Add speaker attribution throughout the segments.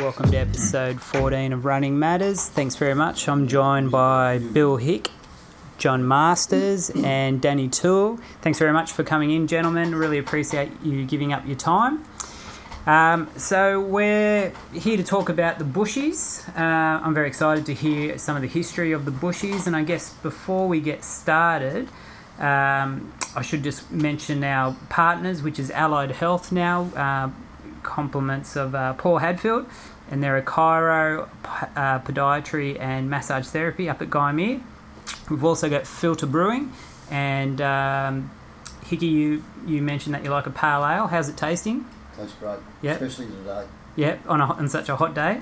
Speaker 1: Welcome to episode 14 of Running Matters. Thanks very much. I'm joined by Bill Hick, John Masters, and Danny Toole. Thanks very much for coming in, gentlemen. Really appreciate you giving up your time. Um, so, we're here to talk about the Bushies. Uh, I'm very excited to hear some of the history of the Bushies, and I guess before we get started, um, I should just mention our partners, which is Allied Health now, uh, compliments of uh, Paul Hadfield, and they're a chiro, p- uh, podiatry, and massage therapy up at Guymere. We've also got Filter Brewing, and um, Hickey, you, you mentioned that you like a pale ale. How's it tasting?
Speaker 2: That's great.
Speaker 1: Yeah.
Speaker 2: Especially today.
Speaker 1: Yep, on, a, on such a hot day.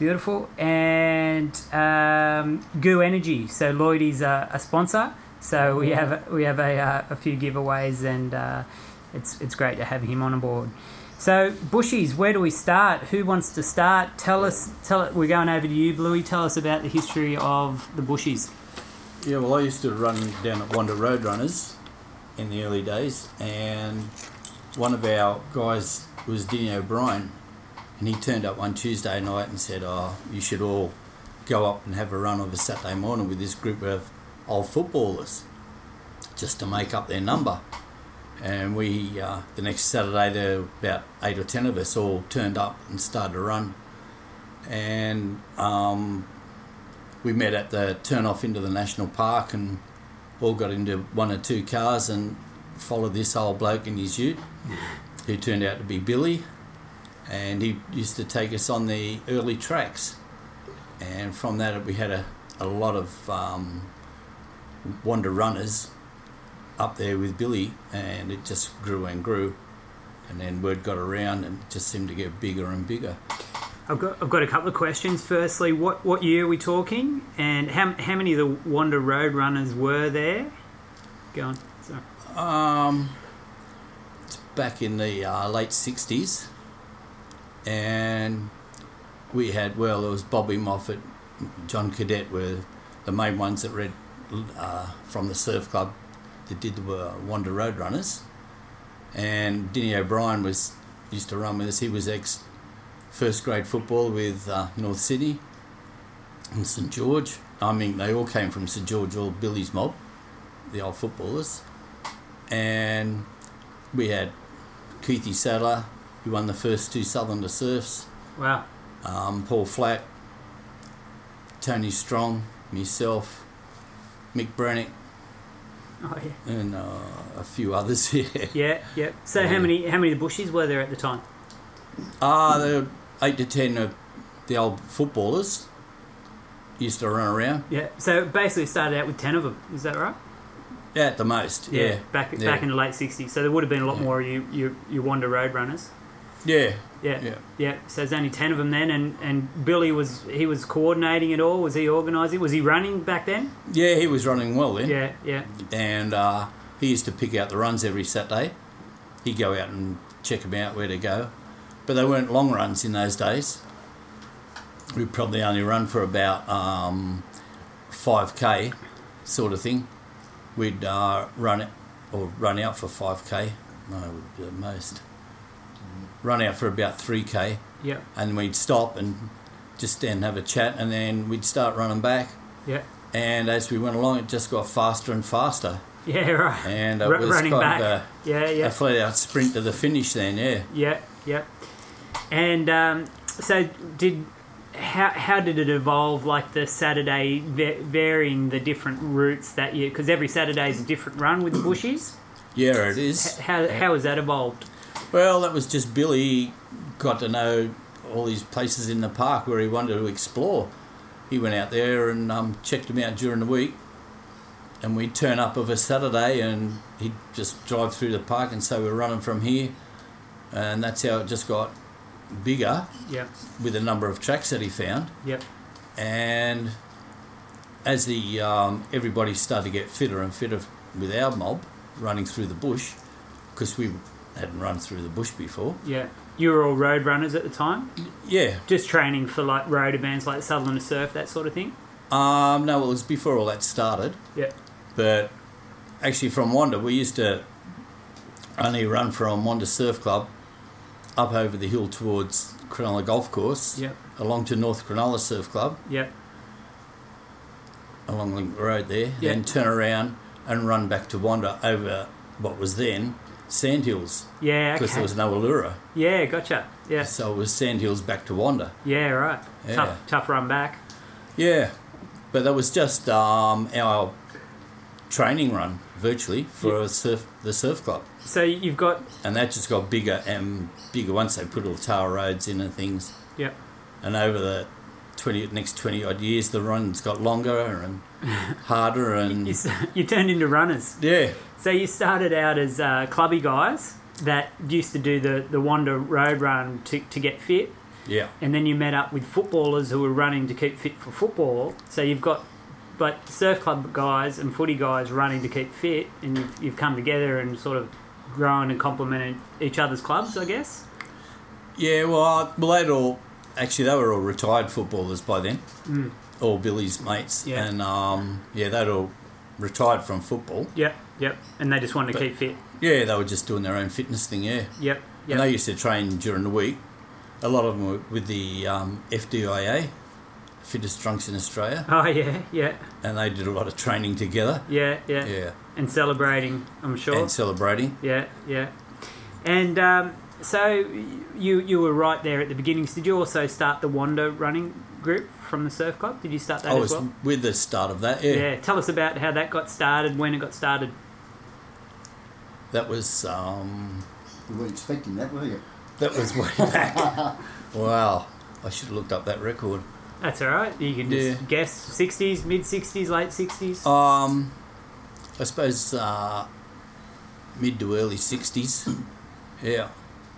Speaker 1: Beautiful. And um, Goo Energy. So Lloydie's a, a sponsor. So we have we have a, uh, a few giveaways, and uh, it's it's great to have him on board. So Bushies, where do we start? Who wants to start? Tell us. Tell it. We're going over to you, Bluey. Tell us about the history of the Bushies.
Speaker 3: Yeah, well, I used to run down at Wanda Roadrunners in the early days, and one of our guys was Denny O'Brien, and he turned up one Tuesday night and said, "Oh, you should all go up and have a run of a Saturday morning with this group of old footballers, just to make up their number." And we, uh, the next Saturday, there were about eight or ten of us all turned up and started a run, and um, we met at the turn off into the national park and all got into one or two cars and followed this old bloke in his ute who turned out to be Billy and he used to take us on the early tracks and from that we had a, a lot of um, wander runners up there with Billy and it just grew and grew and then word got around and it just seemed to get bigger and bigger
Speaker 1: I've got, I've got a couple of questions. Firstly, what, what year are we talking? And how, how many of the Wanda Road Runners were there? Go on. Sorry.
Speaker 3: Um, it's back in the uh, late '60s, and we had well, it was Bobby Moffat, John Cadet were the main ones that read uh, from the surf club that did the uh, Wander Road Runners, and Denny O'Brien was used to run with us. He was ex first grade football with uh, North Sydney and St George. I mean, they all came from St George, all Billy's mob, the old footballers and we had Keithy Sadler, who won the first two Southern to Surfs,
Speaker 1: Wow.
Speaker 3: um, Paul Flack, Tony Strong, myself, Mick Brannick,
Speaker 1: Oh, yeah.
Speaker 3: and uh, a few others here.
Speaker 1: Yeah, yeah. So how
Speaker 3: Yeah.
Speaker 1: many how many of the bushies were there at the time?
Speaker 3: Ah, the eight to ten of the old footballers used to run around
Speaker 1: Yeah. So it basically started out with ten of them. Is that right?
Speaker 3: at the most. Yeah,
Speaker 1: Back
Speaker 3: yeah.
Speaker 1: back in the late '60s. So there would have been a lot
Speaker 3: Yeah.
Speaker 1: more you you you wander road runners.
Speaker 3: yeah,
Speaker 1: Yeah.
Speaker 3: yeah.
Speaker 1: So there's only ten of them then, and and Billy was he was coordinating it all. Was he organising? Was he running back then?
Speaker 3: Yeah, he was running well then.
Speaker 1: Yeah. Yeah.
Speaker 3: and uh, he used to pick out the runs every Saturday. He'd go out and check them out where to go, but they weren't long runs in those days. We probably only run for about um, 5k sort of thing. We'd uh, run it or run out for 5k. No, it would be the most. Run out for about 3k,
Speaker 1: Yeah.
Speaker 3: and we'd stop and just stand and have a chat, and then we'd start running back.
Speaker 1: Yeah.
Speaker 3: And as we went along, it just got faster and faster
Speaker 1: Yeah. Right.
Speaker 3: and it
Speaker 1: Ru-
Speaker 3: was
Speaker 1: running
Speaker 3: kind
Speaker 1: back.
Speaker 3: of
Speaker 1: yeah.
Speaker 3: a,
Speaker 1: Yeah.
Speaker 3: a flat out sprint to the finish then, yeah.
Speaker 1: Yeah, yeah. And um, so did how how did it evolve? Like the Saturday va- varying the different routes that you because every Saturday is a different run with the bushies.
Speaker 3: Yeah, it is.
Speaker 1: How how has that evolved?
Speaker 3: Well, that was just Billy got to know all these places in the park where he wanted to explore. He went out there and um, checked them out during the week. And we'd turn up of a Saturday and he'd just drive through the park and say, We're running from here. And that's how it just got bigger
Speaker 1: Yep,
Speaker 3: with the number of tracks that he found.
Speaker 1: yep,
Speaker 3: and as the um, everybody started to get fitter and fitter with our mob running through the bush because we hadn't run through the bush before
Speaker 1: yeah. You were all road runners at the time,
Speaker 3: yeah
Speaker 1: just training for like road events like Southern to Surf that sort of thing.
Speaker 3: um, no it was before all that started
Speaker 1: Yep,
Speaker 3: but actually from Wanda we used to only run from Wanda Surf Club up over the hill towards Cronulla Golf Course,
Speaker 1: Yep.
Speaker 3: along to North Cronulla Surf Club,
Speaker 1: Yep.
Speaker 3: along the road there,
Speaker 1: Yeah.
Speaker 3: then turn around and run back to Wanda over what was then Sandhills
Speaker 1: Yeah.
Speaker 3: because
Speaker 1: Okay.
Speaker 3: there was no Allura.
Speaker 1: yeah. Gotcha. Yeah.
Speaker 3: So it was Sandhills back to Wanda.
Speaker 1: Yeah. Right.
Speaker 3: Yeah.
Speaker 1: Tough. Tough run back.
Speaker 3: Yeah, but that was just um, our training run virtually for surf, the surf club.
Speaker 1: So you've got.
Speaker 3: And that just got bigger and bigger once they put all the tar roads in and things.
Speaker 1: Yep.
Speaker 3: and over the 20 next 20 odd years the run's got longer and harder
Speaker 1: You,
Speaker 3: and
Speaker 1: s- you turned into runners.
Speaker 3: yeah
Speaker 1: So you started out as uh, clubby guys that used to do the the wander road run to to get fit.
Speaker 3: yeah
Speaker 1: and then you met up with footballers who were running to keep fit for football. So you've got but surf club guys and footy guys running to keep fit, and you've, you've come together and sort of grown and complemented each other's clubs, I guess.
Speaker 3: yeah well, I- well they'd all actually they were all retired footballers by then all billy's mates
Speaker 1: Mm. Yeah.
Speaker 3: and um, yeah they'd all retired from football
Speaker 1: Yep, yep. And they just wanted to keep fit.
Speaker 3: yeah they were just doing their own fitness thing yeah
Speaker 1: Yep,
Speaker 3: and they
Speaker 1: yep.
Speaker 3: used to train during the week a lot of them were with the um, fdia fittest drunks in australia
Speaker 1: Oh yeah, yeah,
Speaker 3: and they did a lot of training together
Speaker 1: yeah, yeah,
Speaker 3: yeah
Speaker 1: And celebrating, I'm sure.
Speaker 3: and celebrating
Speaker 1: yeah, yeah. And um, so y- you you were right there at the beginnings. Did you also start the Wander running group from the surf club? Did you start that
Speaker 3: I
Speaker 1: as
Speaker 3: was
Speaker 1: well?
Speaker 3: with the start of that.
Speaker 1: Yeah, tell us about how that got started, when it got started.
Speaker 3: That was um,
Speaker 2: You weren't expecting that, were you?
Speaker 3: that was way back. wow, I should have looked up that record.
Speaker 1: That's all right. You can just
Speaker 3: Yeah.
Speaker 1: guess 60s, mid 60s, late 60s.
Speaker 3: Um, I suppose uh, mid to early '60s. Yeah,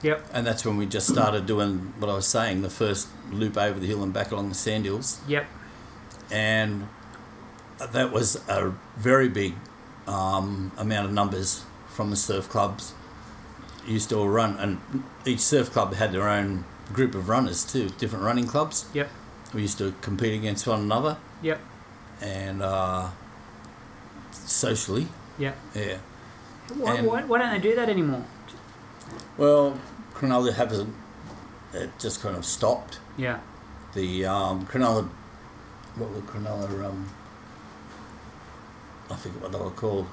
Speaker 1: Yep.
Speaker 3: and that's when we just started doing what I was saying—the first loop over the hill and back along the sand hills.
Speaker 1: Yep.
Speaker 3: and that was a very big um, amount of numbers from the surf clubs used to all run and each surf club had their own group of runners too different running clubs
Speaker 1: Yep.
Speaker 3: we used to compete against one another
Speaker 1: Yep.
Speaker 3: and uh, socially
Speaker 1: Yep.
Speaker 3: yeah
Speaker 1: Why,
Speaker 3: And-
Speaker 1: why, why don't they do that anymore?
Speaker 3: well cronulla have a, it just kind of stopped
Speaker 1: Yeah.
Speaker 3: the um, Cronulla, what were Cronulla, um, I forget what they were called.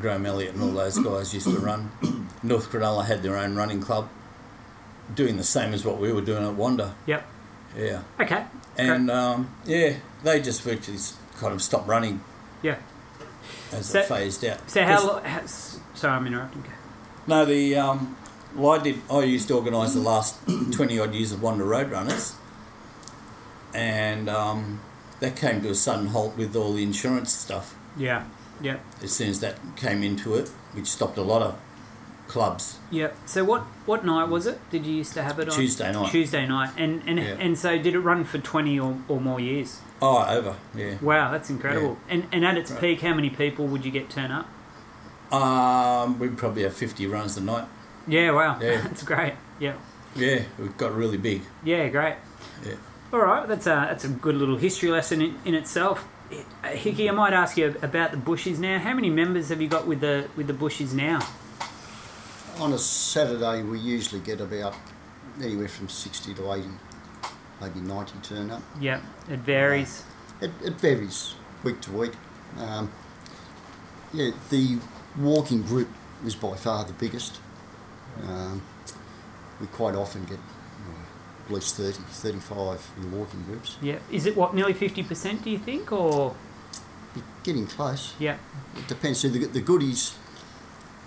Speaker 3: Graham Elliott and all those guys used to run. North Cronulla had their own running club, doing the same as what we were doing at Wanda.
Speaker 1: Yep.
Speaker 3: Yeah,
Speaker 1: Okay.
Speaker 3: and um, yeah, they just virtually s- kind of stopped running
Speaker 1: Yeah.
Speaker 3: as
Speaker 1: So-
Speaker 3: it phased out.
Speaker 1: So
Speaker 3: 'Cause-
Speaker 1: how, lo- how s- Sorry, I'm interrupting.
Speaker 3: No, the um, well, I did. I used to organise the last twenty odd years of Wanda Road Runners, and um, that came to a sudden halt with all the insurance stuff
Speaker 1: Yeah. Yep.
Speaker 3: as soon as that came into it, which stopped a lot of clubs.
Speaker 1: Yep. So what what night was it? Did you used to have it on
Speaker 3: Tuesday night.
Speaker 1: Tuesday night, and and
Speaker 3: Yeah.
Speaker 1: and so did it run for twenty or, or more years?
Speaker 3: Oh, over. Yeah.
Speaker 1: Wow, that's incredible. And and at its
Speaker 3: Right.
Speaker 1: peak, how many people would you get turn up?
Speaker 3: Um, we'd probably have fifty runs a night.
Speaker 1: Yeah, wow.
Speaker 3: Yeah.
Speaker 1: that's great. Yeah.
Speaker 3: Yeah, it got really big.
Speaker 1: Yeah, great.
Speaker 3: Yeah.
Speaker 1: All right, that's a, that's a good little history lesson in, in itself. Uh, Hickey, I might ask you about the Bushies now. How many members have you got with the with the Bushies now?
Speaker 2: On a Saturday, we usually get about anywhere from 60 to 80, maybe 90 turn up.
Speaker 1: Yeah, it varies.
Speaker 2: It, it varies week to week. Um, yeah, the walking group is by far the biggest. Um, we quite often get uh, at least 30, 35 in the walking groups.
Speaker 1: Yeah, is it what nearly fifty percent? Do you think or
Speaker 2: You're getting close.
Speaker 1: yeah,
Speaker 2: It depends. So the, the goodies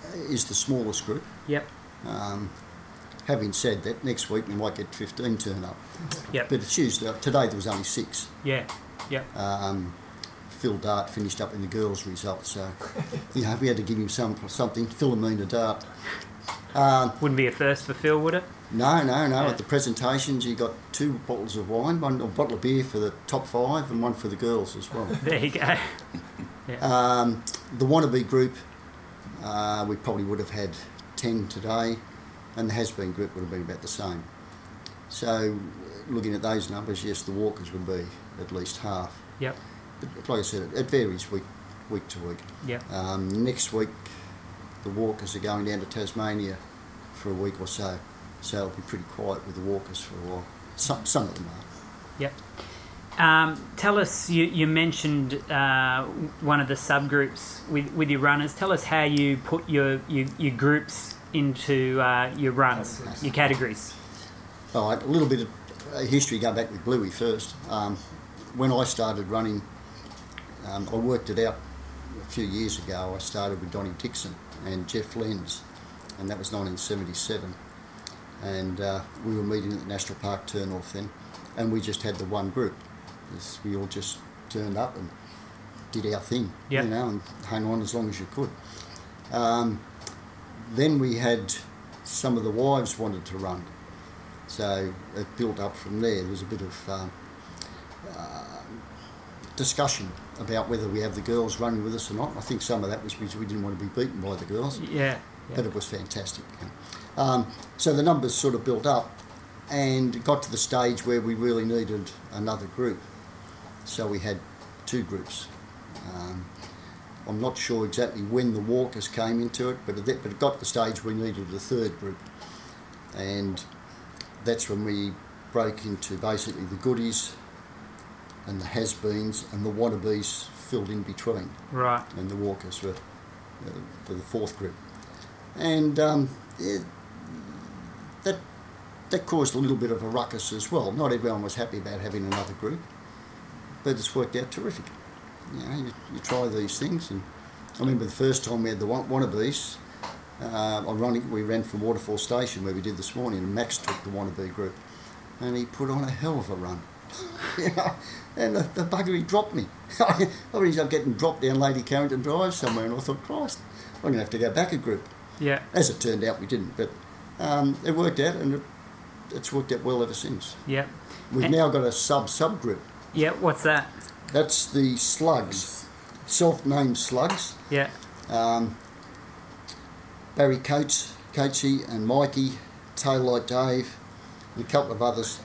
Speaker 2: uh, is the smallest group.
Speaker 1: yep,
Speaker 2: Um, having said that, next week we might get 15 turn up.
Speaker 1: yep,
Speaker 2: But it's usually, today there was only six.
Speaker 1: yeah, yep,
Speaker 2: Um, Phil Dart finished up in the girls' results, so you know, we had to give him some something. Philomena Dart. Um,
Speaker 1: Wouldn't be a first for Phil, would it?
Speaker 2: no, no, no.
Speaker 1: Yeah.
Speaker 2: At the presentations, he got two bottles of wine, one a bottle of beer for the top five, and one for the girls as well.
Speaker 1: There you go.
Speaker 2: Um, the wannabe group, uh, we probably would have had 10 today, and the has been group would have been about the same. So, looking at those numbers, yes, the walkers would be at least half.
Speaker 1: Yep,
Speaker 2: But like I said, it, it varies week, week to week.
Speaker 1: yep,
Speaker 2: Um, next week, the walkers are going down to Tasmania for a week or so, so it'll be pretty quiet with the walkers for a while. Some, some of them are.
Speaker 1: Yep. Um, tell us, you, you mentioned uh, one of the subgroups with, with your runners. Tell us how you put your, your, your groups into uh, your runs,
Speaker 2: Categories.
Speaker 1: your categories.
Speaker 2: All right, a little bit of uh, history going back with Bluey first. Um, when I started running, um, I worked it out a few years ago. I started with Donnie Dixon and Jeff Lenz, and that was 1977. And uh, we were meeting at the National Park turn off then, and we just had the one group. This- We all just turned up and did our thing,
Speaker 1: Yep.
Speaker 2: you know, and hung on as long as you could. Um, then we had some of the wives wanted to run. So it built up from there. There was a bit of um, uh, discussion about whether we have the girls running with us or not. I think some of that was because we didn't want to be beaten by the girls,
Speaker 1: Yeah. yeah.
Speaker 2: but it was fantastic. Um, so the numbers sort of built up and it got to the stage where we really needed another group. So we had two groups. Um, I'm not sure exactly when the walkers came into it, but it, but it got to the stage we needed a third group. And that's when we broke into basically the goodies and the has-beens and the wannabes filled in between
Speaker 1: Right.
Speaker 2: and the walkers were uh, for the fourth group. And um, it, that that caused a little bit of a ruckus as well. Not everyone was happy about having another group, but it's worked out terrific. You know, you, you try these things, and I remember the first time we had the wan- wannabes. Uh, ironic, we ran from Waterfall Station where we did this morning, and Max took the wannabe group, and he put on a hell of a run. you know, and the, the bugger, he dropped me. I ended up getting dropped down Lady Carrington Drive somewhere, and I thought, Christ, I'm going to have to go back a group.
Speaker 1: Yeah.
Speaker 2: As it turned out, we didn't, but um, it worked out, and it, it's worked out well ever since.
Speaker 1: Yep.
Speaker 2: We've
Speaker 1: And-
Speaker 2: now got a sub subgroup.
Speaker 1: Yeah. What's that?
Speaker 2: That's the slugs, self named slugs.
Speaker 1: Yeah.
Speaker 2: Um, Barry Coates, Coatesy, and Mikey, Taillight Dave, and a couple of others.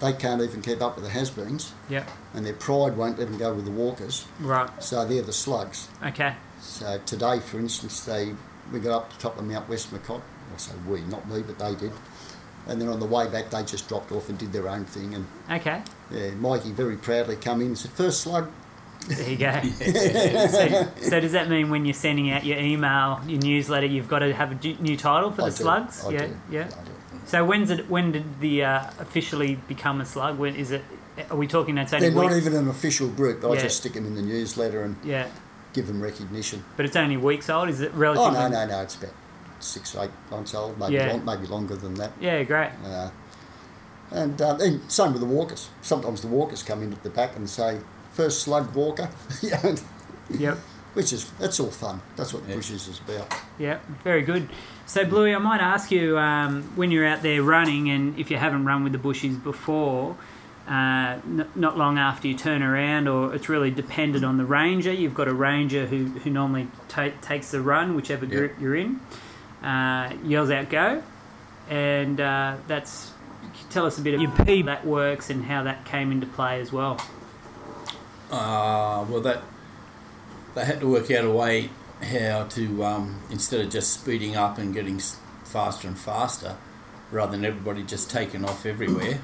Speaker 2: They can't even keep up with the has beens,
Speaker 1: Yep.
Speaker 2: and their pride won't let them go with the walkers,
Speaker 1: Right.
Speaker 2: so they're the slugs.
Speaker 1: Okay.
Speaker 2: So today, for instance, they we got up the top of Mount Westmacott. I say we, not me, but they did. And then on the way back, they just dropped off and did their own thing. And
Speaker 1: Okay.
Speaker 2: yeah, Mikey very proudly come in and said, first slug.
Speaker 1: There you go. so, so does that mean when you're sending out your email, your newsletter, you've got to have a d- new title for
Speaker 2: I
Speaker 1: the
Speaker 2: do,
Speaker 1: slugs?
Speaker 2: I
Speaker 1: yeah.
Speaker 2: do,
Speaker 1: Yeah.
Speaker 2: I do.
Speaker 1: So when's it? When did the uh, officially become a slug? When is it? Are we talking? It's only
Speaker 2: They're not
Speaker 1: weeks.
Speaker 2: even an official group. I
Speaker 1: Yeah.
Speaker 2: just stick them in the newsletter and
Speaker 1: yeah,
Speaker 2: give them recognition.
Speaker 1: but it's only weeks old. Is it relatively?
Speaker 2: Oh no, no, no! It's about six, eight months old, maybe
Speaker 1: Yeah.
Speaker 2: long, maybe longer than that.
Speaker 1: Yeah, great.
Speaker 2: Uh, and, uh, and same with the walkers. Sometimes the walkers come in at the back and say, first slug walker," You know,
Speaker 1: Yep,
Speaker 2: which is that's all fun. That's what the
Speaker 3: Yeah.
Speaker 2: bushes is about.
Speaker 1: yep, very good. So, Bluey, I might ask you um, when you're out there running, and if you haven't run with the bushies before, uh, n- not long after you turn around, or it's really dependent on the ranger. You've got a ranger who, who normally ta- takes the run, whichever
Speaker 3: Yep.
Speaker 1: group you're in, uh, yells out go, and uh, that's. Tell us a bit about your P that works and how that came into play as well.
Speaker 3: Uh, well, that they had to work out a way how to um, instead of just speeding up and getting s- faster and faster, rather than everybody just taking off everywhere,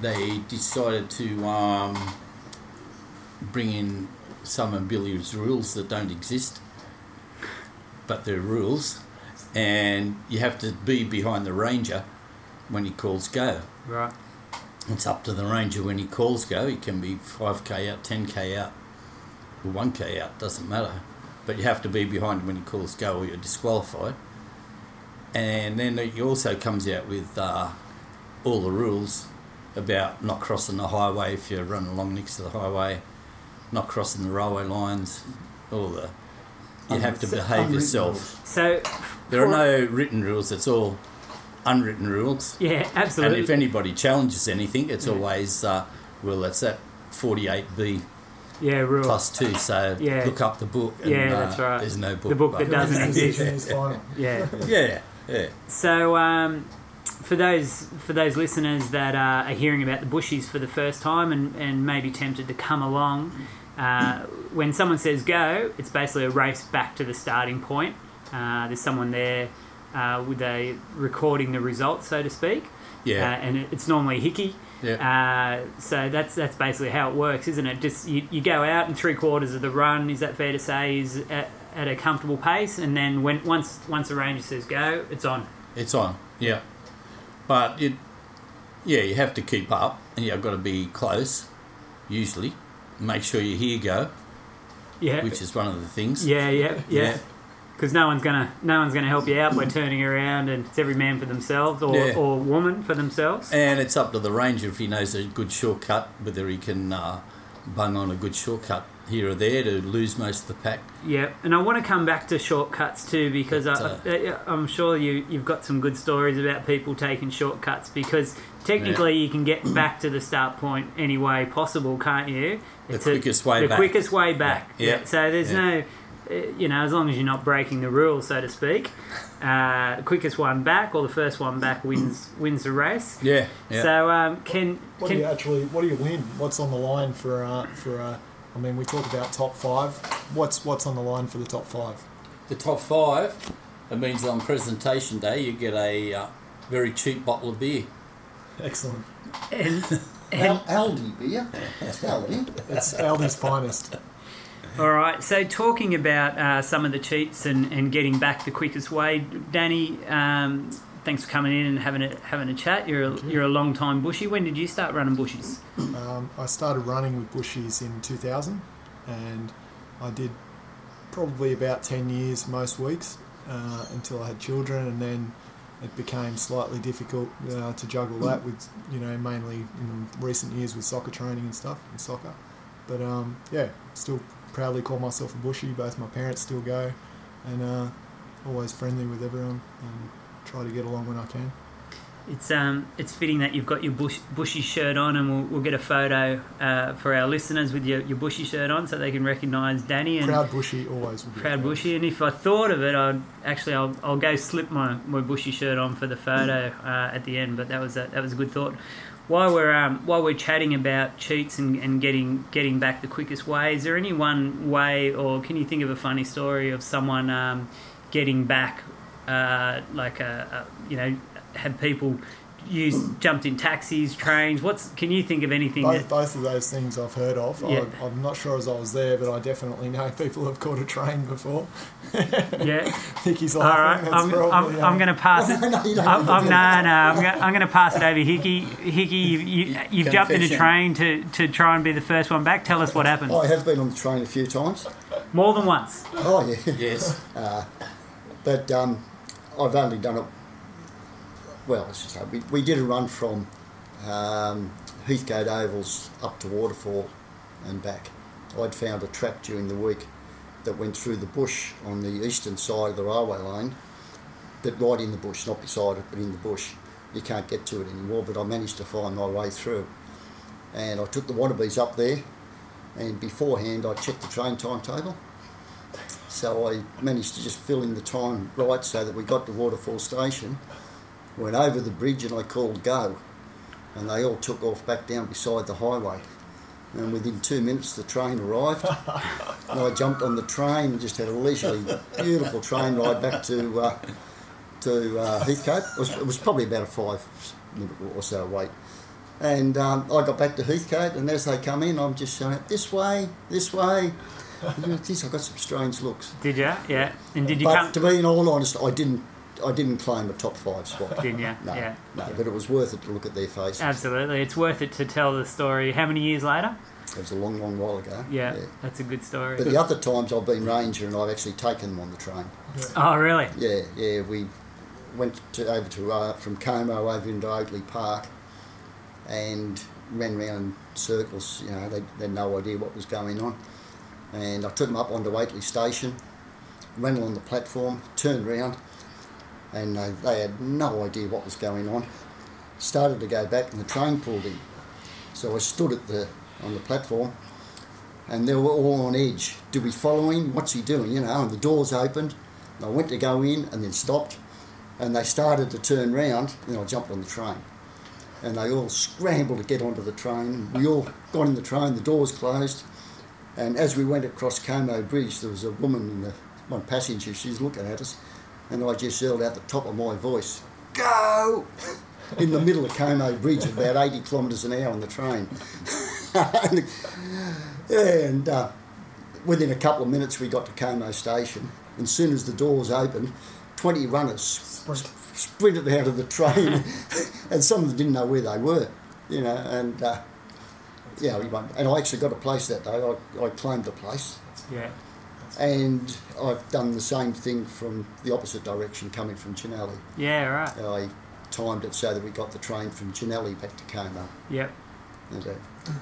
Speaker 3: they decided to um, bring in some of Billy's rules that don't exist, but they're rules, and you have to be behind the ranger when he calls go.
Speaker 1: Right.
Speaker 3: It's up to the ranger when he calls go. He can be 5k out, 10k out, or 1k out, doesn't matter. But you have to be behind him when he calls go or you're disqualified. And then he also comes out with uh, all the rules about not crossing the highway if you're running along next to the highway, not crossing the railway lines, all the. You have to
Speaker 2: Unwritten-
Speaker 3: behave
Speaker 2: unwritten
Speaker 3: yourself.
Speaker 1: So,
Speaker 3: There are no written rules, it's all unwritten rules.
Speaker 1: yeah,
Speaker 3: And
Speaker 1: absolutely.
Speaker 3: if anybody challenges anything, it's always, uh, well, that's that 48B
Speaker 1: Yeah, rule.
Speaker 3: plus two. So
Speaker 1: Yeah.
Speaker 3: look up the book. And,
Speaker 1: Yeah,
Speaker 3: uh,
Speaker 1: that's right.
Speaker 3: There's no book.
Speaker 1: the book
Speaker 3: but-
Speaker 1: that doesn't exist.
Speaker 4: is final.
Speaker 1: Yeah.
Speaker 3: Yeah, yeah.
Speaker 1: So um, for those for those listeners that uh, are hearing about the bushies for the first time and, and maybe tempted to come along, uh, when someone says go, it's basically a race back to the starting point. Uh, there's someone there uh, with a recording the results, so to speak.
Speaker 3: Yeah.
Speaker 1: Uh, and it- it's normally Hickey.
Speaker 3: yeah.
Speaker 1: Uh, so that's that's basically how it works, isn't it? Just you, you go out and three quarters of the run is that fair to say is at, at a comfortable pace, and then when once once the ranger says go, it's on.
Speaker 3: It's on. Yeah. But it, yeah, you have to keep up, and you've got to be close. Usually, make sure you hear go,
Speaker 1: Yeah,
Speaker 3: which is one of the things.
Speaker 1: yeah, yeah, yeah.
Speaker 3: Yeah.
Speaker 1: Because no one's gonna no one's gonna help you out by turning around, and it's every man for themselves or,
Speaker 3: Yeah.
Speaker 1: or woman for themselves.
Speaker 3: And it's up to the ranger if he knows a good shortcut, whether he can uh, bung on a good shortcut here or there to lose most of the pack.
Speaker 1: Yeah, and I want to come back to shortcuts too because I,
Speaker 3: But,
Speaker 1: I, I'm sure you you've got some good stories about people taking shortcuts because technically you can get back to the start point any way possible, can't you?
Speaker 3: The quickest way
Speaker 1: the
Speaker 3: back.
Speaker 1: quickest way back.
Speaker 3: Yeah.
Speaker 1: Yeah. So there's
Speaker 3: Yeah.
Speaker 1: no, uh, you know, as long as you're not breaking the rules, so to speak, uh, the quickest one back or the first one back wins wins the race.
Speaker 3: Yeah. Yeah.
Speaker 1: So um, can
Speaker 4: What do
Speaker 1: can
Speaker 4: you actually? What do you win? What's on the line for? Uh, for uh, I mean, we talk about top five. What's what's on the line for the top five?
Speaker 3: the top five, it means on presentation day you get a uh, very cheap bottle of beer.
Speaker 4: Excellent.
Speaker 2: Al- Aldi beer. That's Aldi.
Speaker 4: It's Aldi's finest.
Speaker 1: All right. So, talking about uh, some of the cheats and, and getting back the quickest way, Danny. Um, thanks for coming in and having a having a chat. You're a, you're a long time bushy. When did you start running bushies?
Speaker 4: Um, I started running with Bushies in 2000, and I did probably about 10 years most weeks uh, until I had children, and then it became slightly difficult uh, to juggle that with, you know, mainly in recent years with soccer training and stuff and soccer. But um, yeah, still proudly call myself a Bushy. Both my parents still go, and uh, always friendly with everyone, and try to get along when I can.
Speaker 1: It's um it's fitting that you've got your bush, bushy shirt on, and we'll, we'll get a photo uh, for our listeners with your, your bushy shirt on, so they can recognise Danny and
Speaker 4: Proud Bushy always will be.
Speaker 1: proud
Speaker 4: proud.
Speaker 1: bushy. And if I thought of it, I'd actually I'll, I'll go slip my, my bushy shirt on for the photo uh, at the end. But that was a, that was a good thought. While we're um, while we're chatting about cheats and, and getting getting back the quickest way, is there any one way or can you think of a funny story of someone um, getting back uh, like a, a you know had people used jumped in taxis, trains? What's can you think of anything? that-
Speaker 4: Both, both of those things I've heard of.
Speaker 1: Yeah.
Speaker 4: I, I'm not sure as I was there, but I definitely know people have caught a train before.
Speaker 1: yeah.
Speaker 4: Hickey's
Speaker 1: All right,
Speaker 4: laughing. That's
Speaker 1: I'm, I'm,
Speaker 4: probably,
Speaker 1: I'm
Speaker 4: um,
Speaker 1: going to pass it.
Speaker 2: No, you don't
Speaker 1: I'm,
Speaker 2: want
Speaker 1: I'm no,
Speaker 2: to do
Speaker 1: no.
Speaker 2: that.
Speaker 1: I'm going I'm to pass it over Hickey. Hickey, you, you, you've jumped in a train
Speaker 3: Confession.
Speaker 1: to, to try and be the first one back. Tell us what happened.
Speaker 2: I have been on the train a few times.
Speaker 1: More than once.
Speaker 2: Oh yeah.
Speaker 3: Yes.
Speaker 2: But um, I've only done it. Well, let's just say we, we did a run from um, Heathgate Ovals up to Waterfall and back. I'd found a track during the week that went through the bush on the eastern side of the railway line, but right in the bush, not beside it, but in the bush. You can't get to it anymore, but I managed to find my way through. And I took the Wannabes up there, and beforehand I checked the train timetable. So I managed to just fill in the time right so that we got to Waterfall Station, went over the bridge and I called go. And they all took off back down beside the highway. And within two minutes the train arrived. and I jumped on the train and just had a leisurely, beautiful train ride back to uh, to uh, Heathcote. It was, it was probably about a five minute or so wait. And um, I got back to Heathcote, and as they come in, I'm just shouting, this way, this way. And, Geez, I got some strange looks.
Speaker 1: Did you? Yeah. And did you
Speaker 2: But
Speaker 1: come?
Speaker 2: to be in all honest, I didn't. I didn't claim a top five spot.
Speaker 1: Didn't you?
Speaker 2: No,
Speaker 1: Yeah.
Speaker 2: no, but it was worth it to look at their faces.
Speaker 1: Absolutely. It's worth it to tell the story. How many years later?
Speaker 2: It was a long, long while ago.
Speaker 1: Yeah. That's a good story.
Speaker 2: But the other times I've been ranger and I've actually taken them on the train.
Speaker 1: Oh, really?
Speaker 2: Yeah, yeah. We went to, over to uh, from Como over into Oakley Park, and ran round circles. You know, they they had no idea what was going on. And I took them up onto Oakley Station, ran along the platform, turned round, and they, they had no idea what was going on. Started to go back, and the train pulled in. So I stood at the on the platform, and they were all on edge. Do we follow him? What's he doing? You know, and the doors opened. And I went to go in and then stopped, and they started to turn round, and I jumped on the train. And they all scrambled to get onto the train. We all got in the train, the doors closed, and as we went across Como Bridge, there was a woman in the one passenger, she's looking at us, and I just yelled out the top of my voice, "Go!" in the middle of Como Bridge, at about eighty kilometres an hour on the train. and uh, within a couple of minutes, we got to Como Station, and soon as the doors opened, twenty runners
Speaker 5: Sprint.
Speaker 2: sprinted out of the train, and some of them didn't know where they were, you know. And uh, yeah, we won. and I actually got a place that day. I, I claimed the place,
Speaker 1: Yeah.
Speaker 2: and I've done the same thing from the opposite direction, coming from Chinelli.
Speaker 1: Yeah, right.
Speaker 2: I timed it so that we got the train from Chinelli back to Como.
Speaker 1: Yep.
Speaker 2: And, uh,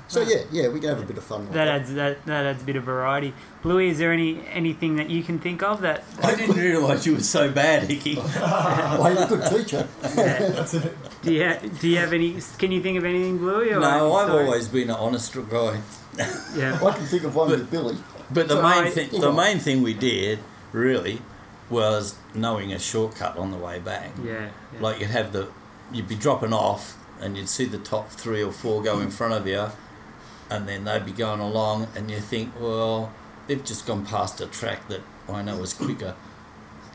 Speaker 2: so yeah, yeah, we can have a bit of fun. Like
Speaker 1: That
Speaker 2: that.
Speaker 1: adds that, that adds a bit of variety. Bluey, is there any anything that you can think of that
Speaker 3: I didn't realise you were so bad, Hickey.
Speaker 2: Well, you're a good teacher.
Speaker 4: That's it.
Speaker 1: do you ha- do you have any can you think of anything, Bluey? Or
Speaker 3: No, I've
Speaker 1: Sorry.
Speaker 3: always been an honest guy.
Speaker 1: yeah
Speaker 2: I can think of one with Billy.
Speaker 3: But the
Speaker 1: So I-
Speaker 3: main thing, the
Speaker 2: Yeah.
Speaker 3: main thing we did really was knowing a shortcut on the way back.
Speaker 1: yeah, yeah.
Speaker 3: Like you'd have the, you'd be dropping off, and you'd see the top three or four go
Speaker 1: Hmm.
Speaker 3: in front of you, and then they'd be going along, and you think, well, they've just gone past a track that I know is quicker,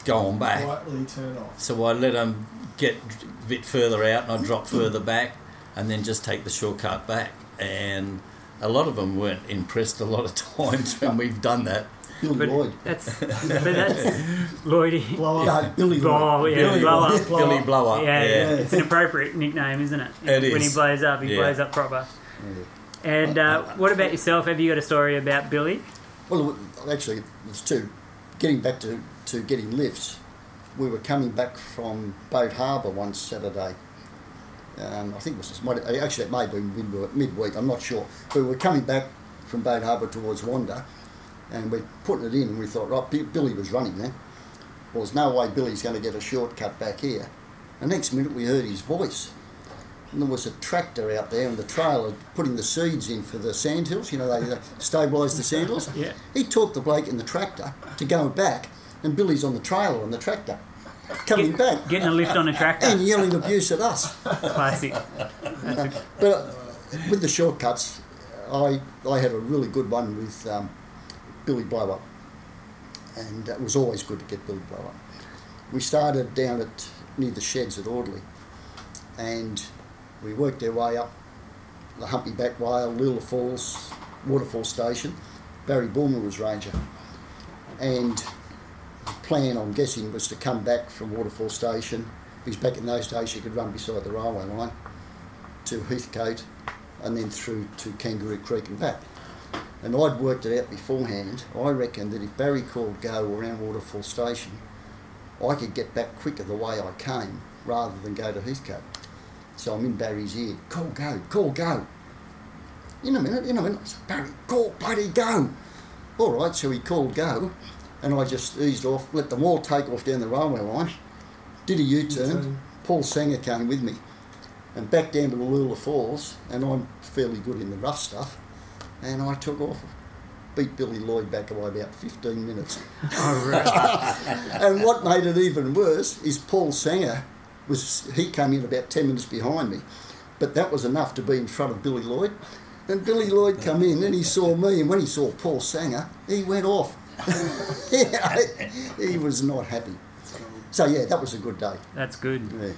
Speaker 3: going back.
Speaker 4: Lightly turn off.
Speaker 3: So I let them get a bit further out and I drop further back and then just take the shortcut back. And a lot of them weren't impressed a lot of times when we've done that.
Speaker 2: Bill
Speaker 1: But-
Speaker 2: Lloyd.
Speaker 1: that's but that's Lloydy.
Speaker 4: Blow up.
Speaker 2: No, Billy Lloyd.
Speaker 1: Oh yeah, blow up.
Speaker 4: Blow
Speaker 3: Billy
Speaker 4: up.
Speaker 3: blow up.
Speaker 1: Yeah,
Speaker 3: Yeah.
Speaker 1: it's an appropriate nickname, isn't it?
Speaker 3: It
Speaker 1: When he
Speaker 3: is.
Speaker 1: blows up, he
Speaker 3: Yeah.
Speaker 1: blows up proper. And uh, what about yourself? Have you got a story about Billy?
Speaker 2: Well, actually, it's two. Getting back to, to getting lifts, we were coming back from Boat Harbour one Saturday. Um, I think it was this, might, actually it may have been midweek, midweek. I'm not sure. We were coming back from Boat Harbour towards Wanda, and we're putting it in, and we thought, right, Bi- Billy was running then. Well, there's no way Billy's going to get a shortcut back here. The next minute, we heard his voice. And there was a tractor out there, and the trailer putting the seeds in for the sandhills. You know, they, they stabilise the sandhills.
Speaker 1: Yeah.
Speaker 2: He talked the bloke in the tractor to go back, and Billy's on the trailer on the tractor, coming
Speaker 1: Get-
Speaker 2: back
Speaker 1: Getting a lift on a
Speaker 2: and
Speaker 1: tractor,
Speaker 2: yelling abuse at us.
Speaker 1: classic. That's a,
Speaker 2: But uh, with the shortcuts, I I had a really good one with um, Billy Blow Up, and it was always good to get Billy Blow Up. We started down at near the sheds at Audley, and we worked our way up the Humpy Back Whale, Lilla Falls, Waterfall Station. Barry Bullman was ranger, and the plan I'm guessing was to come back from Waterfall Station. Because back in those days, you could run beside the railway line to Heathcote and then through to Kangaroo Creek and back. And I'd worked it out beforehand. I reckon that if Barry called go around Waterfall Station, I could get back quicker the way I came rather than go to Heathcote. So I'm in Barry's ear. Call go, call go. In a minute, in a minute. I said, Barry, call bloody go. All right, so he called go, and I just eased off, let them all take off down the railway line, did a U-turn.
Speaker 4: U-turn.
Speaker 2: Paul Sanger came with me, and back down to Lula Falls, and I'm fairly good in the rough stuff, and I took off. Beat Billy Lloyd back by about 15 minutes.
Speaker 1: oh, right.
Speaker 2: And what made it even worse is Paul Sanger was he came in about ten minutes behind me, but that was enough to be in front of Billy Lloyd. And Billy Lloyd come in and he saw me, and when he saw Paul Sanger, he went off. yeah, he was not happy. So yeah, that was a good day.
Speaker 1: That's good.
Speaker 2: Yeah.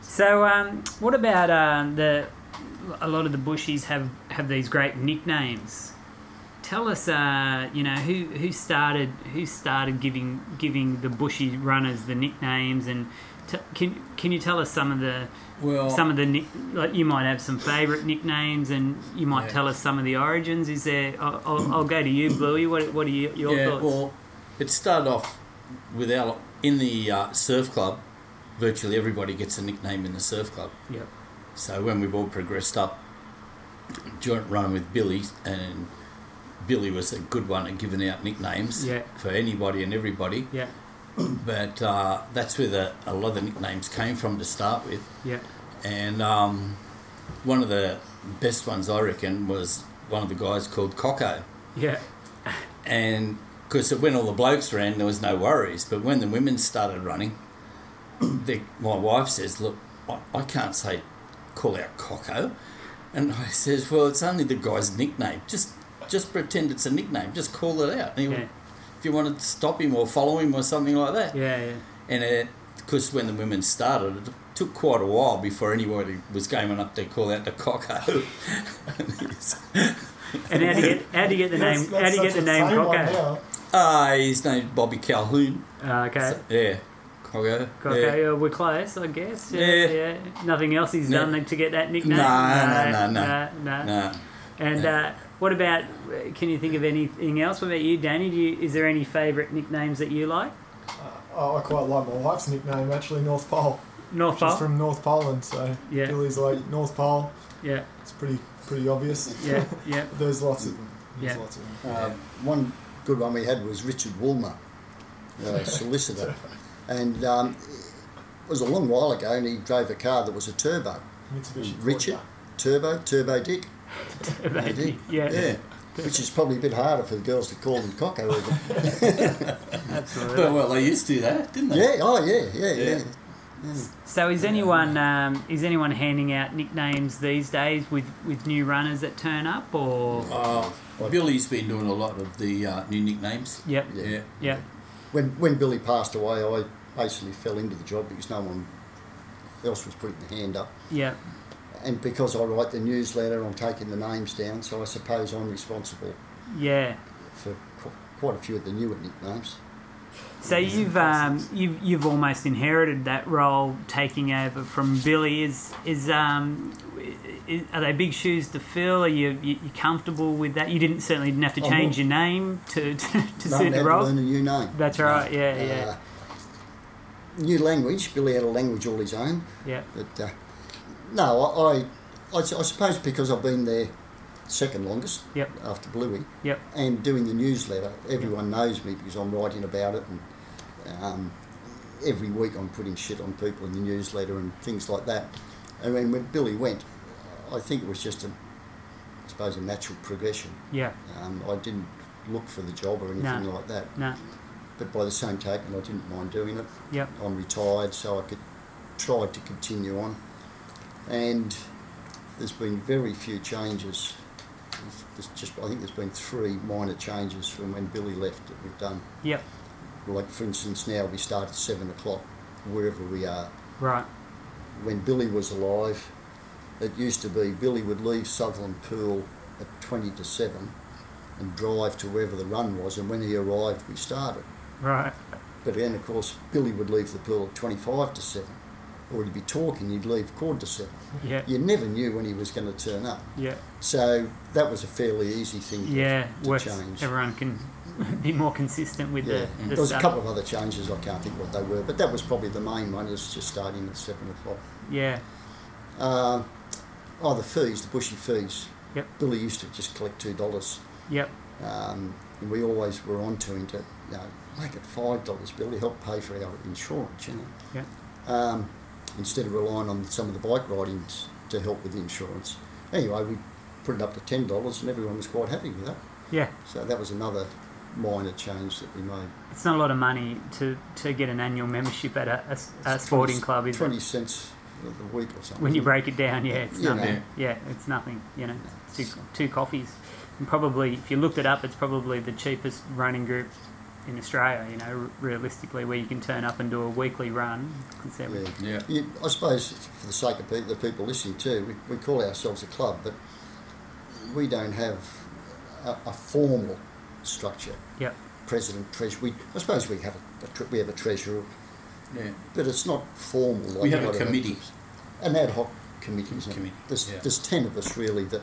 Speaker 1: So, um, what about uh, the? A lot of the bushies have have these great nicknames. Tell us, uh, you know, who, who started who started giving giving the bushy runners the nicknames, and t- can can you tell us some of the
Speaker 4: Oh.
Speaker 3: Well,
Speaker 1: some of the nick- like you might have some favourite nicknames, and you might
Speaker 3: Yeah.
Speaker 1: tell us some of the origins. Is there? I'll, I'll, I'll go to you, Bluey. What what are you, your
Speaker 3: yeah,
Speaker 1: thoughts?
Speaker 3: well, it started off with our in the uh, surf club. Virtually everybody gets a nickname in the surf club.
Speaker 1: yep.
Speaker 3: So when we've all progressed up, joint run with Billy, and Billy was a good one at giving out nicknames
Speaker 1: Yeah.
Speaker 3: for anybody and everybody.
Speaker 1: Yeah.
Speaker 3: But uh, that's where the, a lot of the nicknames came from to start with.
Speaker 1: Yeah.
Speaker 3: And um, one of the best ones I reckon was one of the guys called Coco.
Speaker 1: Yeah.
Speaker 3: And because when all the blokes ran, there was no worries. But when the women started running, they, my wife says, "Look, I, I can't say call out Coco," and I says, "Well, it's only the guy's nickname. Just just pretend it's a nickname. Just call it out. And he,
Speaker 1: Yeah.
Speaker 3: If you want to stop him or follow him or something like that."
Speaker 1: Yeah. Yeah.
Speaker 3: and it because when the women started, it took quite a while before anybody was gaming up to call out the cocko.
Speaker 1: And how do you get how do you get the name
Speaker 4: That's-
Speaker 1: how
Speaker 4: that's
Speaker 1: do you get
Speaker 4: such
Speaker 1: the
Speaker 4: a
Speaker 1: name
Speaker 4: fame one
Speaker 1: Coco?
Speaker 4: now.
Speaker 3: Ah, his name's Bobby Calhoun.
Speaker 1: Uh, okay,
Speaker 3: Yeah, cocko.
Speaker 1: Coco, uh, we're close, I guess. Yeah,
Speaker 3: Yeah.
Speaker 1: yeah. Nothing else he's
Speaker 3: No.
Speaker 1: done to get that nickname.
Speaker 3: No, no, no,
Speaker 1: no, no.
Speaker 3: Yeah. Nah.
Speaker 1: And uh, what about? Can you think of anything else? What about you, Danny? Do you, is there any favourite nicknames that you like?
Speaker 4: Oh, I quite like my wife's nickname actually, North Pole.
Speaker 1: North
Speaker 4: She's
Speaker 1: Pole.
Speaker 4: from North Poland, so
Speaker 1: Yeah.
Speaker 4: Billy's like North Pole.
Speaker 1: yeah,
Speaker 4: It's pretty pretty obvious.
Speaker 1: yeah, yeah.
Speaker 4: There's lots of them. There's
Speaker 1: Yeah.
Speaker 4: lots of them.
Speaker 2: Uh, one good one we had was Richard Woolmer, uh, solicitor, and um, it was a long while ago, and he drove a car that was a turbo.
Speaker 4: Mitsubishi
Speaker 2: Richard
Speaker 4: Corsa.
Speaker 2: Turbo, Turbo Dick. Turbo
Speaker 1: Dick, yeah.
Speaker 2: Which is probably a bit harder for the girls to call him Coco. Even.
Speaker 3: But
Speaker 1: Absolutely.
Speaker 3: well, they used to that, didn't they?
Speaker 2: yeah, oh yeah, yeah, yeah.
Speaker 3: Yeah.
Speaker 1: So, is anyone um, is anyone handing out nicknames these days with, with new runners that turn up, or
Speaker 3: Uh, Billy's been doing a lot of the uh, new nicknames.
Speaker 1: yep,
Speaker 2: Yeah.
Speaker 3: Yeah.
Speaker 1: yep,
Speaker 2: When when Billy passed away, I basically fell into the job because no one else was putting the hand up.
Speaker 1: yep,
Speaker 2: And because I write the newsletter, I'm taking the names down, so I suppose I'm responsible
Speaker 1: yeah.
Speaker 2: for qu- quite a few of the newer nicknames.
Speaker 1: So you've um, you've you've almost inherited that role, taking over from Billy. Is is um, i i are they big shoes to fill? Are you, you you comfortable with that? You didn't certainly didn't have to
Speaker 2: I'm
Speaker 1: change
Speaker 2: not-
Speaker 1: your name to to, to
Speaker 2: Oh,
Speaker 1: suit
Speaker 2: No one
Speaker 1: the
Speaker 2: had to
Speaker 1: role.
Speaker 2: learn a new name.
Speaker 1: That's right. Yeah, yeah,
Speaker 2: Uh, new language. Billy had a language all his own.
Speaker 1: yeah,
Speaker 2: But uh, no, I, I, I s- I suppose because I've been there second longest
Speaker 1: Yep.
Speaker 2: after Bluey
Speaker 1: yep,
Speaker 2: and doing the newsletter, everyone knows me because I'm writing about it and um, every week I'm putting shit on people in the newsletter and things like that. And then when Billy went, I think it was just a, I suppose, a natural progression.
Speaker 1: yeah.
Speaker 2: Um, I didn't look for the job or anything
Speaker 1: No.
Speaker 2: like that.
Speaker 1: No,
Speaker 2: But by the same token, I didn't mind doing it.
Speaker 1: yep,
Speaker 2: I'm retired, so I could try to continue on. And there's been very few changes. There's- There's just I think there's been three minor changes from when Billy left that we've done.
Speaker 1: yep.
Speaker 2: Like for instance, now we start at seven o'clock wherever we are.
Speaker 1: Right.
Speaker 2: When Billy was alive, it used to be Billy would leave Sutherland Pool at twenty to seven and drive to wherever the run was, and when he arrived, we started.
Speaker 1: Right.
Speaker 2: But then, of course, Billy would leave the pool at 25 to 7, or he'd be talking, he'd leave quarter to 7.
Speaker 1: Yeah.
Speaker 2: You never knew when he was going to turn up.
Speaker 1: Yeah.
Speaker 2: So that was a fairly easy thing to,
Speaker 1: Yeah.
Speaker 2: to
Speaker 1: Works.
Speaker 2: change.
Speaker 1: Everyone can be more consistent with
Speaker 2: yeah.
Speaker 1: the, the
Speaker 2: there was
Speaker 1: stuff.
Speaker 2: a couple of other changes, I can't think what they were, but that was probably the main one, is just starting at 7 o'clock.
Speaker 1: Yeah.
Speaker 2: Uh, oh, the fees, the bushy fees.
Speaker 1: Yep.
Speaker 2: Billy used to just collect $2.
Speaker 1: Yep.
Speaker 2: Um, and we always were on to him to you know, make it five dollars, Billy, help pay for our insurance, you know.
Speaker 1: Yeah.
Speaker 2: Um, instead of relying on some of the bike ridings to help with the insurance. Anyway, we put it up to ten dollars, and everyone was quite happy with that.
Speaker 1: Yeah.
Speaker 2: So that was another minor change that we made.
Speaker 1: It's not a lot of money to, to get an annual membership at a, a s- a sporting club, is
Speaker 2: twenty
Speaker 1: it?
Speaker 2: cents a week or something.
Speaker 1: When you break it down, yeah, it's
Speaker 2: You know.
Speaker 1: nothing. Yeah, it's nothing. You know, it's two, two coffees, and probably if you looked it up, it's probably the cheapest running group in Australia. You know, r- realistically, where you can turn up and do a weekly run. 'cause that would-
Speaker 2: Yeah.
Speaker 3: Yeah.
Speaker 2: You, I suppose for the sake of pe- the people listening too, we, we call ourselves a club, but we don't have a, a formal structure.
Speaker 1: Yep.
Speaker 2: President, treasurer. We, I suppose we have a, a tre- we have a treasurer,
Speaker 3: yeah.
Speaker 2: but it's not formal. Like
Speaker 3: We have a
Speaker 2: lot of
Speaker 3: committee.
Speaker 2: an ad hoc committee. Isn't
Speaker 3: Committee,
Speaker 2: It? There's,
Speaker 3: yeah.
Speaker 2: there's ten of us really that,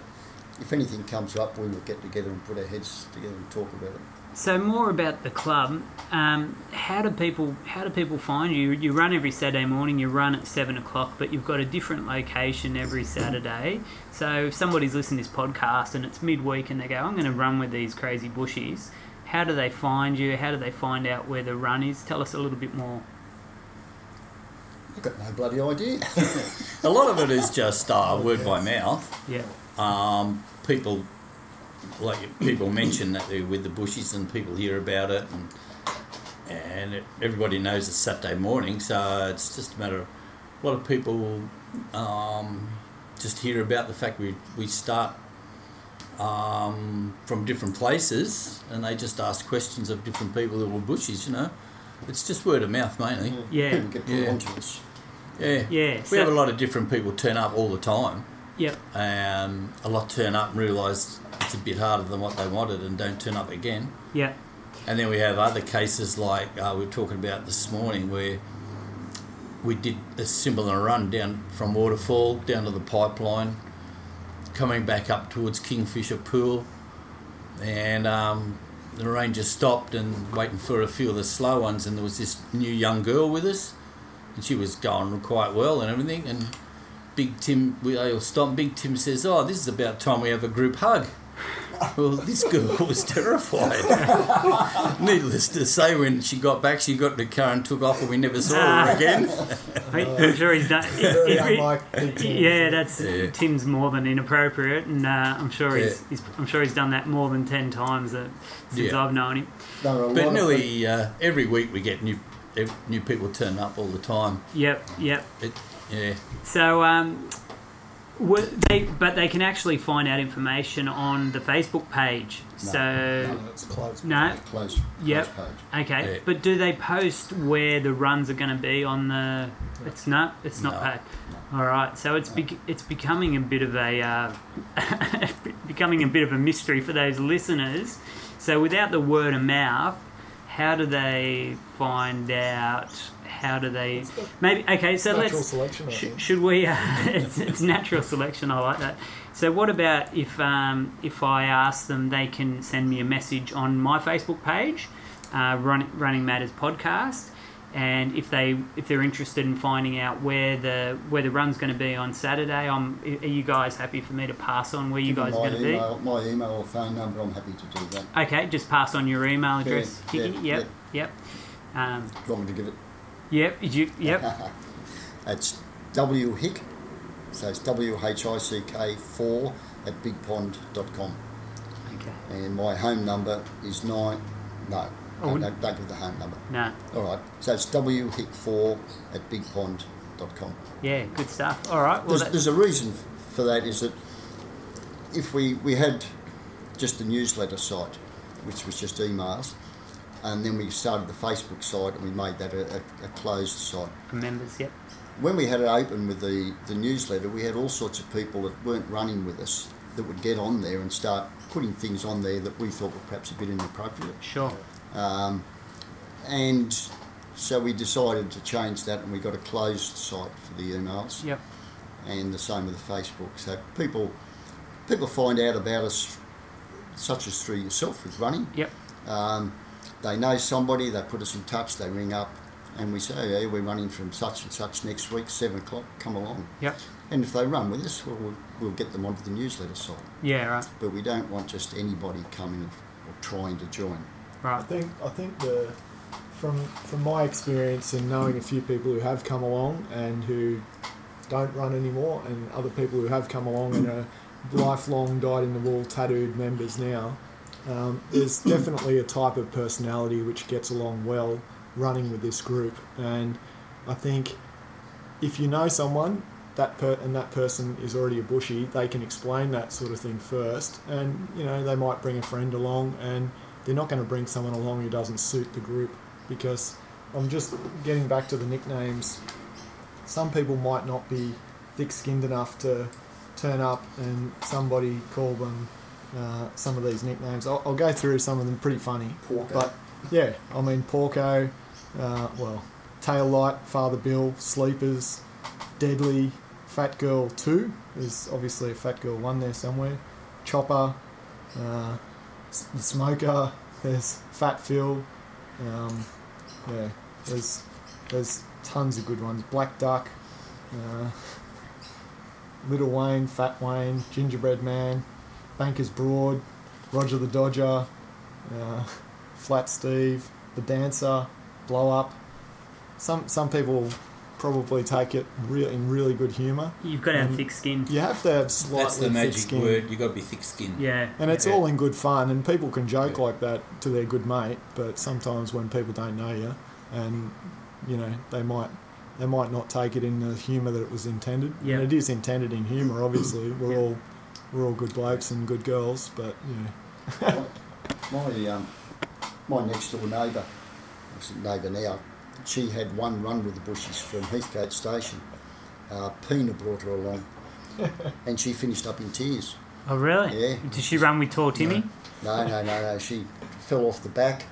Speaker 2: if anything comes up, we will get together and put our heads together and talk about it.
Speaker 1: So more about the club. Um, how do people how do people find you? You run every Saturday morning. You run at seven o'clock, but you've got a different location every Saturday. So if somebody's listening to this podcast and it's midweek and they go, "I'm going to run with these crazy bushies," how do they find you? How do they find out where the run is? Tell us a little bit more.
Speaker 2: I've got no bloody idea.
Speaker 3: A lot of it is just uh, word by mouth.
Speaker 1: Yeah,
Speaker 3: Um, people like people mention that they're with the bushies, and people hear about it, and and it, everybody knows it's Saturday morning, so it's just a matter of a lot of people um, just hear about the fact we we start um, from different places, and they just ask questions of different people that were bushies, you know. It's just word of mouth mainly.
Speaker 1: Yeah.
Speaker 2: People get put
Speaker 3: Yeah.
Speaker 2: onto us.
Speaker 3: Yeah.
Speaker 1: Yeah,
Speaker 3: We
Speaker 1: so-
Speaker 3: have a lot of different people turn up all the time.
Speaker 1: Yep.
Speaker 3: Um, a lot turn up and realise it's a bit harder than what they wanted and don't turn up again.
Speaker 1: Yep.
Speaker 3: And then we have other cases like uh, we were talking about this morning where we did a similar run down from Waterfall down to the pipeline, coming back up towards Kingfisher Pool. And um, the ranger stopped and waiting for a few of the slow ones. And there was this new young girl with us, and she was going quite well and everything. And Big Tim, we they all stopped. Big Tim says, Oh, this is about time we have a group hug. Well, this girl was terrified. Needless to say, when she got back, she got in the car and took off, and we never saw her again.
Speaker 1: I- I'm sure he's done. if-
Speaker 4: Very
Speaker 1: if he-
Speaker 4: unlike Big Tim.
Speaker 1: yeah, that's
Speaker 3: Yeah.
Speaker 1: Tim's more than inappropriate, and uh, I'm sure he's, he's I'm sure he's done that more than ten times uh, since
Speaker 3: Yeah.
Speaker 1: I've known him.
Speaker 2: There are a lot
Speaker 3: But
Speaker 2: of people-
Speaker 3: nearly uh, every week we get new ev- new people turn up all the time.
Speaker 1: Yep, yep.
Speaker 3: It, yeah,
Speaker 1: So, um, were they but they can actually find out information on the Facebook page. so,
Speaker 4: No, it's closed.
Speaker 1: no,
Speaker 2: close,
Speaker 1: Yep.
Speaker 2: close page.
Speaker 1: okay.
Speaker 3: Yeah.
Speaker 1: But do they post where the runs are going to be on the? It's not. It's not
Speaker 3: No.
Speaker 1: paid. All right. So it's bec- it's becoming a bit of a uh, becoming a bit of a mystery for those listeners. So without the word of mouth, how do they find out? How do they? Maybe okay. So
Speaker 4: Natural
Speaker 1: let's
Speaker 4: selection, I
Speaker 1: Sh-
Speaker 4: think.
Speaker 1: should we? Uh, it's, it's natural selection. I like that. So, what about if um, if I ask them, they can send me a message on my Facebook page, uh, Run, Running Matters Podcast, and if they if they're interested in finding out where the where the run's going to be on Saturday, I'm. Are you guys happy for me to pass on where you
Speaker 2: Given
Speaker 1: guys are
Speaker 2: my
Speaker 1: going to be?
Speaker 2: email, My email or phone number, I'm happy to do that.
Speaker 1: Okay, just pass on your email address,
Speaker 2: Yeah,
Speaker 1: Kiki.
Speaker 2: yeah,
Speaker 1: yep, yep, um,
Speaker 2: Do you want me to give it?
Speaker 1: yep, you, yep.
Speaker 2: It's W Hick, so it's W H I C K four at bigpond.com.
Speaker 1: Okay.
Speaker 2: And my home number is nine. No,
Speaker 1: Oh,
Speaker 2: no, no, don't give the home number.
Speaker 1: No.
Speaker 2: All right, so it's W Hick four at bigpond.com.
Speaker 1: Yeah. Good stuff. All right. Well,
Speaker 2: There's,
Speaker 1: that,
Speaker 2: there's a reason f- for that is that if we, we had just the newsletter site, which was just emails, and then we started the Facebook site and we made that a, a, a closed site.
Speaker 1: for members. Yep.
Speaker 2: When we had it open with the, the newsletter, we had all sorts of people that weren't running with us that would get on there and start putting things on there that we thought were perhaps a bit inappropriate.
Speaker 1: Sure.
Speaker 2: Um, and so we decided to change that and we got a closed site for the emails
Speaker 1: Yep.
Speaker 2: and the same with the Facebook. So people people find out about us, such as through yourself with running.
Speaker 1: Yep.
Speaker 2: Um, they know somebody, they put us in touch, they ring up, and we say, "Hey, we're running from such and such next week, seven o'clock. Come along."
Speaker 1: Yep.
Speaker 2: And if they run with us, well, we'll, we'll get them onto the newsletter site.
Speaker 1: Yeah. Right.
Speaker 2: But we don't want just anybody coming or trying to join.
Speaker 4: I
Speaker 1: Right.
Speaker 4: think I think the from from my experience and knowing a few people who have come along and who don't run anymore, and other people who have come along and are lifelong dyed in the wool tattooed members now. Um, there's definitely a type of personality which gets along well running with this group, and I think if you know someone that per- and that person is already a bushy, they can explain that sort of thing first, and you know they might bring a friend along, and they're not going to bring someone along who doesn't suit the group because I'm just getting back to the nicknames. Some people might not be thick-skinned enough to turn up, and somebody call them uh, some of these nicknames. I'll, I'll go through some of them. Pretty funny,
Speaker 2: Porco.
Speaker 4: but yeah, I mean Porco. Uh, well, Tail Light, Father Bill, Sleepers, Deadly, Fat Girl 2. There's obviously a Fat Girl 1 there somewhere. Chopper, uh, S- the Smoker, there's Fat Phil. Um, yeah, there's, there's tons of good ones. Black Duck, uh, Little Wayne, Fat Wayne, Gingerbread Man, Bankers Broad, Roger the Dodger, uh, Flat Steve, The Dancer, Blow Up. Some some people probably take it real, in really good humour.
Speaker 1: You've got to have
Speaker 4: Um,
Speaker 1: thick skin.
Speaker 4: You have to have
Speaker 3: that's
Speaker 4: slightly
Speaker 3: the
Speaker 4: thick
Speaker 3: magic
Speaker 4: skin.
Speaker 3: word. You got to be thick-skinned.
Speaker 1: Yeah.
Speaker 4: And it's
Speaker 3: Yeah.
Speaker 4: all in good fun, and people can joke like that to their good mate. But sometimes when people don't know you, and you know they might they might not take it in the humour that it was intended.
Speaker 1: Yeah.
Speaker 4: And it is intended in humour, obviously. We're
Speaker 1: Yeah.
Speaker 4: all we're all good blokes and good girls, but you know,
Speaker 2: my um, my next door neighbour, opposite neighbour now, she had one run with the bushes from Heathcote Station. Uh, Pina brought her along, and she finished up in tears.
Speaker 1: Oh, really?
Speaker 2: Yeah.
Speaker 1: Did she run with Tall Timmy?
Speaker 2: No, no, no, no. She fell off the back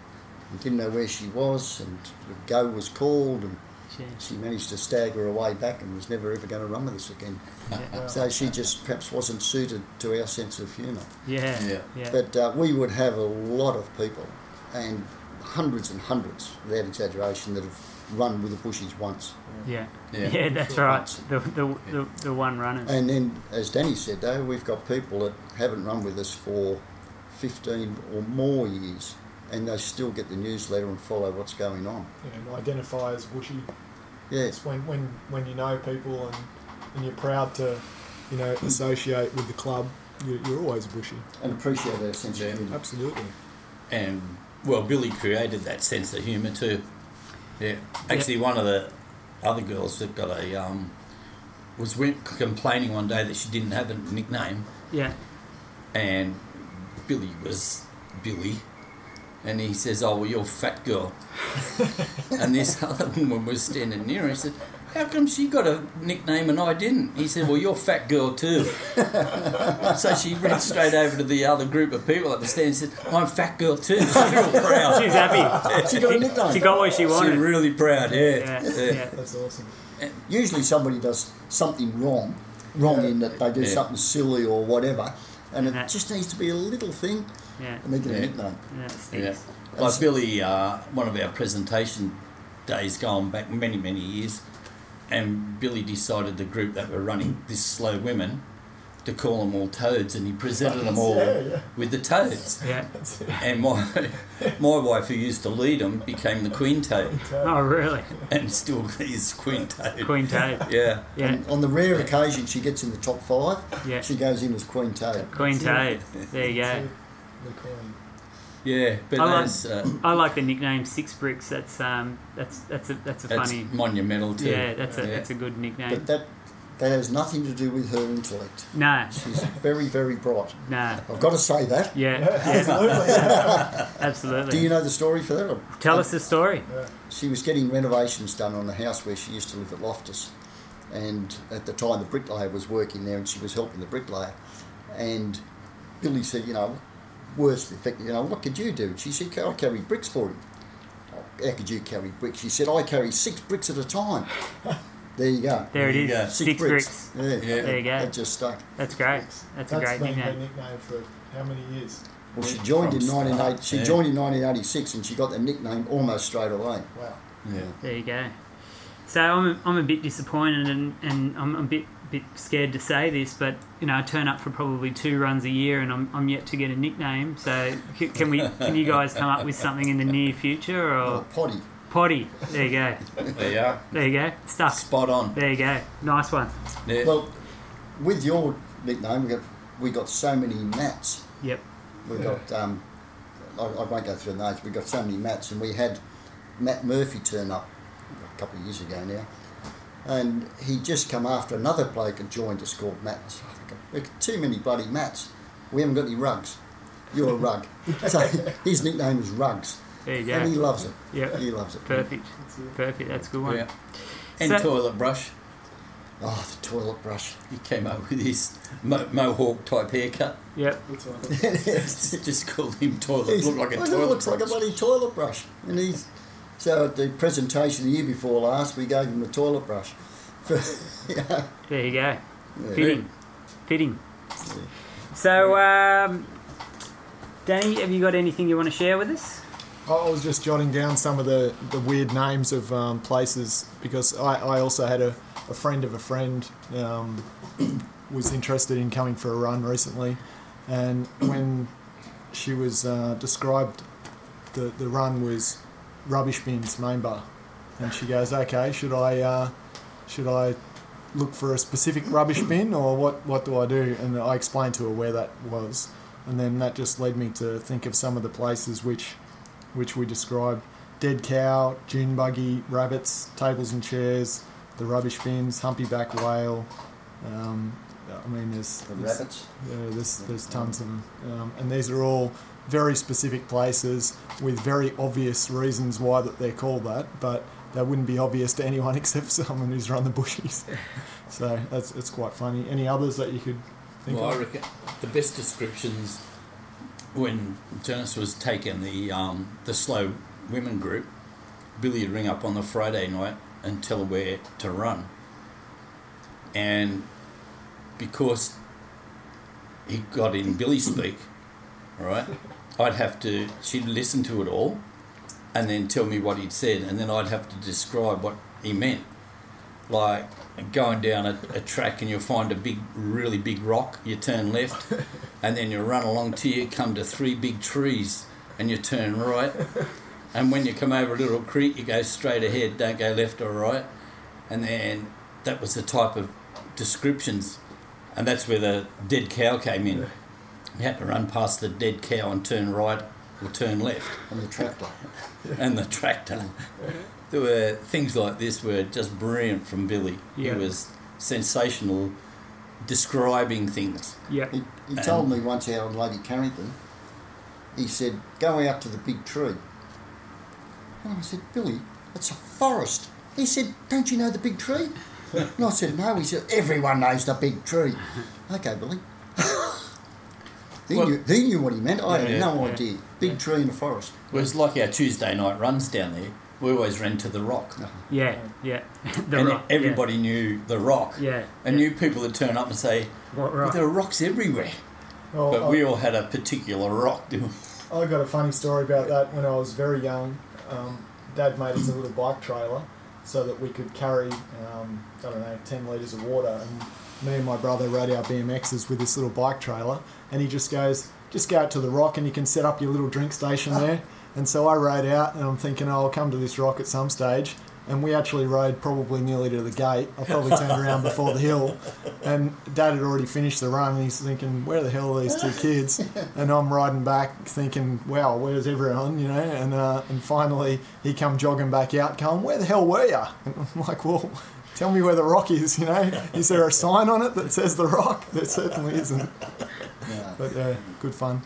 Speaker 2: and didn't know where she was, and the go was called, and
Speaker 1: Jeez.
Speaker 2: she managed to stagger her way back and was never ever going to run with us again.
Speaker 1: Yeah.
Speaker 2: So she just perhaps wasn't suited to our sense of humour.
Speaker 1: Yeah.
Speaker 3: Yeah.
Speaker 1: yeah.
Speaker 2: But uh, we would have a lot of people, and hundreds and hundreds, without exaggeration, that have run with the bushes once.
Speaker 3: Mm.
Speaker 1: Yeah.
Speaker 3: Yeah.
Speaker 1: Yeah, that's right. The, the, the, the one runner.
Speaker 2: And then, as Danny said, though, we've got people that haven't run with us for 15 or more years, and they still get the newsletter and follow what's going on.
Speaker 4: know, identify as bushy.
Speaker 2: Yeah,
Speaker 4: It's when, when, when you know people and, and you're proud to, you know, associate with the club, you're, you're always bushy.
Speaker 2: and appreciate their sense
Speaker 3: Yeah.
Speaker 2: of humour.
Speaker 4: Absolutely.
Speaker 3: and well, Billy created that sense of humour too. Yeah, actually, one of the other girls that got a um, was went complaining one day that she didn't have a nickname,
Speaker 1: yeah.
Speaker 3: and Billy was Billy, and he says, "Oh, well, you're fat girl," and this other woman was standing near and said. How come she got a nickname and I didn't? He said, "Well, you're fat girl too." so she ran straight over to the other group of people at the stand and said, "I'm fat girl too." She was real proud.
Speaker 1: She's happy.
Speaker 2: She got a nickname.
Speaker 1: She got what she
Speaker 3: She's
Speaker 1: wanted.
Speaker 3: really proud, yeah.
Speaker 1: Yeah.
Speaker 3: Yeah.
Speaker 1: Yeah.
Speaker 4: That's awesome.
Speaker 2: Usually somebody does something wrong, wrong in that they do
Speaker 3: Yeah. Uh-huh.
Speaker 2: something silly or whatever, and it
Speaker 1: Yeah.
Speaker 2: just needs to be a little thing,
Speaker 1: Yeah.
Speaker 2: and they get
Speaker 3: Yeah.
Speaker 2: a nickname.
Speaker 1: Yeah.
Speaker 3: Yeah.
Speaker 1: stinks.
Speaker 3: Like Billy, uh, one of our presentation days going back many, many years, and Billy decided the group that were running this slow women to call them all toads, and he presented them all
Speaker 4: Yeah, yeah.
Speaker 3: with the toads.
Speaker 1: Yeah.
Speaker 3: And my my wife, who used to lead them, became the queen toad,
Speaker 1: Oh, really?
Speaker 3: and still is queen toad.
Speaker 1: Queen Toad.
Speaker 3: Yeah,
Speaker 1: Yeah.
Speaker 2: On the rare occasion she gets in the top five,
Speaker 1: Yeah.
Speaker 2: she goes in as Queen Toad.
Speaker 1: Queen Toad.
Speaker 4: That's
Speaker 1: There you go.
Speaker 4: The coin.
Speaker 3: yeah. But
Speaker 1: I like-
Speaker 3: that's uh,
Speaker 1: I like the nickname Six Bricks. That's um. That's that's a that's a
Speaker 3: that's
Speaker 1: funny.
Speaker 3: monumental too.
Speaker 1: Yeah. That's a
Speaker 3: Yeah.
Speaker 1: that's a good nickname.
Speaker 2: But that that has nothing to do with her intellect.
Speaker 1: No.
Speaker 2: She's very, very bright.
Speaker 1: No.
Speaker 2: I've got to say that.
Speaker 1: Yeah. Yeah.
Speaker 4: Absolutely.
Speaker 2: Do you
Speaker 1: Absolutely.
Speaker 2: know the story for that?
Speaker 1: Tell us the story.
Speaker 2: She was getting renovations done on the house where she used to live at Loftus. And at the time, the bricklayer was working there and she was helping the bricklayer. And Billy said, You know, words to the effect, you know, what could you do? She said, I carry bricks for him. "Oh, How could you carry bricks? She said, I carry six bricks at a time. there you go.
Speaker 1: There it
Speaker 3: There you go.
Speaker 1: is. Six Bricks.
Speaker 2: Yeah.
Speaker 3: Yeah.
Speaker 1: There you go.
Speaker 2: That just stuck.
Speaker 1: That's great. That's a great
Speaker 4: been her
Speaker 1: nickname.
Speaker 4: nickname for how many years?
Speaker 2: Well, she joined
Speaker 3: From
Speaker 2: in 1980, she
Speaker 3: start, yeah.
Speaker 2: joined in 1986 and she got the nickname almost straight away.
Speaker 4: Wow.
Speaker 3: yeah.
Speaker 1: There you go. So I'm, I'm a bit disappointed and, and I'm a bit bit scared to say this, but you know I turn up for probably two runs a year and I'm, I'm yet to get a nickname. So c- can we can you guys come up with something in the near future
Speaker 2: Oh,
Speaker 1: or
Speaker 2: potty.
Speaker 1: potty? There you go.
Speaker 3: There you are.
Speaker 1: There you go. Stuck.
Speaker 3: Spot on.
Speaker 1: There you go. Nice one.
Speaker 3: Yeah.
Speaker 2: Well, with your nickname, we got, we got so many mats.
Speaker 1: Yep.
Speaker 2: We got, um, I, I won't go through the names, we got so many mats, and we had Matt Murphy turn up a couple of years ago now, and he just come after another bloke had joined us called Matt. So I think, We've got too many bloody mats. We haven't got any rugs. You're a rug. so his nickname is Rugs,
Speaker 1: There you
Speaker 2: and he
Speaker 1: go.
Speaker 2: loves it.
Speaker 1: Yep.
Speaker 2: He loves it.
Speaker 1: Perfect. Perfect. That's a good one.
Speaker 3: yeah. And
Speaker 1: So-
Speaker 3: toilet brush.
Speaker 2: Oh, the toilet brush.
Speaker 3: He came up with his mo- mohawk type haircut.
Speaker 1: Yep.
Speaker 4: That's one.
Speaker 3: Just called him toilet.
Speaker 2: He's-
Speaker 3: Looked like a
Speaker 2: well,
Speaker 3: toilet.
Speaker 2: It looks like a
Speaker 3: brush.
Speaker 2: bloody toilet brush. And he's so at the presentation the year before last, we gave him a toilet brush. yeah.
Speaker 1: There you go.
Speaker 2: yeah.
Speaker 1: Fitting. Fitting. So, um, Danny, have you got anything you want to share with us?
Speaker 4: Oh, I was just jotting down some of the, the weird names of um, places because I, I also had a, a friend of a friend um, was interested in coming for a run recently, and when she was uh, described, the the run was rubbish bins main bar, and she goes, okay, should I uh, should I look for a specific rubbish bin or what what do I do? And I explained to her where that was, and then that just led me to think of some of the places which which we described dead cow, dune buggy, rabbits, tables and chairs, the rubbish bins, humpyback whale, um, I mean, there's
Speaker 2: The
Speaker 4: there's,
Speaker 2: rabbits.
Speaker 4: yeah, there's, there's tons of them, um, and these are all very specific places with very obvious reasons why that they're called that, but they wouldn't be obvious to anyone except someone who's run the bushies. so that's it's quite funny. Any others that you could think
Speaker 3: Well, I
Speaker 4: of?
Speaker 3: reckon the best descriptions when Dennis was taking the um, the slow women group, Billy would ring up on the Friday night and tell her where to run. And because he got in Billy speak, right, I'd have to, she'd listen to it all and then tell me what he'd said, and then I'd have to describe what he meant like going down a, a track and you'll find a big, really big rock, you turn left, and then you run along till you come to three big trees and you turn right. And when you come over a little creek, you go straight ahead, don't go left or right. And then that was the type of descriptions. And that's where the dead cow came in. You had to run past the dead cow and turn right or turn left
Speaker 2: And the tractor.
Speaker 3: and the tractor. There were things like this were just brilliant from Billy.
Speaker 1: Yeah.
Speaker 3: He was sensational describing things.
Speaker 1: Yeah.
Speaker 2: He, he told me once out on Lady Carrington, he said, go out to the big tree. And I said, Billy, it's a forest. He said, don't you know the big tree? and I said, no. He said, everyone knows the big tree. okay, Billy. he,
Speaker 3: Well-
Speaker 2: knew, he knew what he meant. I
Speaker 3: Yeah,
Speaker 2: had no
Speaker 1: yeah.
Speaker 2: idea. Big tree in the forest.
Speaker 3: It was like our Tuesday night runs down there. We always ran to the rock.
Speaker 1: Yeah. Yeah. The
Speaker 3: and
Speaker 1: rock, yeah.
Speaker 3: everybody knew the rock.
Speaker 1: Yeah.
Speaker 3: And
Speaker 1: yeah.
Speaker 3: knew people would turn up and say,
Speaker 1: What
Speaker 3: "Well,
Speaker 1: rock?
Speaker 3: there are rocks everywhere.
Speaker 1: Oh,
Speaker 4: Well,
Speaker 3: But
Speaker 4: I-
Speaker 3: we all had a particular rock. didn't we?
Speaker 4: I got a funny story about that when I was very young. Um, Dad made us a little bike trailer so that we could carry, um, I don't know, 10 litres of water. And me and my brother rode our BMXs with this little bike trailer. And he just goes, just go out to the rock and you can set up your little drink station there. And so I rode out and I'm thinking, oh, I'll come to this rock at some stage. And we actually rode probably nearly to the gate. I probably turned around before the hill. And Dad had already finished the run and he's thinking, where the hell are these two kids? And I'm riding back thinking, wow, where's everyone? You know, and, uh, and finally he come jogging back out going, where the hell were you? And I'm like, well, tell me where the rock is, you know. Is there a sign on it that says the rock? There certainly isn't.
Speaker 2: Yeah.
Speaker 4: But yeah, good fun.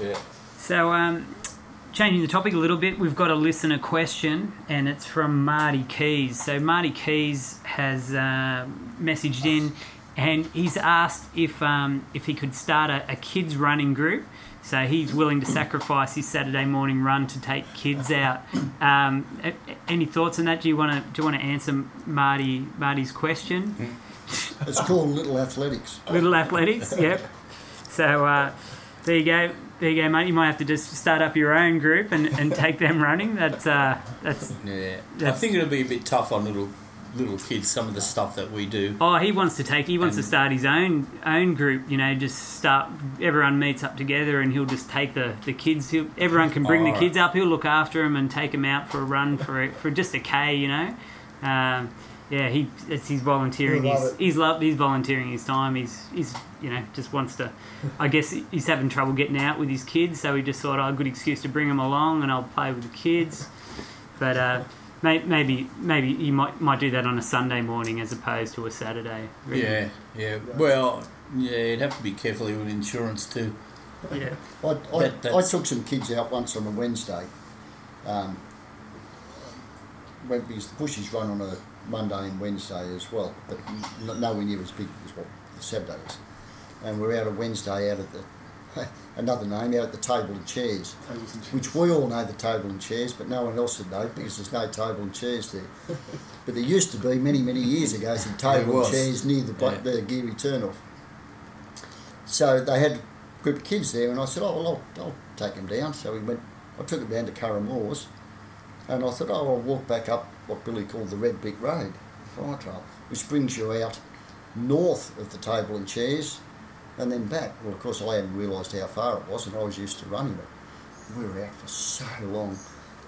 Speaker 3: Yeah.
Speaker 1: So, um, changing the topic a little bit, we've got a listener question, and it's from Marty Keys. So, Marty Keys has uh, messaged in, and he's asked if um, if he could start a, a kids running group. So he's willing to sacrifice his Saturday morning run to take kids out. Um, a- a- any thoughts on that? Do you want to do you want to answer Marty Marty's question?
Speaker 2: It's called Little Athletics.
Speaker 1: Little athletics, yep. So uh, there you go, there you go, mate. You might have to just start up your own group and, and take them running. That's uh, that's.
Speaker 3: yeah. I
Speaker 1: Yeah.
Speaker 3: think it'll be a bit tough on little little kids, some of the stuff that we do.
Speaker 1: Oh, he wants to take. He wants to
Speaker 3: And-
Speaker 1: start his own own group. You know, just start. Everyone meets up together, and he'll just take the the kids. He'll, everyone can bring the
Speaker 3: Alright.
Speaker 1: kids up. He'll look after them and take them out for a run for a, for just a k. You know. Um, yeah, he it's he's volunteering.
Speaker 4: He'll love
Speaker 1: He's
Speaker 4: it.
Speaker 1: he's loved, he's volunteering his time. He's he's you know just wants to. I guess he's having trouble getting out with his kids, so he just thought, oh, good excuse to bring them along, and I'll play with the kids. But uh, may, maybe maybe you might might do that on a Sunday morning as opposed to a Saturday.
Speaker 3: Yeah, yeah. Well, yeah, you'd have to be careful with insurance too.
Speaker 1: yeah,
Speaker 2: I, I,
Speaker 3: That-
Speaker 2: I
Speaker 3: that's-
Speaker 2: took some kids out once on a Wednesday. Um, went because the bushies run on a Monday and Wednesday as well, but n- nowhere near as big as what the Saturday is. And we're out a Wednesday out at the another name out at the table and chairs, which we all know the table and chairs, but no one else would know because there's no table and chairs there. But there used to be many many years ago some table
Speaker 3: was.
Speaker 2: and chairs near the,
Speaker 3: Yeah.
Speaker 2: black the Geary turnoff. So they had a group of kids there, and I said, "Oh well, I'll, I'll take them down." So we went. I took them down to Curra Moors, and I thought, "Oh, I'll walk back up what Billy called the Red Brick Road fire trail, which brings you out north of the table and chairs, and then back." Well, of course, I hadn't realised how far it was, and I was used to running it. We were out for so long.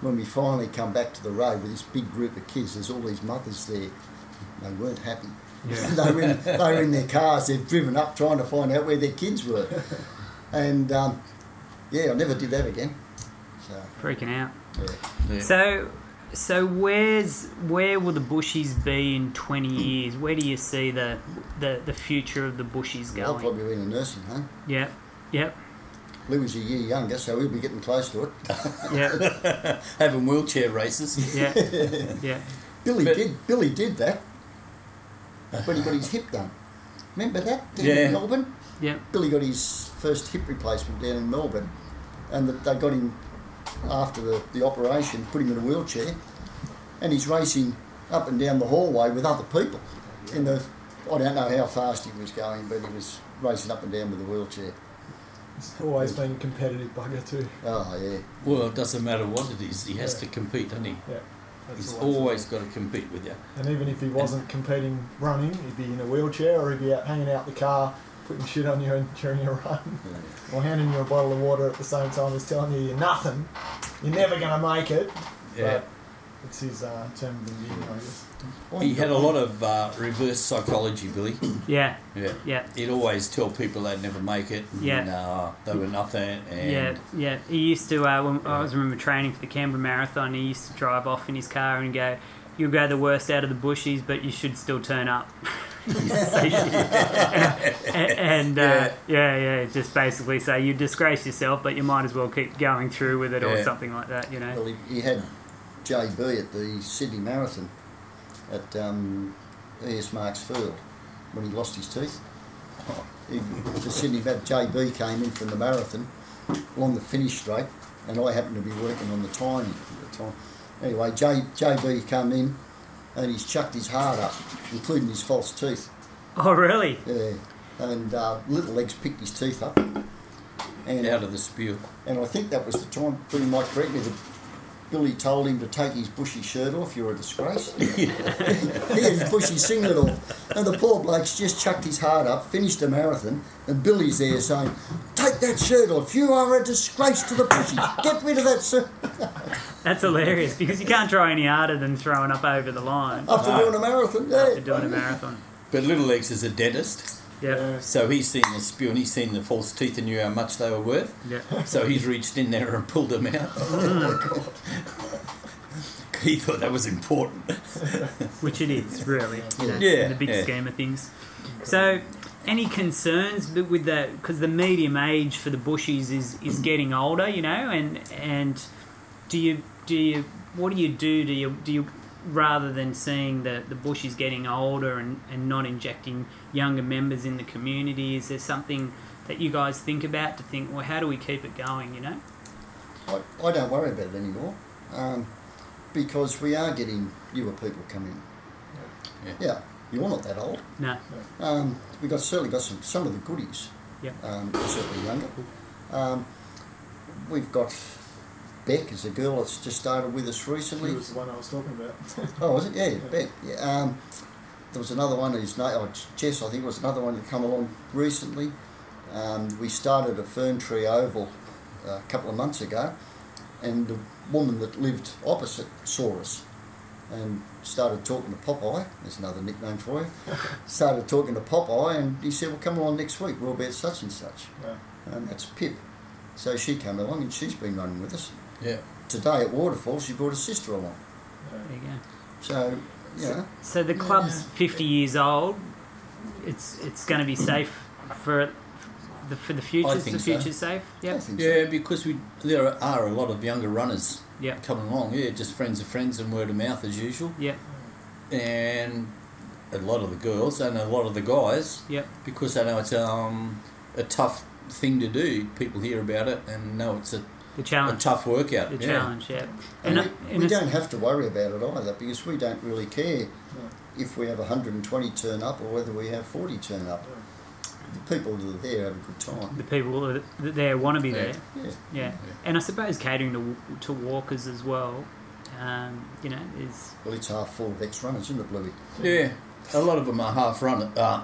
Speaker 2: When we finally come back to the road with this big group of kids, there's all these mothers there. They weren't happy. they, were in, they were in their cars, they've driven up trying to find out where their kids were. And um, yeah, I never did that again. So,
Speaker 1: freaking out.
Speaker 2: yeah.
Speaker 3: Yeah.
Speaker 1: So So where's where will the bushies be in twenty years? Where do you see the the, the future of the bushies
Speaker 2: I'll
Speaker 1: going?
Speaker 2: probably be in a nursing home.
Speaker 1: Yep, yep,
Speaker 2: Lou was a year younger, so he'll be getting close to it.
Speaker 1: yep,
Speaker 3: Having wheelchair races.
Speaker 1: yeah, yeah.
Speaker 2: Billy
Speaker 3: But-
Speaker 2: did. Billy did that. But he got his hip done. Remember that down
Speaker 3: Yeah.
Speaker 2: in Melbourne?
Speaker 1: Yep.
Speaker 2: Billy got his first hip replacement down in Melbourne, and that they got him after the, the operation, put him in a wheelchair, and he's racing up and down the hallway with other people. In the, I don't know how fast he was going, but he was racing up and down with a wheelchair.
Speaker 4: It's always been a competitive bugger too.
Speaker 2: Oh yeah,
Speaker 3: Well, it doesn't matter what it is, he has to compete, doesn't he?
Speaker 4: Yeah, that's
Speaker 3: He's
Speaker 4: always-
Speaker 3: always got to compete with you.
Speaker 4: And even if he wasn't competing running, he'd be in a wheelchair or he'd be out hanging out the car, putting shit on you and during your run, or handing you a bottle of water at the same time as telling you you're nothing, you're never going to make it.
Speaker 3: Yeah.
Speaker 4: But it's his uh, term of endearment, I guess.
Speaker 3: He had a lot of uh, reverse psychology, Billy.
Speaker 1: Yeah,
Speaker 3: Yeah.
Speaker 1: yeah,
Speaker 3: He'd always tell people they'd never make it. And,
Speaker 1: Yeah.
Speaker 3: uh, they were nothing. And
Speaker 1: yeah, yeah. He used to, uh, when I was remember training for the Canberra Marathon, he used to drive off in his car and go, You'll go the worst out of the bushies, but you should still turn up. and and, uh,
Speaker 3: Yeah.
Speaker 1: yeah. yeah, just basically say you disgrace yourself, but you might as well keep going through with it or
Speaker 3: Yeah.
Speaker 1: something like that, you know?
Speaker 2: Well, he, he had JB at the Sydney Marathon at um, ES Marks Field when he lost his teeth. He, the Sydney that JB came in from the marathon along the finish straight, and I happened to be working on the timing at the time. Anyway, J, JB come in and he's chucked his heart up, including his false teeth.
Speaker 1: Oh, really?
Speaker 2: Yeah. And uh, Little Legs picked his teeth up. And
Speaker 3: Out of the spew.
Speaker 2: and I think that was the time, Billy might correct me, that Billy told him to take his bushy shirt off, you're a disgrace. he had his bushy singlet off. And the poor bloke's just chucked his heart up, finished the marathon, and Billy's there saying, Take that shirt off, you are a disgrace to the bushies. Get rid of that shirt
Speaker 1: That's hilarious because you can't try any harder than throwing up over the line
Speaker 2: after doing a marathon. Yeah.
Speaker 1: after doing a marathon.
Speaker 3: But Little Legs is a dentist.
Speaker 1: Yeah,
Speaker 3: So he's seen the spew and he's seen the false teeth and knew how much they were worth.
Speaker 1: yeah.
Speaker 3: So he's reached in there and pulled them out. he thought that was important.
Speaker 1: Which it is, really. you know,
Speaker 3: Yeah,
Speaker 1: In the big
Speaker 3: yeah.
Speaker 1: scheme of things. So, any concerns b- with the because the medium age for the bushies is is getting older, you know, and and do you do you what do you do? Do you do you rather than seeing the the bushies getting older and and not injecting younger members in the community, is there something that you guys think about to think, well, how do we keep it going? You know?
Speaker 2: I, I don't worry about it anymore um, because we are getting newer people come in.
Speaker 3: Yeah.
Speaker 2: yeah you're not that old.
Speaker 1: No.
Speaker 2: Um, we got certainly got some some of the goodies.
Speaker 1: Yeah.
Speaker 2: Um, certainly younger. Um, we've got Beck is a girl that's just started with us recently.
Speaker 4: He was the one I was talking about.
Speaker 2: Oh, was it? Yeah, Beck. Yeah, um, there was another one whose name, oh, Jess, I think, was another one that come along recently. Um, we started a fern tree oval uh, a couple of months ago, and the woman that lived opposite saw us and started talking to Popeye. There's another nickname for you. started talking to Popeye, and he said, "Well, come along next week. We'll be at such and such."
Speaker 4: Yeah.
Speaker 2: And that's Pip. So she came along, and she's been running with us.
Speaker 3: Yeah.
Speaker 2: Today at Waterfall, she brought her sister along.
Speaker 4: Yeah.
Speaker 1: There you go.
Speaker 2: So, you know.
Speaker 1: So the club's 50 years old. It's it's going to be safe for the for the future.
Speaker 3: I
Speaker 1: Is
Speaker 3: think
Speaker 1: The
Speaker 3: so.
Speaker 1: future's safe.
Speaker 2: I
Speaker 1: Yep.
Speaker 2: think so.
Speaker 3: Yeah, because we there are a lot of younger runners
Speaker 1: Yep.
Speaker 3: coming along. Yeah, just friends of friends and word of mouth as usual.
Speaker 1: Yep.
Speaker 3: And a lot of the girls and a lot of the guys
Speaker 1: Yep.
Speaker 3: because they know it's um, a tough thing to do. People hear about it and know it's a,
Speaker 1: The
Speaker 3: a
Speaker 1: challenge.
Speaker 3: tough workout.
Speaker 1: the
Speaker 3: yeah.
Speaker 1: challenge. Yep.
Speaker 2: And
Speaker 1: uh,
Speaker 2: we, we
Speaker 1: it's-
Speaker 2: don't have to worry about it either because we don't really care if we have 120 turn up or whether we have 40 turn up. The people that are there have a good time.
Speaker 1: the people that that there want to be
Speaker 3: Yeah.
Speaker 1: there.
Speaker 2: Yeah.
Speaker 1: Yeah. And I suppose catering to to walkers as well. Um, you know, is
Speaker 2: Well, it's half full of ex-runners, isn't it, Bluey?
Speaker 3: Yeah, a lot of them are half runner. Uh,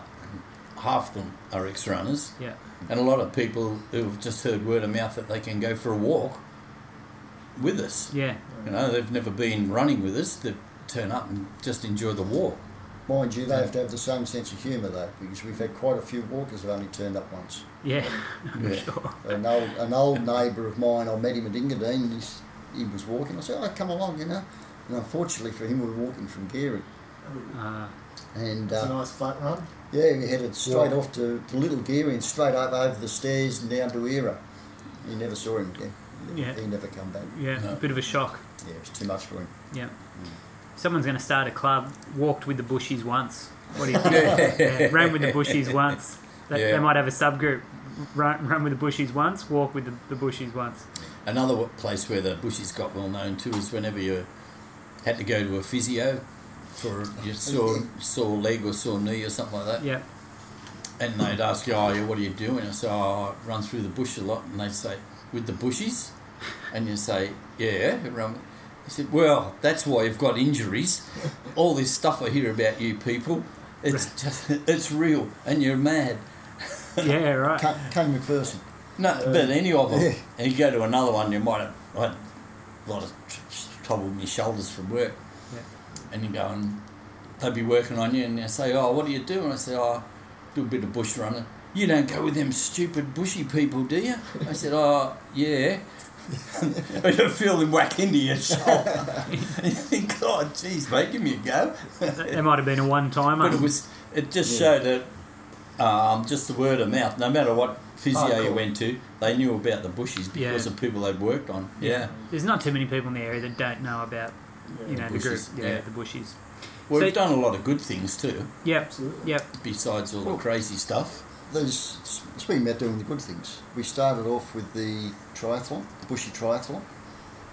Speaker 3: half of them are ex runners,
Speaker 1: yeah.
Speaker 3: and a lot of people who've just heard word of mouth that they can go for a walk with us.
Speaker 1: Yeah.
Speaker 3: You know, they've never been running with us. They turn up and just enjoy the walk.
Speaker 2: Mind you, they have to have the same sense of humour though, because we've had quite a few walkers that only turned up once.
Speaker 1: Yeah.
Speaker 3: Yeah.
Speaker 1: Sure.
Speaker 2: An old, an old neighbour of mine, I met him at Ingadine, and he's, he was walking. I said, "Oh, come along, you know." And unfortunately for him, we were walking from Geary.
Speaker 1: Uh,
Speaker 2: And
Speaker 4: It's a
Speaker 2: uh,
Speaker 4: nice flat run.
Speaker 2: yeah, we headed straight
Speaker 4: Yeah.
Speaker 2: off to, to Little Geary and straight up over the stairs and down to Era. You never saw him again.
Speaker 1: Yeah.
Speaker 2: He never come back.
Speaker 1: yeah,
Speaker 3: No.
Speaker 1: a bit of a shock.
Speaker 2: Yeah, it was too much for him.
Speaker 1: Yeah. Someone's going to start a club. Walked with the bushies once. What do you think? yeah,
Speaker 3: yeah.
Speaker 1: ran with the bushies once. They,
Speaker 3: Yeah.
Speaker 1: they might have a subgroup. Run, run with the bushies once. Walk with the, the bushies once.
Speaker 3: Another w- place where the bushies got well known too is whenever you had to go to a physio for your sore, sore leg or sore knee or something like that,
Speaker 1: Yeah.
Speaker 3: and they'd ask you, "Oh, yeah, what are you doing?" I say, "Oh, I run through the bush a lot," and they say, "With the bushies," and you say, "Yeah." Run. He said, "Well, that's why you've got injuries. All this stuff I hear about you people, it's just, it's real, and you're mad."
Speaker 1: Yeah. Right.
Speaker 2: Ca- Kane McPherson.
Speaker 3: No, but any of them.
Speaker 2: yeah.
Speaker 3: And you go to another one, you might have I had a lot of tr- tr- trouble with my shoulders from work.
Speaker 1: Yeah.
Speaker 3: And you go and they'll be working on you and they say, Oh, what do you do? And I say, Oh, do a bit of bush running. You don't go with them stupid bushy people, do you? I said, Oh, yeah. and you feel them whack into your shoulder. and you think, Oh, geez, mate, give me a go.
Speaker 1: That, that might have been a one-timer.
Speaker 3: But it was it
Speaker 2: Yeah.
Speaker 3: just showed that um, just the word of mouth. No matter what physio
Speaker 2: Oh,
Speaker 3: you
Speaker 2: cool.
Speaker 3: went to, they knew about the bushies because
Speaker 1: Yeah.
Speaker 3: of people they'd worked on. Yeah.
Speaker 1: There's not too many people in the area that don't know about you know the group.
Speaker 3: Bushies,
Speaker 1: Yeah,
Speaker 3: yeah.
Speaker 1: The bushies.
Speaker 3: Well,
Speaker 1: So-
Speaker 3: we've done a lot of good things too,
Speaker 1: Yep.
Speaker 4: Absolutely.
Speaker 1: Yep.
Speaker 3: besides all the crazy stuff.
Speaker 2: There's, speaking about doing the good things, we started off with the triathlon, the Bushy Triathlon.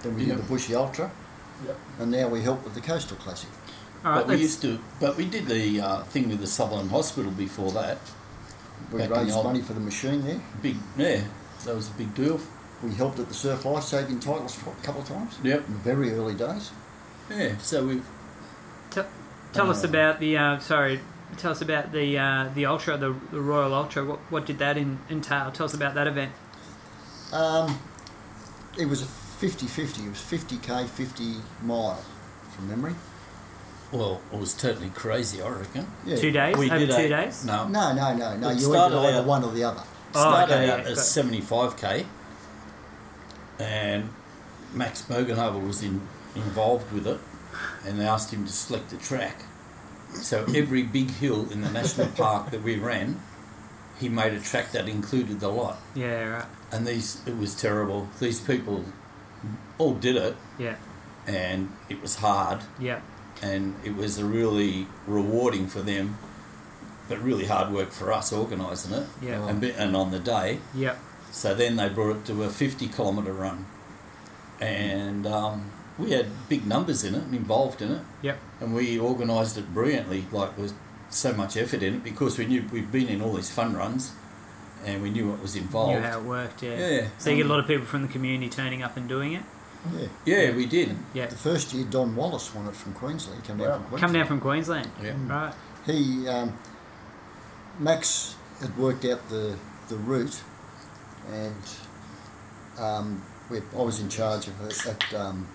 Speaker 2: Then we
Speaker 3: Yeah.
Speaker 2: did the Bushy Ultra.
Speaker 4: Yep.
Speaker 2: And now we help with the Coastal Classic.
Speaker 1: All right.
Speaker 3: but we
Speaker 1: Let's,
Speaker 3: used to, but we did the uh, thing with the Sutherland Hospital before that.
Speaker 2: We
Speaker 3: Back in the
Speaker 2: raised
Speaker 3: old-
Speaker 2: money for the machine there.
Speaker 3: Big, yeah, that was a big deal.
Speaker 2: We helped at the Surf Life Saving Titles tr- a couple of times.
Speaker 3: Yep.
Speaker 2: In the very early days.
Speaker 3: Yeah. So we,
Speaker 1: t- tell us
Speaker 3: Uh,
Speaker 1: about the. Uh, sorry. Tell us about the uh, the ultra, the, the Royal Ultra. What what did that in, entail? Tell us about that event.
Speaker 2: Um, it was a 50 50. It was 50k, 50 mile from memory.
Speaker 3: well, it was totally crazy. I reckon.
Speaker 2: Yeah.
Speaker 1: Two days.
Speaker 3: We
Speaker 1: over
Speaker 3: did
Speaker 1: two
Speaker 3: a-
Speaker 1: days.
Speaker 3: No.
Speaker 2: No, no, no, no.
Speaker 3: It
Speaker 2: You
Speaker 3: started
Speaker 2: either either
Speaker 3: out-
Speaker 2: one or the other.
Speaker 1: Oh,
Speaker 3: started
Speaker 1: okay,
Speaker 3: out
Speaker 1: yeah,
Speaker 3: as
Speaker 1: got it.
Speaker 3: 75k, and Max Bogenhaber was in, involved with it, and they asked him to select a track. So every big hill in the national park that we ran, he made a track that included the lot.
Speaker 1: Yeah. Right.
Speaker 3: And these, it was terrible. These people all did it,
Speaker 1: Yeah.
Speaker 3: and it was hard,
Speaker 1: Yeah.
Speaker 3: and it was really rewarding for them, but really hard work for us organising it.
Speaker 1: Yeah.
Speaker 3: And, be- and on the day,
Speaker 1: Yep.
Speaker 3: so then they brought it to a 50 kilometre run. And um, we had big numbers in it and involved in it.
Speaker 1: Yep.
Speaker 3: And we organised it brilliantly, like with so much effort in it, because we knew we'd been in all these fun runs and we knew what was
Speaker 1: Knew
Speaker 3: involved.
Speaker 1: how it worked. Yeah.
Speaker 3: Yeah.
Speaker 1: So you get a lot of people from the community turning up and doing it.
Speaker 2: Yeah.
Speaker 3: Yeah, we did.
Speaker 1: Yeah.
Speaker 2: The first year, Don Wallace won it from Queensland. He came down
Speaker 4: Wow.
Speaker 2: from Queensland.
Speaker 1: Come down from Queensland.
Speaker 3: Yeah.
Speaker 1: Right.
Speaker 2: He, um, Max had worked out the, the route, and um, we, I was in charge of it at um,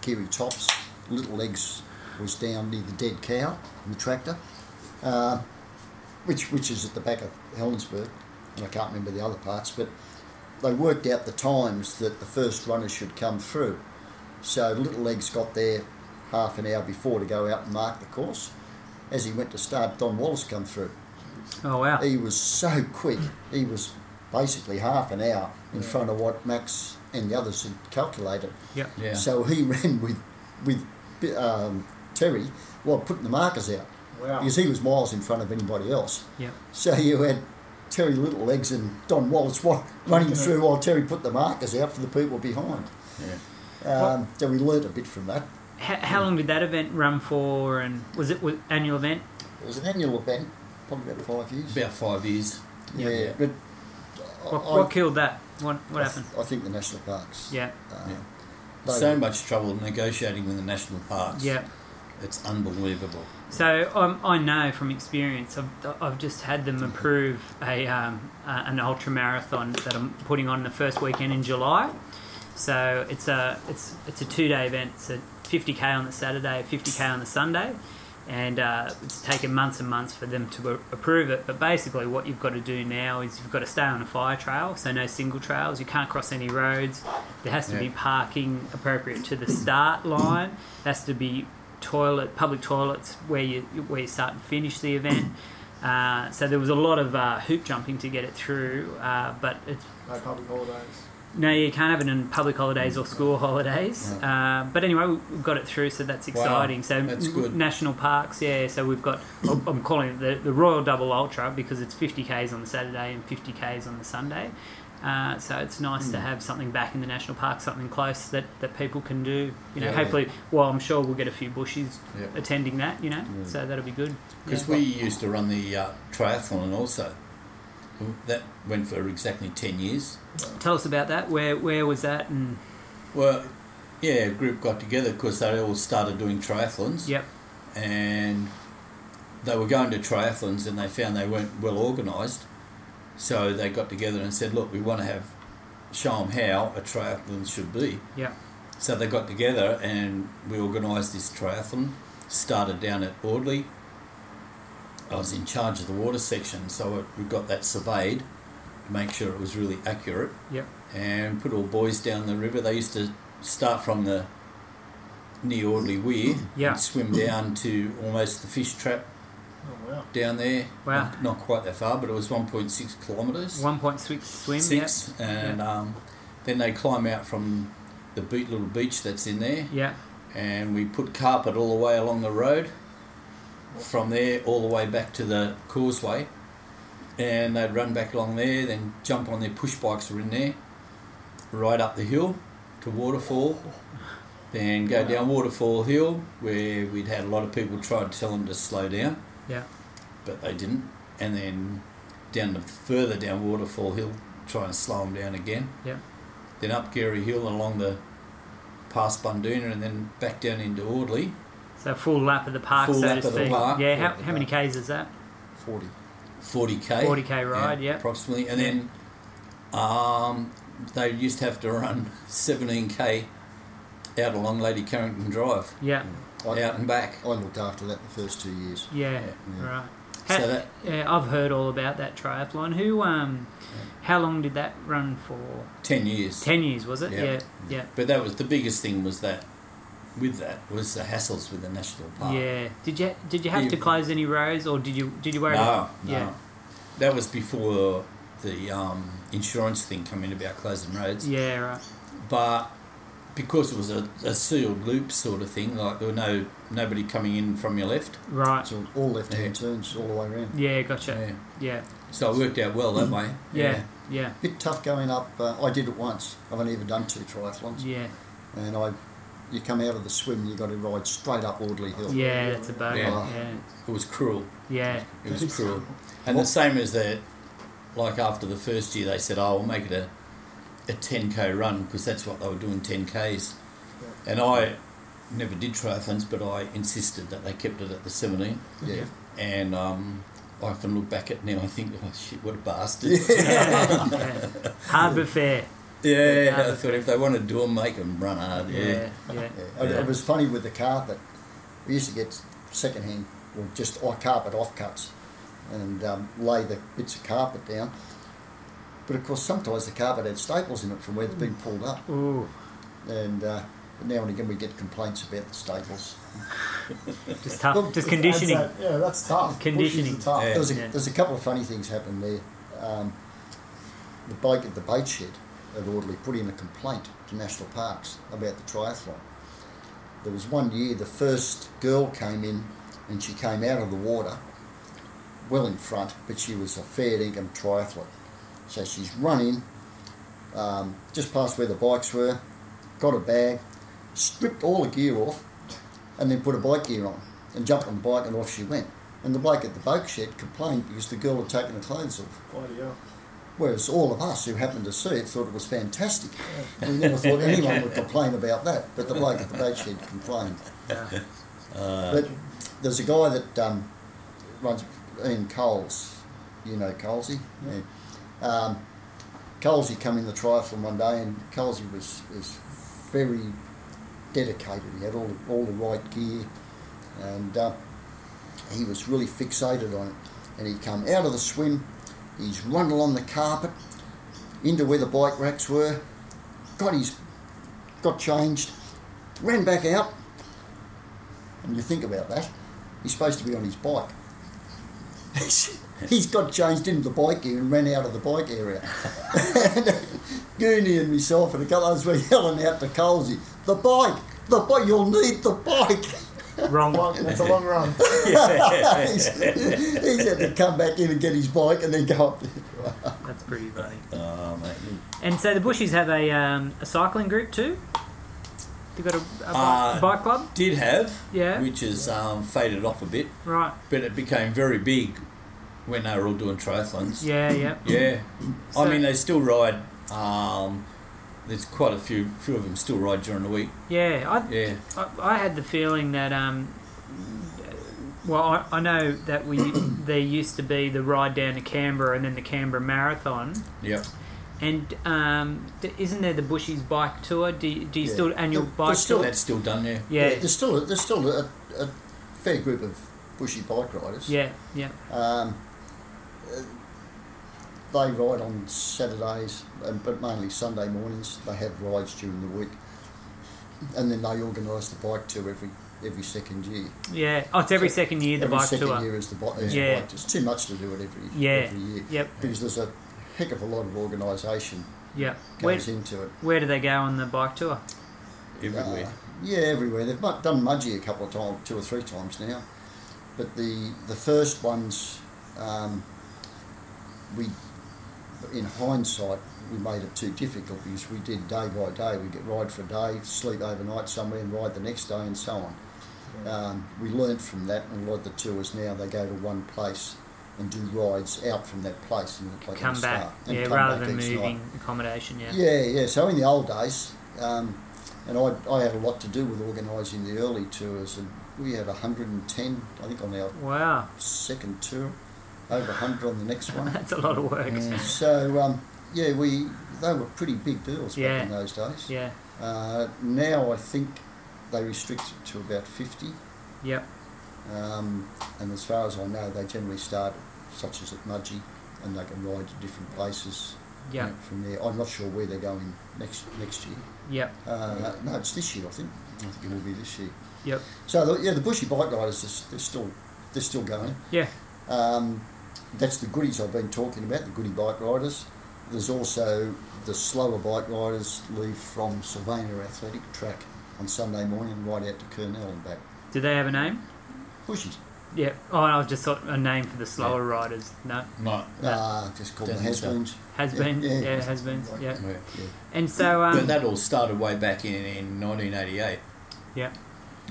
Speaker 2: Kiri Tops. Little Legs was down near the dead cow in the tractor, uh, which, which is at the back of Helensburgh, and I can't remember the other parts, but they worked out the times that the first runners should come through. So Little Legs got there half an hour before to go out and mark the course. As he went to start, Don Wallace come through.
Speaker 1: Oh wow.
Speaker 2: He was so quick. He was basically half an hour in front of what Max and the others had calculated.
Speaker 1: Yep.
Speaker 3: Yeah.
Speaker 2: So he ran with with um, Terry while putting the markers out
Speaker 4: Wow.
Speaker 2: because he was miles in front of anybody else.
Speaker 1: Yep.
Speaker 2: So you had Terry Little Legs and Don Wallace wa- running through while Terry put the markers out for the people behind.
Speaker 3: yeah.
Speaker 2: Um, so we learnt a bit from that.
Speaker 1: How, how long did that event run for? And was it was annual event?
Speaker 2: It was an annual event, probably about five years.
Speaker 3: About five years.
Speaker 2: yeah,
Speaker 3: yeah.
Speaker 2: but
Speaker 1: What,
Speaker 2: I-
Speaker 1: what killed that? What what happened?
Speaker 2: I think the national parks.
Speaker 1: Yeah.
Speaker 2: Uh,
Speaker 3: Yeah.
Speaker 2: they
Speaker 3: so
Speaker 2: were-
Speaker 3: much trouble negotiating with the national parks.
Speaker 1: Yeah.
Speaker 3: It's unbelievable.
Speaker 1: So um, I know from experience, I've, I've just had them approve a, um, uh, an ultra marathon that I'm putting on the first weekend in July. So it's a it's it's a two day event. It's a 50k on the Saturday, 50k on the Sunday, and uh, it's taken months and months for them to a- approve it. But basically, what you've got to do now is you've got to stay on a fire trail, so no single trails. You can't cross any roads. There has to
Speaker 3: Yeah.
Speaker 1: be parking appropriate to the start line. There has to be toilet, public toilets where you where you start and finish the event. Uh, so there was a lot of uh, hoop jumping to get it through, uh, but it's
Speaker 4: No public holidays.
Speaker 1: no, you can't have it in public holidays or school holidays. Uh, but anyway, we- we've got it through, so that's exciting. so
Speaker 3: that's
Speaker 1: n-
Speaker 3: good.
Speaker 1: national parks, yeah. So we've got, I'm I'm calling it the, the Royal Double Ultra because it's 50 k's on the Saturday and 50 k's on the Sunday. Uh, so it's nice
Speaker 3: Hmm.
Speaker 1: to have something back in the national park, something close that, that people can do. You know,
Speaker 3: Yeah.
Speaker 1: hopefully, well, I'm sure we'll get a few bushies
Speaker 3: Yeah.
Speaker 1: attending that. You know, so that'll be good.
Speaker 3: Because
Speaker 1: Yeah.
Speaker 3: we used to run the uh, triathlon also. That went for exactly 10 years.
Speaker 1: tell us about that. Where where was that? And
Speaker 3: Well, yeah, a group got together because they all started doing triathlons.
Speaker 1: yep,
Speaker 3: And they were going to triathlons and they found they weren't well organised. So they got together and said, look, we want to have, show them how a triathlon should be.
Speaker 1: yep,
Speaker 3: So they got together and we organised this triathlon. Started down at Audley. I was in charge of the water section, so it, we got that surveyed to make sure it was really accurate
Speaker 1: yep,
Speaker 3: and put all boys down the river. They used to start from the near Audley Weir
Speaker 1: Yeah.
Speaker 3: and swim down to almost the fish trap
Speaker 4: Oh wow.
Speaker 3: down there.
Speaker 1: Wow.
Speaker 3: Not, not quite that far, but it was 1.6 kilometres
Speaker 1: one point six swim.
Speaker 3: six, and
Speaker 1: Yeah.
Speaker 3: um, then they climb out from the be- little beach that's in there,
Speaker 1: Yep, yep.
Speaker 3: and we put carpet all the way along the road, from there all the way back to the causeway, and they'd run back along there, then jump on their push bikes were in there, ride up the hill to waterfall. Then go down Waterfall Hill, where we'd had a lot of people try to tell them to slow down
Speaker 1: Yeah,
Speaker 3: but they didn't. And then down the further down Waterfall Hill, try and slow them down again.
Speaker 1: yeah,
Speaker 3: Then up Gary Hill and along the past Bundoona, and then back down into Audley.
Speaker 1: So a full lap of the park,
Speaker 3: Full
Speaker 1: so
Speaker 3: lap
Speaker 1: to
Speaker 3: of the
Speaker 1: speak.
Speaker 3: park.
Speaker 1: Yeah,
Speaker 3: Full
Speaker 1: how,
Speaker 3: lap of the
Speaker 1: how many k's is that?
Speaker 2: 40.
Speaker 3: 40k.
Speaker 1: 40K ride, yeah.
Speaker 3: Approximately. And then um, they used to have to run 17k out along Lady Carrington Drive,
Speaker 1: Yeah,
Speaker 2: I,
Speaker 3: out and back.
Speaker 2: I looked after that the first two years.
Speaker 1: yeah,
Speaker 2: Yeah.
Speaker 1: right.
Speaker 3: So
Speaker 1: Ha-
Speaker 3: that-
Speaker 1: yeah, I've heard all about that triathlon. Who, um, how long did that run for?
Speaker 3: 10 years.
Speaker 1: Ten years was it?
Speaker 3: Yeah. Mm.
Speaker 1: Yeah, yeah,
Speaker 3: But that was the biggest thing was that with that was the hassles with the national
Speaker 1: yeah.
Speaker 3: park.
Speaker 1: Did you did you have to
Speaker 3: Yeah.
Speaker 1: close any roads or did you did you worry?
Speaker 3: No,
Speaker 1: about-
Speaker 3: no.
Speaker 1: Yeah,
Speaker 3: That was before the um, insurance thing come in about closing roads.
Speaker 1: yeah, right.
Speaker 3: But because it was a, a sealed loop sort of thing, like there were no nobody coming in from your left.
Speaker 1: Right.
Speaker 2: So all left hand
Speaker 3: Yeah.
Speaker 2: turns all the way around.
Speaker 1: Yeah, gotcha. Yeah,
Speaker 3: So it worked out well that way.
Speaker 1: yeah, yeah,
Speaker 2: Bit tough going up. Uh, I did it once. I've only ever done two triathlons.
Speaker 1: yeah,
Speaker 2: And I, you come out of the swim, you've got to ride straight up Audley Hill.
Speaker 1: yeah. That's a bug.
Speaker 3: Yeah.
Speaker 1: Yeah,
Speaker 3: It was cruel.
Speaker 1: yeah,
Speaker 3: It was cruel. And the same as that, like after the first year, they said, "Oh, we'll make it a a ten k run because that's what they were doing ten k's." And I never did triathlons, but I insisted that they kept it at the seventeen.
Speaker 2: Yeah.
Speaker 3: and um, I often look back at it now. I think, oh shit, what a bastard!
Speaker 1: yeah. yeah. Hard but fair.
Speaker 3: yeah, um, I thought if they want to do them, make them run hard.
Speaker 1: Yeah, yeah.
Speaker 2: Yeah. It- It was funny with the carpet. We used to get second hand, or just our carpet off cuts, and um, lay the bits of carpet down. But of course, sometimes the carpet had staples in it from where they'd been pulled up,
Speaker 1: Ooh.
Speaker 2: and uh, now and again we get complaints about the staples.
Speaker 1: Just tough. Just conditioning.
Speaker 4: That's, uh, yeah, that's tough.
Speaker 1: Conditioning.
Speaker 4: Bushes are tough.
Speaker 3: Yeah.
Speaker 2: There's a,
Speaker 1: Yeah.
Speaker 2: there's a couple of funny things happened there. Um, the bloke at the bait shed at Audley put in a complaint to National Parks about the triathlon. There was one year the first girl came in and she came out of the water well in front, but she was a fair income triathlete. So she's running um, just past where the bikes were, got a bag, stripped all the gear off, and then put a bike gear on and jumped on the bike and off she went. And the bloke at the bike shed complained because the girl had taken her clothes off.
Speaker 4: Bloody hell.
Speaker 2: Whereas all of us who happened to see it thought it was fantastic. We never thought anyone would complain about that, but the bloke at the boat shed complained.
Speaker 1: Yeah.
Speaker 3: Uh,
Speaker 2: but there's a guy that um, runs Ian Coles, you know Colesy. Yeah. Um, Colesy come in the triathlon one day, and Colesy was was very dedicated. He had all all the right gear, and uh, He was really fixated on it, and he'd come out of the swim. He's run along the carpet into where the bike racks were, got his, got changed, ran back out. And you think about that, he's supposed to be on his bike. he's got changed into the bike gear and ran out of the bike area. Goonie and myself and a couple others were yelling out to Colsey, the bike, the bike, you'll need the bike.
Speaker 4: Wrong one. That's a long run.
Speaker 2: he's, he's had to come back in and get his bike and then go up.
Speaker 1: That's pretty funny.
Speaker 3: Oh, mate.
Speaker 1: And so the Bushies have a, um, a cycling group too. They've got a, a
Speaker 3: Uh,
Speaker 1: bike, bike club.
Speaker 3: Did have,
Speaker 1: Yeah.
Speaker 3: which has um, faded off a bit,
Speaker 1: Right.
Speaker 3: but it became very big when they were all doing triathlons.
Speaker 1: Yeah. Yeah.
Speaker 3: Yeah.
Speaker 1: So-
Speaker 3: I mean, they still ride. Um, there's quite a few few of them still ride during the week.
Speaker 1: Yeah. I,
Speaker 3: Yeah.
Speaker 1: I, I had the feeling that um, well, I, I know that we there used to be the ride down to Canberra and then the Canberra Marathon,
Speaker 3: Yep.
Speaker 1: and um, th- isn't there the Bushies bike tour? Do you, do you
Speaker 2: Yeah.
Speaker 1: still annual
Speaker 2: There-
Speaker 1: bike
Speaker 2: there's still-
Speaker 1: tour?
Speaker 3: That's still done there.
Speaker 1: Yeah,
Speaker 2: There's still a, there's still a, a fair group of bushy bike riders.
Speaker 1: yeah, yeah,
Speaker 2: Um, uh, they ride on Saturdays, and, but mainly Sunday mornings. They have rides during the week, and then they organise the bike tour every every second year.
Speaker 1: yeah. Oh, it's every second year the
Speaker 2: every
Speaker 1: bike
Speaker 2: second
Speaker 1: tour.
Speaker 2: year is the, bi- is
Speaker 1: Yeah.
Speaker 2: the bike. It's too much to do it every
Speaker 1: Yeah.
Speaker 2: every year
Speaker 1: Yep,
Speaker 2: because there's a heck of a lot of organisation
Speaker 1: yep. Where
Speaker 2: goes into it.
Speaker 1: where do they go on the bike tour?
Speaker 3: Everywhere.
Speaker 2: Uh, yeah, everywhere. They've mu- done Mudgee a couple of times, two or three times now. But the the first ones, um, we, in hindsight, we made it too difficult because we did day by day. We get ride for a day, sleep overnight somewhere, and ride the next day, and so on. Um, we learnt from that, and a lot of the tours now they go to one place and do rides out from that place, and like
Speaker 1: Come
Speaker 2: a
Speaker 1: back,
Speaker 2: star, and
Speaker 1: yeah,
Speaker 2: come
Speaker 1: rather
Speaker 2: back
Speaker 1: than
Speaker 2: each night.
Speaker 1: moving accommodation. Yeah,
Speaker 2: Yeah, yeah. So in the old days, um, and I, I had a lot to do with organising the early tours, and we had 110, I think, on our
Speaker 1: Wow,
Speaker 2: second tour, over 100 on the next one.
Speaker 1: that's a lot of work.
Speaker 3: Mm.
Speaker 2: So um, yeah, we they were pretty big deals
Speaker 1: Yeah.
Speaker 2: back in those days.
Speaker 1: Yeah,
Speaker 2: Uh, now I think they restrict it to about 50,
Speaker 1: yep,
Speaker 2: um, and as far as I know, they generally start such as at Mudgee, and they can ride to different places
Speaker 1: yep,
Speaker 2: from there. I'm not sure where they're going next next year.
Speaker 1: yep,
Speaker 2: Uh, no, it's this year, I think. I think it will be this year.
Speaker 1: yep.
Speaker 2: So the, yeah, the bushy bike riders, they're s- they're still they're still going.
Speaker 1: Yeah,
Speaker 2: Um, that's the goodies I've been talking about. The goodie bike riders. There's also the slower bike riders leave from Sylvania Athletic Track on Sunday morning and ride out to Kernell and back.
Speaker 1: do they have a name?
Speaker 2: Bushies.
Speaker 1: Yeah. Oh, and I just thought a name for the slower riders. No,
Speaker 3: Right.
Speaker 2: Ah, just called the
Speaker 3: Doesn't
Speaker 2: has
Speaker 3: sound-
Speaker 2: beens.
Speaker 1: has
Speaker 2: Yeah,
Speaker 1: been. Yeah,
Speaker 2: yeah.
Speaker 1: has been. Yeah.
Speaker 3: Yeah.
Speaker 1: And so,
Speaker 3: but
Speaker 1: um,
Speaker 3: that all started way back in, in 1988,
Speaker 1: yeah,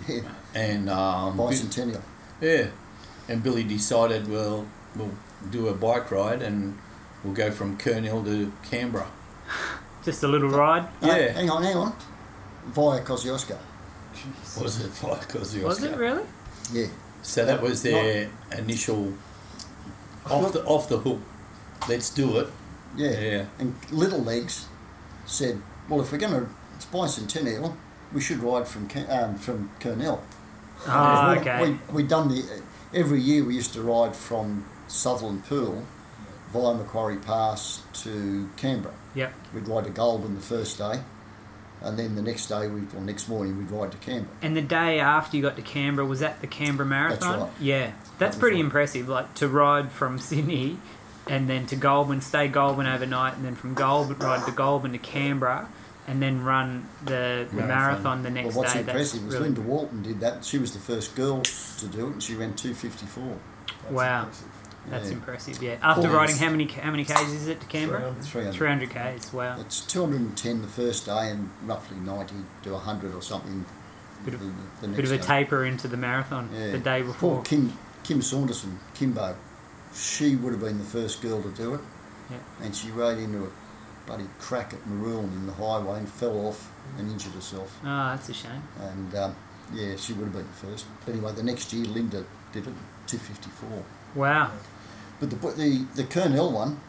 Speaker 2: Yeah,
Speaker 3: and um,
Speaker 2: bicentennial.
Speaker 3: yeah, and Billy decided, well, we'll do a bike ride and we'll go from Kernhill to Canberra.
Speaker 1: just a little ride.
Speaker 2: No,
Speaker 3: Yeah.
Speaker 2: Uh, hang on, hang on. Via Kosciuszko.
Speaker 3: Was it like Oscar?
Speaker 1: Was it really?
Speaker 2: Yeah.
Speaker 3: So that was their initial off the off the hook. Let's do it.
Speaker 2: Yeah.
Speaker 3: Yeah.
Speaker 2: And Little Legs said, "Well, if we're going to it's bicentennial, we should ride from Ca- um, from Kernell."
Speaker 1: Oh,
Speaker 2: we,
Speaker 1: okay.
Speaker 2: We we done the every year we used to ride from Sutherland Pool via Macquarie Pass to Canberra.
Speaker 1: Yep.
Speaker 2: We'd ride to Goulburn the first day, and then the next day we or next morning we'd ride to Canberra.
Speaker 1: And the day after you got to Canberra, was that the Canberra Marathon?
Speaker 2: right.
Speaker 1: Yeah,
Speaker 2: That
Speaker 1: that's
Speaker 2: was
Speaker 1: pretty
Speaker 2: right.
Speaker 1: impressive. Like to ride from Sydney, and then to Goulburn, stay Goulburn overnight, and then from Goulburn ride to Goulburn to Canberra, and then run the, the marathon.
Speaker 3: Marathon.
Speaker 1: the next
Speaker 2: Well, what's
Speaker 1: day.
Speaker 2: impressive
Speaker 1: that's
Speaker 2: was
Speaker 1: really,
Speaker 2: Linda Walton did that. She was the first girl to do it, and she ran two fifty four.
Speaker 1: Wow. That's impressive. Yeah. After
Speaker 2: Always.
Speaker 1: riding how many how many k's is it to Canberra?
Speaker 2: Three hundred.
Speaker 1: Three hundred k's. Wow.
Speaker 2: It's 210 the first day and roughly 90 to 100 or something
Speaker 1: Bit of-
Speaker 2: the, the
Speaker 1: Bit of
Speaker 2: next
Speaker 1: a
Speaker 2: day.
Speaker 1: taper into the marathon
Speaker 2: Yeah.
Speaker 1: the day before.
Speaker 2: Poor Kim, Kim Saunderson, Kimbo, she would have been the first girl to do it.
Speaker 1: Yeah.
Speaker 2: And she rode into a bloody crack at Maroon in the highway and fell off and injured herself.
Speaker 1: Oh, that's a shame.
Speaker 2: And um, yeah, she would have been the first. But anyway, the next year Linda did it, 254.
Speaker 1: Wow.
Speaker 2: But the but the the Kernel one,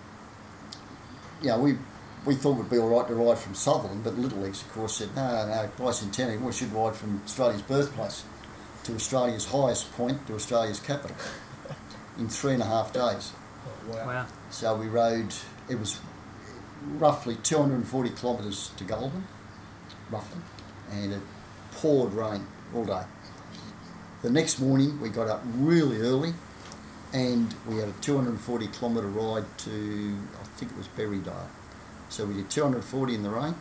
Speaker 2: yeah, we we thought would be all right to ride from Sutherland, but Little Leagues, of course, said no, no, no, bicentennial. We should ride from Australia's birthplace to Australia's highest point, to Australia's capital, in three and a half days.
Speaker 1: Wow.
Speaker 2: So we rode, it was roughly 240 kilometres to Goulburn, roughly, and it poured rain all day. The next morning we got up really early and we had a 240 kilometre ride to, I think it was Berrydale. So we did 240 in the rain,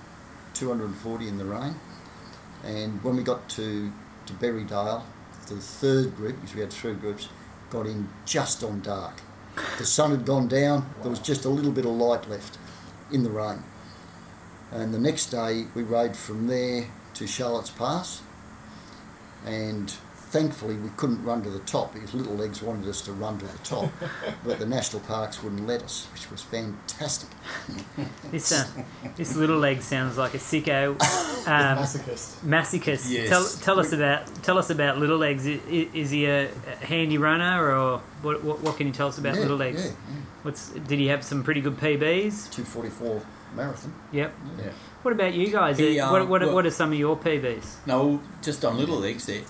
Speaker 2: 240 in the rain, and when we got to, to Berrydale, the third group, because we had three groups, got in just on dark. The sun had gone down, there was just a little bit of light left in the rain. And the next day we rode from there to Charlotte's Pass, and thankfully we couldn't run to the top. His little legs wanted us to run to the top, but the national parks wouldn't let us, which was fantastic.
Speaker 1: This, uh, this little leg sounds like a sicko um,
Speaker 4: Masochist.
Speaker 1: masochist.
Speaker 3: Yes.
Speaker 1: Tell, tell us about tell us about little legs. I- i- Is he a a handy runner or what? What, what can you tell us about
Speaker 2: Yeah,
Speaker 1: little legs?
Speaker 2: Yeah, yeah.
Speaker 1: What's did he have some pretty good PBs?
Speaker 2: 244 marathon.
Speaker 1: Yep.
Speaker 3: Yeah.
Speaker 1: What about you guys?
Speaker 3: He,
Speaker 1: Uh,
Speaker 3: uh,
Speaker 2: um,
Speaker 1: what, what,
Speaker 3: well-
Speaker 1: what are some of your PBs?
Speaker 3: No, just on Little Leagues there.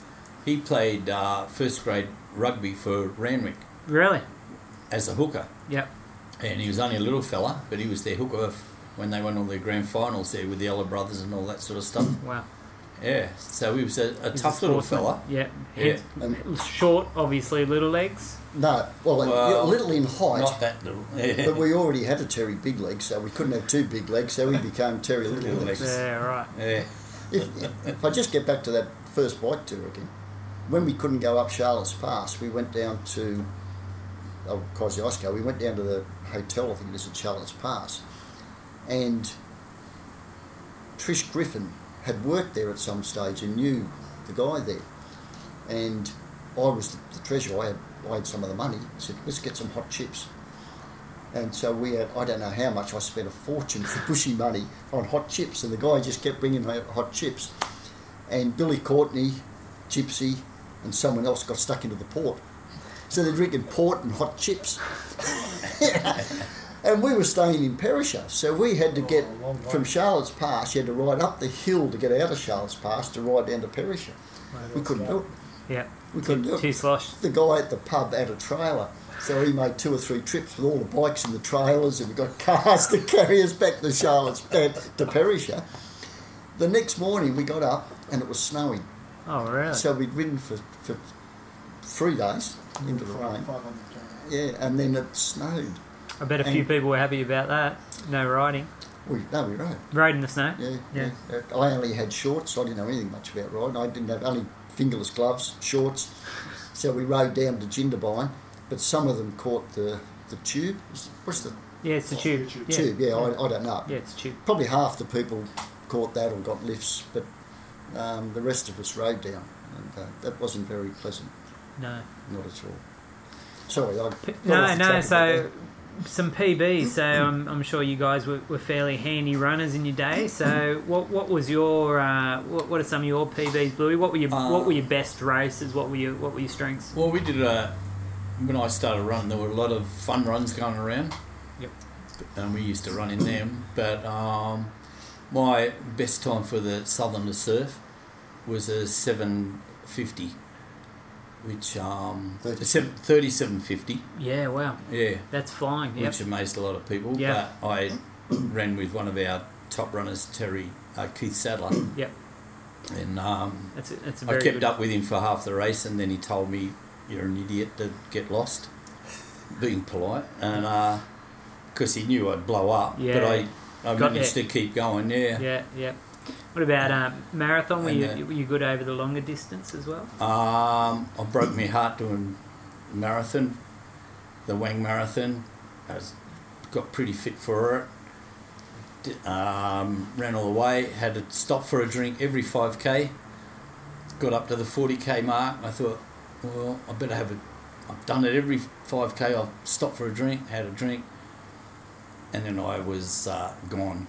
Speaker 3: He played uh, first grade rugby for Ranwick
Speaker 1: Really?
Speaker 3: as a hooker.
Speaker 1: Yep.
Speaker 3: And he was only a little fella, but he was their hooker f- when they won all their grand finals there with the Elder Brothers and all that sort of stuff.
Speaker 1: Wow.
Speaker 3: Yeah, so he was a,
Speaker 1: Mm.
Speaker 3: a
Speaker 1: He's a
Speaker 3: tough little
Speaker 1: sportsman.
Speaker 3: fella.
Speaker 1: Yep.
Speaker 3: Yeah.
Speaker 2: um,
Speaker 1: He's Short, obviously, little legs.
Speaker 2: No, well,
Speaker 3: Well,
Speaker 2: a little in height,
Speaker 3: Not that little.
Speaker 2: but
Speaker 3: Yeah.
Speaker 2: we already had a Terry Big Leg, so we couldn't have two big legs, so we became Terry Little
Speaker 3: Little
Speaker 2: Legs.
Speaker 3: Legs.
Speaker 1: Yeah. Right.
Speaker 3: yeah.
Speaker 2: If, if I just get back to that first bike tour again, when we couldn't go up Charlotte's Pass, we went down to oh, Kosciuszko. We went down to the hotel, I think it is, at Charlotte's Pass, and Trish Griffin had worked there at some stage and knew the guy there, and I was the, the treasurer. I had, I had some of the money. I said, "Let's get some hot chips." And so we had, I don't know how much I spent a fortune for bushy money on hot chips, and the guy just kept bringing ho- hot chips. And Billy Courtney, Gypsy, and someone else got stuck into the port. So they're drinking port and hot chips. and we were staying in Perisher, so we had to get
Speaker 4: Oh, a long way.
Speaker 2: from Charlotte's Pass, you had to ride up the hill to get out of Charlotte's Pass to ride down to Perisher. We couldn't do it.
Speaker 1: Yep.
Speaker 2: We couldn't do it
Speaker 1: Too sloshed.
Speaker 2: the guy at the pub had a trailer. So he made two or three trips with all the bikes and the trailers, and we got cars to carry us back to Charlotte's uh, to Perisher. The next morning we got up and it was snowing.
Speaker 1: Oh, really?
Speaker 2: So we'd ridden for, for three days into the rain. Yeah, and then it snowed.
Speaker 1: I bet a few
Speaker 2: and-
Speaker 1: people were happy about that. No riding.
Speaker 2: We, no, we rode.
Speaker 1: Road in the snow.
Speaker 2: Yeah,
Speaker 1: Yeah.
Speaker 2: yeah. Uh, I only had shorts. I didn't know anything much about riding. I didn't have only fingerless gloves, shorts. So we rode down to Jindabyne, but some of them caught the, the tube. What's the
Speaker 1: Yeah, it's a tube. Yeah.
Speaker 2: Oh, tube? Yeah, I, I don't know.
Speaker 1: Yeah, it's a tube.
Speaker 2: Probably half the people caught that or got lifts, but um, the rest of us rode down. And, uh, that wasn't very pleasant,
Speaker 1: No.
Speaker 2: not at all. Sorry, I.
Speaker 1: P-
Speaker 2: got off
Speaker 1: No,
Speaker 2: the
Speaker 1: no.
Speaker 2: track a bit
Speaker 1: So some PBs. So I'm, I'm sure you guys were, were fairly handy runners in your day. So what what was your uh, what, what are some of your PBs, Bluey? What were your what were your
Speaker 3: Uh,
Speaker 1: best races? What were your what were your strengths?
Speaker 3: Well, we did a. When I started running, there were a lot of fun runs going around.
Speaker 1: Yep.
Speaker 3: And we used to run in them. But um, my best time for the Southern to Surf was a 750, which. Um,
Speaker 2: Thirty.
Speaker 3: seven- 3750,
Speaker 1: Yeah, wow,
Speaker 3: yeah.
Speaker 1: that's flying. Yep.
Speaker 3: Which amazed a lot of people.
Speaker 1: Yeah.
Speaker 3: But I ran with one of our top runners, Terry uh, Keith Sadler.
Speaker 1: Yep.
Speaker 3: And um,
Speaker 1: That's a, that's a
Speaker 3: I
Speaker 1: very
Speaker 3: kept
Speaker 1: good-
Speaker 3: up with him for half the race, and then he told me, "You're an idiot to get lost," being polite, and because he knew I'd blow up. But
Speaker 1: Yeah.
Speaker 3: I, I
Speaker 1: Got
Speaker 3: managed
Speaker 1: there.
Speaker 3: to keep going. Yeah.
Speaker 1: Yeah, yeah. What about um, marathon? Were
Speaker 3: And,
Speaker 1: you,
Speaker 3: uh,
Speaker 1: were you good over the longer distance as well?
Speaker 3: Um, I broke my heart doing marathon, the Wang Marathon. I was, got pretty fit for it. D- Um, ran all the way. Had to stop for a drink every five k. Got up to the forty k mark. I thought, well, I better have a. I've done it every five k. I've stopped for a drink, had a drink, and then I was uh, gone.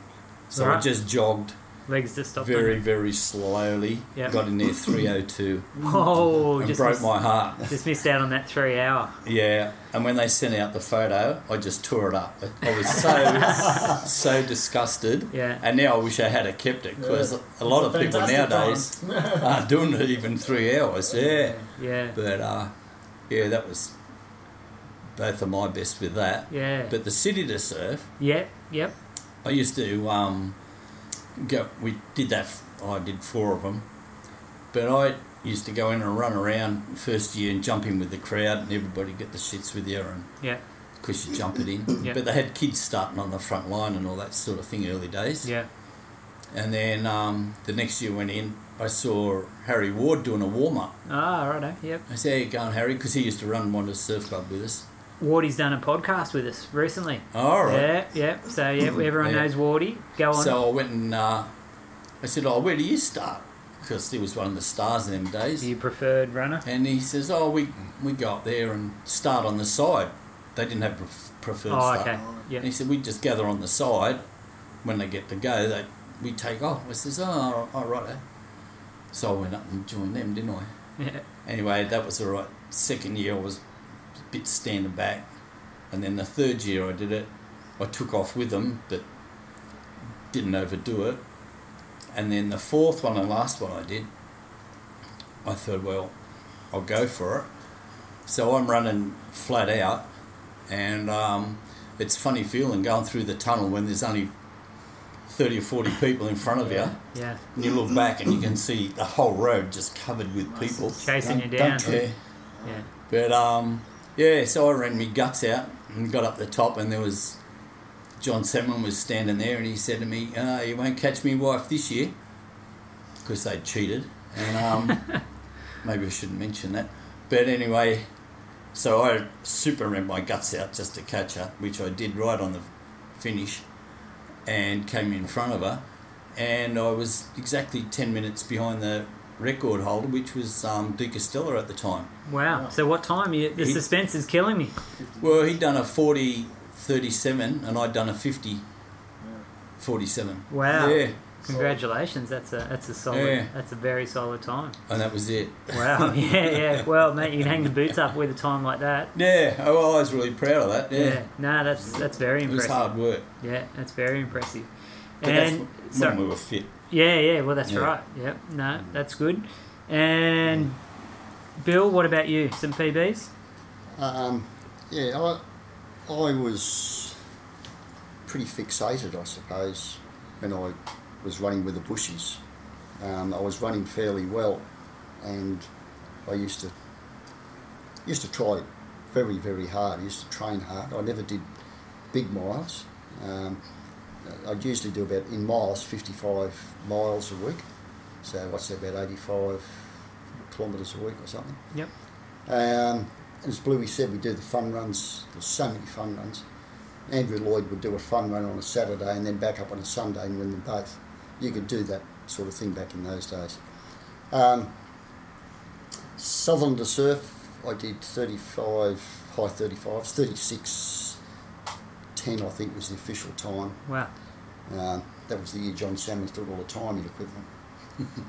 Speaker 3: So I
Speaker 1: Alright.
Speaker 3: just jogged
Speaker 1: Legs just stopped.
Speaker 3: very,
Speaker 1: on
Speaker 3: very slowly.
Speaker 1: Yep.
Speaker 3: Got in there 302
Speaker 1: you. Whoa!
Speaker 3: and
Speaker 1: Just
Speaker 3: broke
Speaker 1: missed,
Speaker 3: my heart.
Speaker 1: just missed out on that three hour.
Speaker 3: Yeah, and when they sent out the photo, I just tore it up. I was so so disgusted.
Speaker 1: Yeah.
Speaker 3: And now I wish I had have kept it because a lot of people nowadays aren't doing it even three hours. Yeah.
Speaker 1: Yeah.
Speaker 3: But uh, yeah, that was both of my best with that.
Speaker 1: Yeah.
Speaker 3: But the city to surf,
Speaker 1: yep. Yep.
Speaker 3: I used to um, go. We did that. I did four of them, but I used to go in and run around first year and jump in with the crowd and everybody get the shits with you and
Speaker 1: Yeah.
Speaker 3: because you jump it in.
Speaker 1: Yeah.
Speaker 3: But they had kids starting on the front line and all that sort of thing early days.
Speaker 1: Yeah.
Speaker 3: And then um, the next year went in, I saw Harry Ward doing a warm up.
Speaker 1: Ah, righto. Yep.
Speaker 3: I said, "How you going, Harry?" Because he used to run Wanderers Surf Club with us.
Speaker 1: Wardy's done a podcast with us recently.
Speaker 3: All right. Mm-hmm.
Speaker 1: Yeah. Yep. So yeah, everyone
Speaker 3: Yeah.
Speaker 1: knows Wardy. Go on.
Speaker 3: So I went and uh, I said, "Oh, where do you start?" Because he was one of the stars in them days.
Speaker 1: your preferred runner.
Speaker 3: And he says, "Oh, we we go up there and start on the side. They didn't have pref- preferred
Speaker 1: Oh,
Speaker 3: start.
Speaker 1: okay.
Speaker 3: And
Speaker 1: Yeah.
Speaker 3: he said, we just gather on the side. When they get to go, they, we take off. I says, oh, all right. So I went up and joined them, didn't I?
Speaker 1: Yeah.
Speaker 3: Anyway, that was all right. Second year, I was a bit standing back. And then the third year I did it, I took off with them, but didn't overdo it. And then the fourth one and last one I did, I thought, well, I'll go for it. So I'm running flat out, and um, it's funny feeling going through the tunnel when there's only 30 or 40 people in front of you.
Speaker 1: Yeah.
Speaker 3: And you look back and you can see the whole road just covered with people.
Speaker 1: Chasing
Speaker 2: Don't-
Speaker 1: you down.
Speaker 2: don't trip.
Speaker 3: Yeah.
Speaker 1: Yeah.
Speaker 3: But um, yeah, so I ran my guts out and got up the top, and there was John Semlin was standing there, and he said to me, uh, "You won't catch me wife this year," because they cheated, and um, maybe I shouldn't mention that. But anyway, so I super ran my guts out just to catch her, which I did right on the finish, and came in front of her, and I was exactly ten minutes behind the record holder, which was um, De Costello at the time.
Speaker 1: Wow. So what time? You, the
Speaker 3: He-
Speaker 1: suspense is killing me.
Speaker 3: Well, he'd done a 40 37 and I'd done a 50 47.
Speaker 1: Wow.
Speaker 3: Yeah,
Speaker 1: Congratulations. That's a that's a solid.
Speaker 3: Yeah.
Speaker 1: That's a very solid time.
Speaker 3: and that was it.
Speaker 1: Wow. yeah. Yeah. Well, mate, you can hang the boots up with a time like that.
Speaker 3: Yeah, Oh, I was really proud of that. Yeah.
Speaker 1: Yeah. No, that's that's very
Speaker 3: It was
Speaker 1: impressive.
Speaker 3: hard work.
Speaker 1: Yeah, that's very impressive.
Speaker 3: But
Speaker 1: and
Speaker 3: that's
Speaker 1: sorry.
Speaker 3: when we were fit.
Speaker 1: yeah, yeah. Well, that's
Speaker 3: Yeah.
Speaker 1: right. Yep. No, that's good. And Bill, what about you? Some PBs?
Speaker 2: Um, yeah, I, I was pretty fixated, I suppose, when I was running with the bushies. Um, I was running fairly well, and I used to used to try very, very hard. I used to train hard. I never did big miles. Um, I'd usually do about in miles, fifty-five miles a week. So what's that, about eighty-five kilometres a week or something.
Speaker 1: Yep.
Speaker 2: Um, as Bluey said, we do the fun runs. There's so many fun runs. Andrew Lloyd would do a fun run on a Saturday and then back up on a Sunday and win them both. You could do that sort of thing back in those days. Um, Southern to Surf, I did 35, high 35s, 36, 10 I think was the official time.
Speaker 1: Wow.
Speaker 2: Um, that was the year John Salmon took all the timing equipment.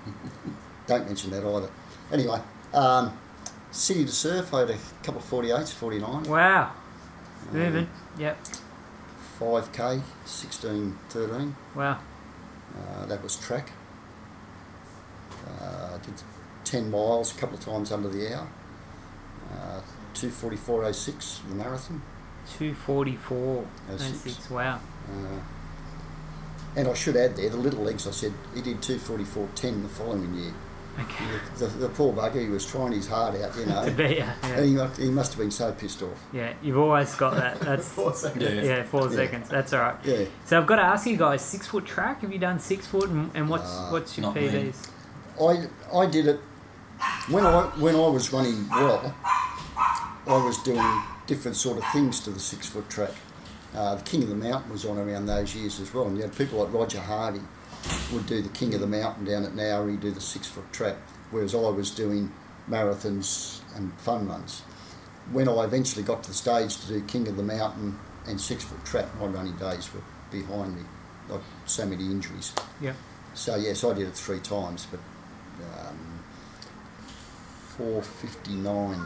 Speaker 2: Don't mention that either. Anyway, um, City to Surf, I had a couple of Um, 48s, 49,
Speaker 1: Wow. Moving. Yep.
Speaker 2: 5K, 16, 13.
Speaker 1: Wow.
Speaker 2: Uh, that was track. Uh, did 10 miles a couple of times under the hour. Uh, 244.06, the marathon.
Speaker 1: Two forty four.
Speaker 2: Oh, six.
Speaker 1: Wow.
Speaker 2: Uh, and I should add there, the little legs, I said, he did 244.10 the following year.
Speaker 1: Okay.
Speaker 2: The, the poor bugger, he was trying his heart out, you know.
Speaker 1: To be yeah.
Speaker 2: And
Speaker 1: Yeah.
Speaker 2: he, mu- he must have been so pissed off.
Speaker 1: yeah. You've always got that. That's
Speaker 4: Four seconds.
Speaker 3: Yeah.
Speaker 1: yeah. Four
Speaker 2: Yeah.
Speaker 1: seconds. That's all right.
Speaker 2: Yeah.
Speaker 1: So I've got to ask you guys: six foot track? Have you done six foot? And, and what's
Speaker 2: Nah,
Speaker 1: what's your
Speaker 3: not me.
Speaker 1: PBs?
Speaker 2: I, I did it when I when I was running well. I was doing different sort of things to the six foot track. Uh, the King of the Mountain was on around those years as well, and you had people like Roger Hardy would do the King of the Mountain down at Nowry, do the six foot track, whereas I was doing marathons and fun runs. When I eventually got to the stage to do King of the Mountain and six foot track, my running days were behind me, like so many injuries.
Speaker 1: Yep.
Speaker 2: So yes, I did it three times, but um, four fifty nine.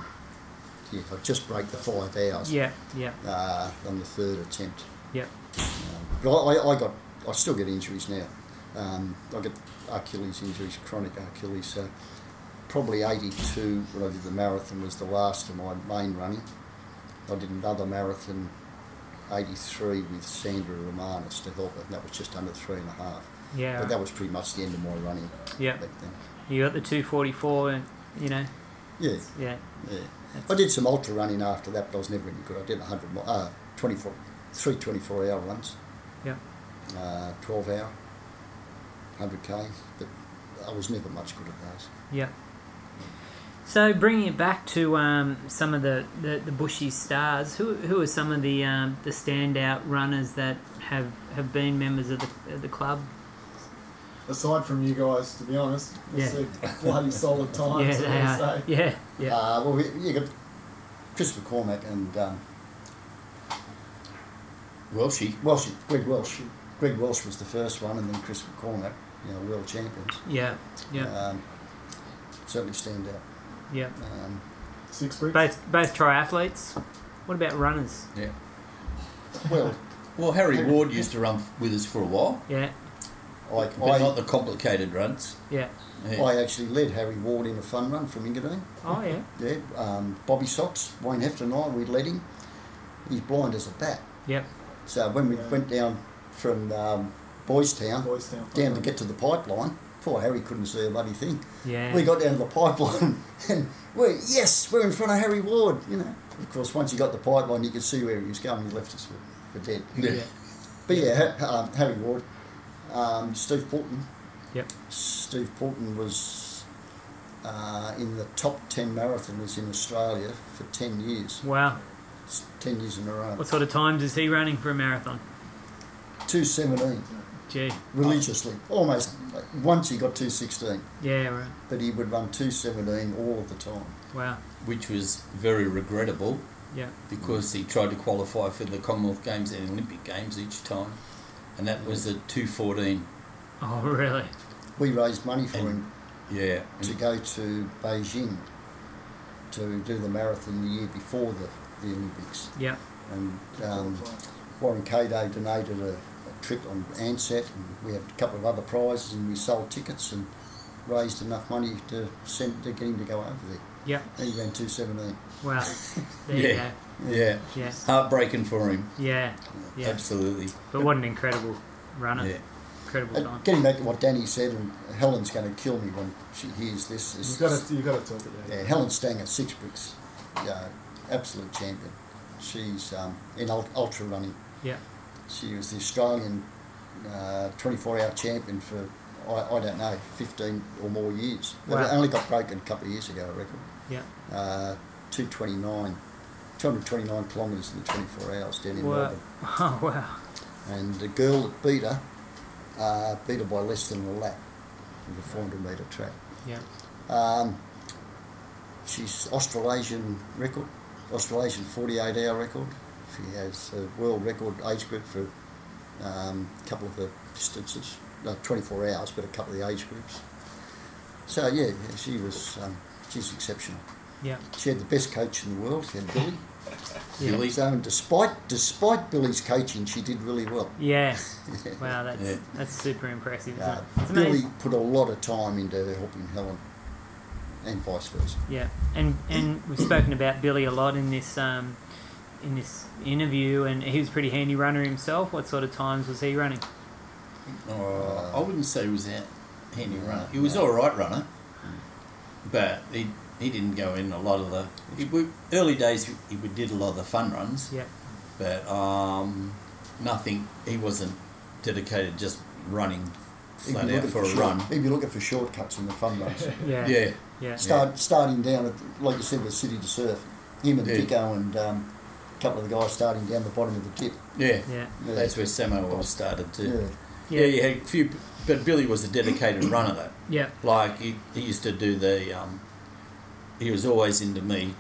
Speaker 2: Yeah, I just break the five hours.
Speaker 1: Yeah, yeah,
Speaker 2: Uh, on the third attempt.
Speaker 1: yeah.
Speaker 2: Um, but I, I, I got, I still get injuries now. Um, I get Achilles injuries, chronic Achilles. So probably 82 when I did the marathon was the last of my main running. I did another marathon, 83 with Sandra Romanis to help her, and that was just under three and a half.
Speaker 1: Yeah,
Speaker 2: But that was pretty much the end of my running
Speaker 1: yeah.
Speaker 2: back then.
Speaker 1: You got the 244, and you know,
Speaker 2: Yeah,
Speaker 1: yeah,
Speaker 2: yeah.
Speaker 1: That's-
Speaker 2: I did some ultra running after that, but I was never any good. I did 100, mi- uh, 24, three 24 hour runs.
Speaker 1: yeah,
Speaker 2: uh, 12 hour, 100k, but I was never much good at those.
Speaker 1: yeah. So bringing it back to um, some of the, the, the bushy stars, who, who are some of the um, the standout runners that have, have been members of the, of the club?
Speaker 4: Aside from you guys, to be honest,
Speaker 1: Yeah.
Speaker 4: it's a bloody solid
Speaker 2: Oh,
Speaker 4: time.
Speaker 1: yeah, they are. Yeah, yeah,
Speaker 2: eh? Uh, well, we, you got Chris McCormack and um,
Speaker 3: Welshie.
Speaker 2: Welsh, Greg Welsh. Greg Welsh was the first one, and then Chris McCormack, you know, world champions.
Speaker 1: yeah, yeah,
Speaker 2: Um, certainly stand out.
Speaker 1: yeah.
Speaker 2: Um,
Speaker 4: Six weeks.
Speaker 1: Both both triathletes. What about runners?
Speaker 3: Yeah.
Speaker 2: well,
Speaker 3: Well, Harry Ward used to run with us for a while,
Speaker 1: Yeah,
Speaker 2: I,
Speaker 3: but not
Speaker 2: I,
Speaker 3: the complicated runs.
Speaker 1: yeah.
Speaker 3: Yeah.
Speaker 2: I actually led Harry Ward in a fun run from Ingadine.
Speaker 1: Oh yeah.
Speaker 2: Yeah, um, Bobby Socks, Wayne Hefton and I, we led him. He's blind as a bat.
Speaker 1: Yep.
Speaker 2: So when we
Speaker 4: Yeah.
Speaker 2: went down from um, Boys Town
Speaker 4: Boys Town.
Speaker 2: down to get to the pipeline, poor Harry couldn't see a bloody thing.
Speaker 1: Yeah.
Speaker 4: Mm.
Speaker 2: We got down to the pipeline and we yes, we're in front of Harry Ward, you know. Of course, once you got the pipeline, you could see where he was going. He left us for, for dead.
Speaker 3: Yeah.
Speaker 2: But yeah, Ha- um, Harry Ward, um, Steve Portman.
Speaker 1: Yep.
Speaker 2: Steve Portman was uh, in the top ten marathoners in Australia for ten years,
Speaker 1: Wow.
Speaker 2: It's ten years in a row.
Speaker 1: What sort of times is he running for a marathon?
Speaker 2: Two seventeen.
Speaker 1: Gee.
Speaker 2: religiously, almost. Like, once he got 216,
Speaker 1: Yeah. Right.
Speaker 2: but he would run 217 all of the time.
Speaker 1: Wow.
Speaker 3: Which was very regrettable
Speaker 1: Yeah.
Speaker 3: because he tried to qualify for the Commonwealth Games and Olympic Games each time, and that was a 2:14.
Speaker 1: Oh really?
Speaker 2: We raised money for
Speaker 3: And-
Speaker 2: him
Speaker 3: Yeah.
Speaker 2: to go to Beijing to do the marathon the year before the, the Olympics.
Speaker 1: Yeah.
Speaker 2: And um, Warren Cato donated a, a trip on ANSET, and we had a couple of other prizes, and we sold tickets and raised enough money to send to get him to go over there.
Speaker 1: Yeah.
Speaker 2: And he ran 217.
Speaker 1: Wow. There
Speaker 3: Yeah.
Speaker 1: you
Speaker 3: Yeah.
Speaker 1: go. Yeah.
Speaker 3: Heartbreaking for him.
Speaker 1: Yeah. Yeah.
Speaker 3: Absolutely.
Speaker 1: But what an incredible runner.
Speaker 3: Yeah. Uh,
Speaker 1: Incredible time.
Speaker 2: And getting back to what Danny said, and Helen's going to kill me when she hears this. Is,
Speaker 4: You've got to, you've got to talk about
Speaker 2: Yeah, Helen Stanger, Six Bricks, yeah, absolute champion. She's um, in ul- ultra running.
Speaker 1: Yeah.
Speaker 2: She was the Australian uh, 24-hour champion for I, I don't know 15 or more years. It
Speaker 1: Wow.
Speaker 2: only got broken a couple of years ago, I reckon.
Speaker 1: Yeah.
Speaker 2: Uh, 229, 229 kilometres in the 24 hours down in
Speaker 1: Wow.
Speaker 2: Melbourne.
Speaker 1: Oh wow.
Speaker 2: And the girl that beat her uh, beat her by less than a lap of a 400 metre track.
Speaker 1: Yeah.
Speaker 2: Um, she's Australasian record, Australasian 48 hour record. She has a world record age group for um, a couple of the distances, not 24 hours, but a couple of the age groups. So yeah, yeah, she was um, she's exceptional.
Speaker 1: Yeah.
Speaker 2: She had the best coach in the world, she had Billy.
Speaker 1: Yeah.
Speaker 3: Billy.
Speaker 2: So and despite despite Billy's coaching, she did really well.
Speaker 1: Yeah. Wow. That's
Speaker 3: Yeah.
Speaker 1: that's super impressive. Isn't
Speaker 2: Uh,
Speaker 1: it? It's
Speaker 2: Billy
Speaker 1: amazing.
Speaker 2: put a lot of time into helping Helen, and vice versa.
Speaker 1: Yeah, and and we've spoken about Billy a lot in this um, in this interview, and he was a pretty handy runner himself. What sort of times was he running?
Speaker 3: Oh, I wouldn't say he was a handy
Speaker 2: No,
Speaker 3: runner. He was
Speaker 2: Uh, no.
Speaker 3: all right runner, but he he didn't go in a lot of the he, we, early days. He, we did a lot of the fun runs,
Speaker 1: Yeah,
Speaker 3: but um, nothing. He wasn't dedicated just running
Speaker 2: He'd be
Speaker 3: flat out
Speaker 2: looking
Speaker 3: for a
Speaker 2: short-
Speaker 3: run.
Speaker 2: He'd be looking for shortcuts in the fun runs.
Speaker 1: yeah,
Speaker 3: Yeah,
Speaker 1: yeah,
Speaker 2: Start starting down at like you said with City to Surf. Him and
Speaker 3: Yeah.
Speaker 2: Pico and um, a couple of the guys starting down the bottom of the dip.
Speaker 3: yeah.
Speaker 1: yeah,
Speaker 2: Yeah.
Speaker 3: That's where Samo all started too.
Speaker 2: yeah.
Speaker 3: Yeah, you had a few, but Billy was a dedicated runner though.
Speaker 1: yeah,
Speaker 3: Like he, he used to do the, um, he was always into me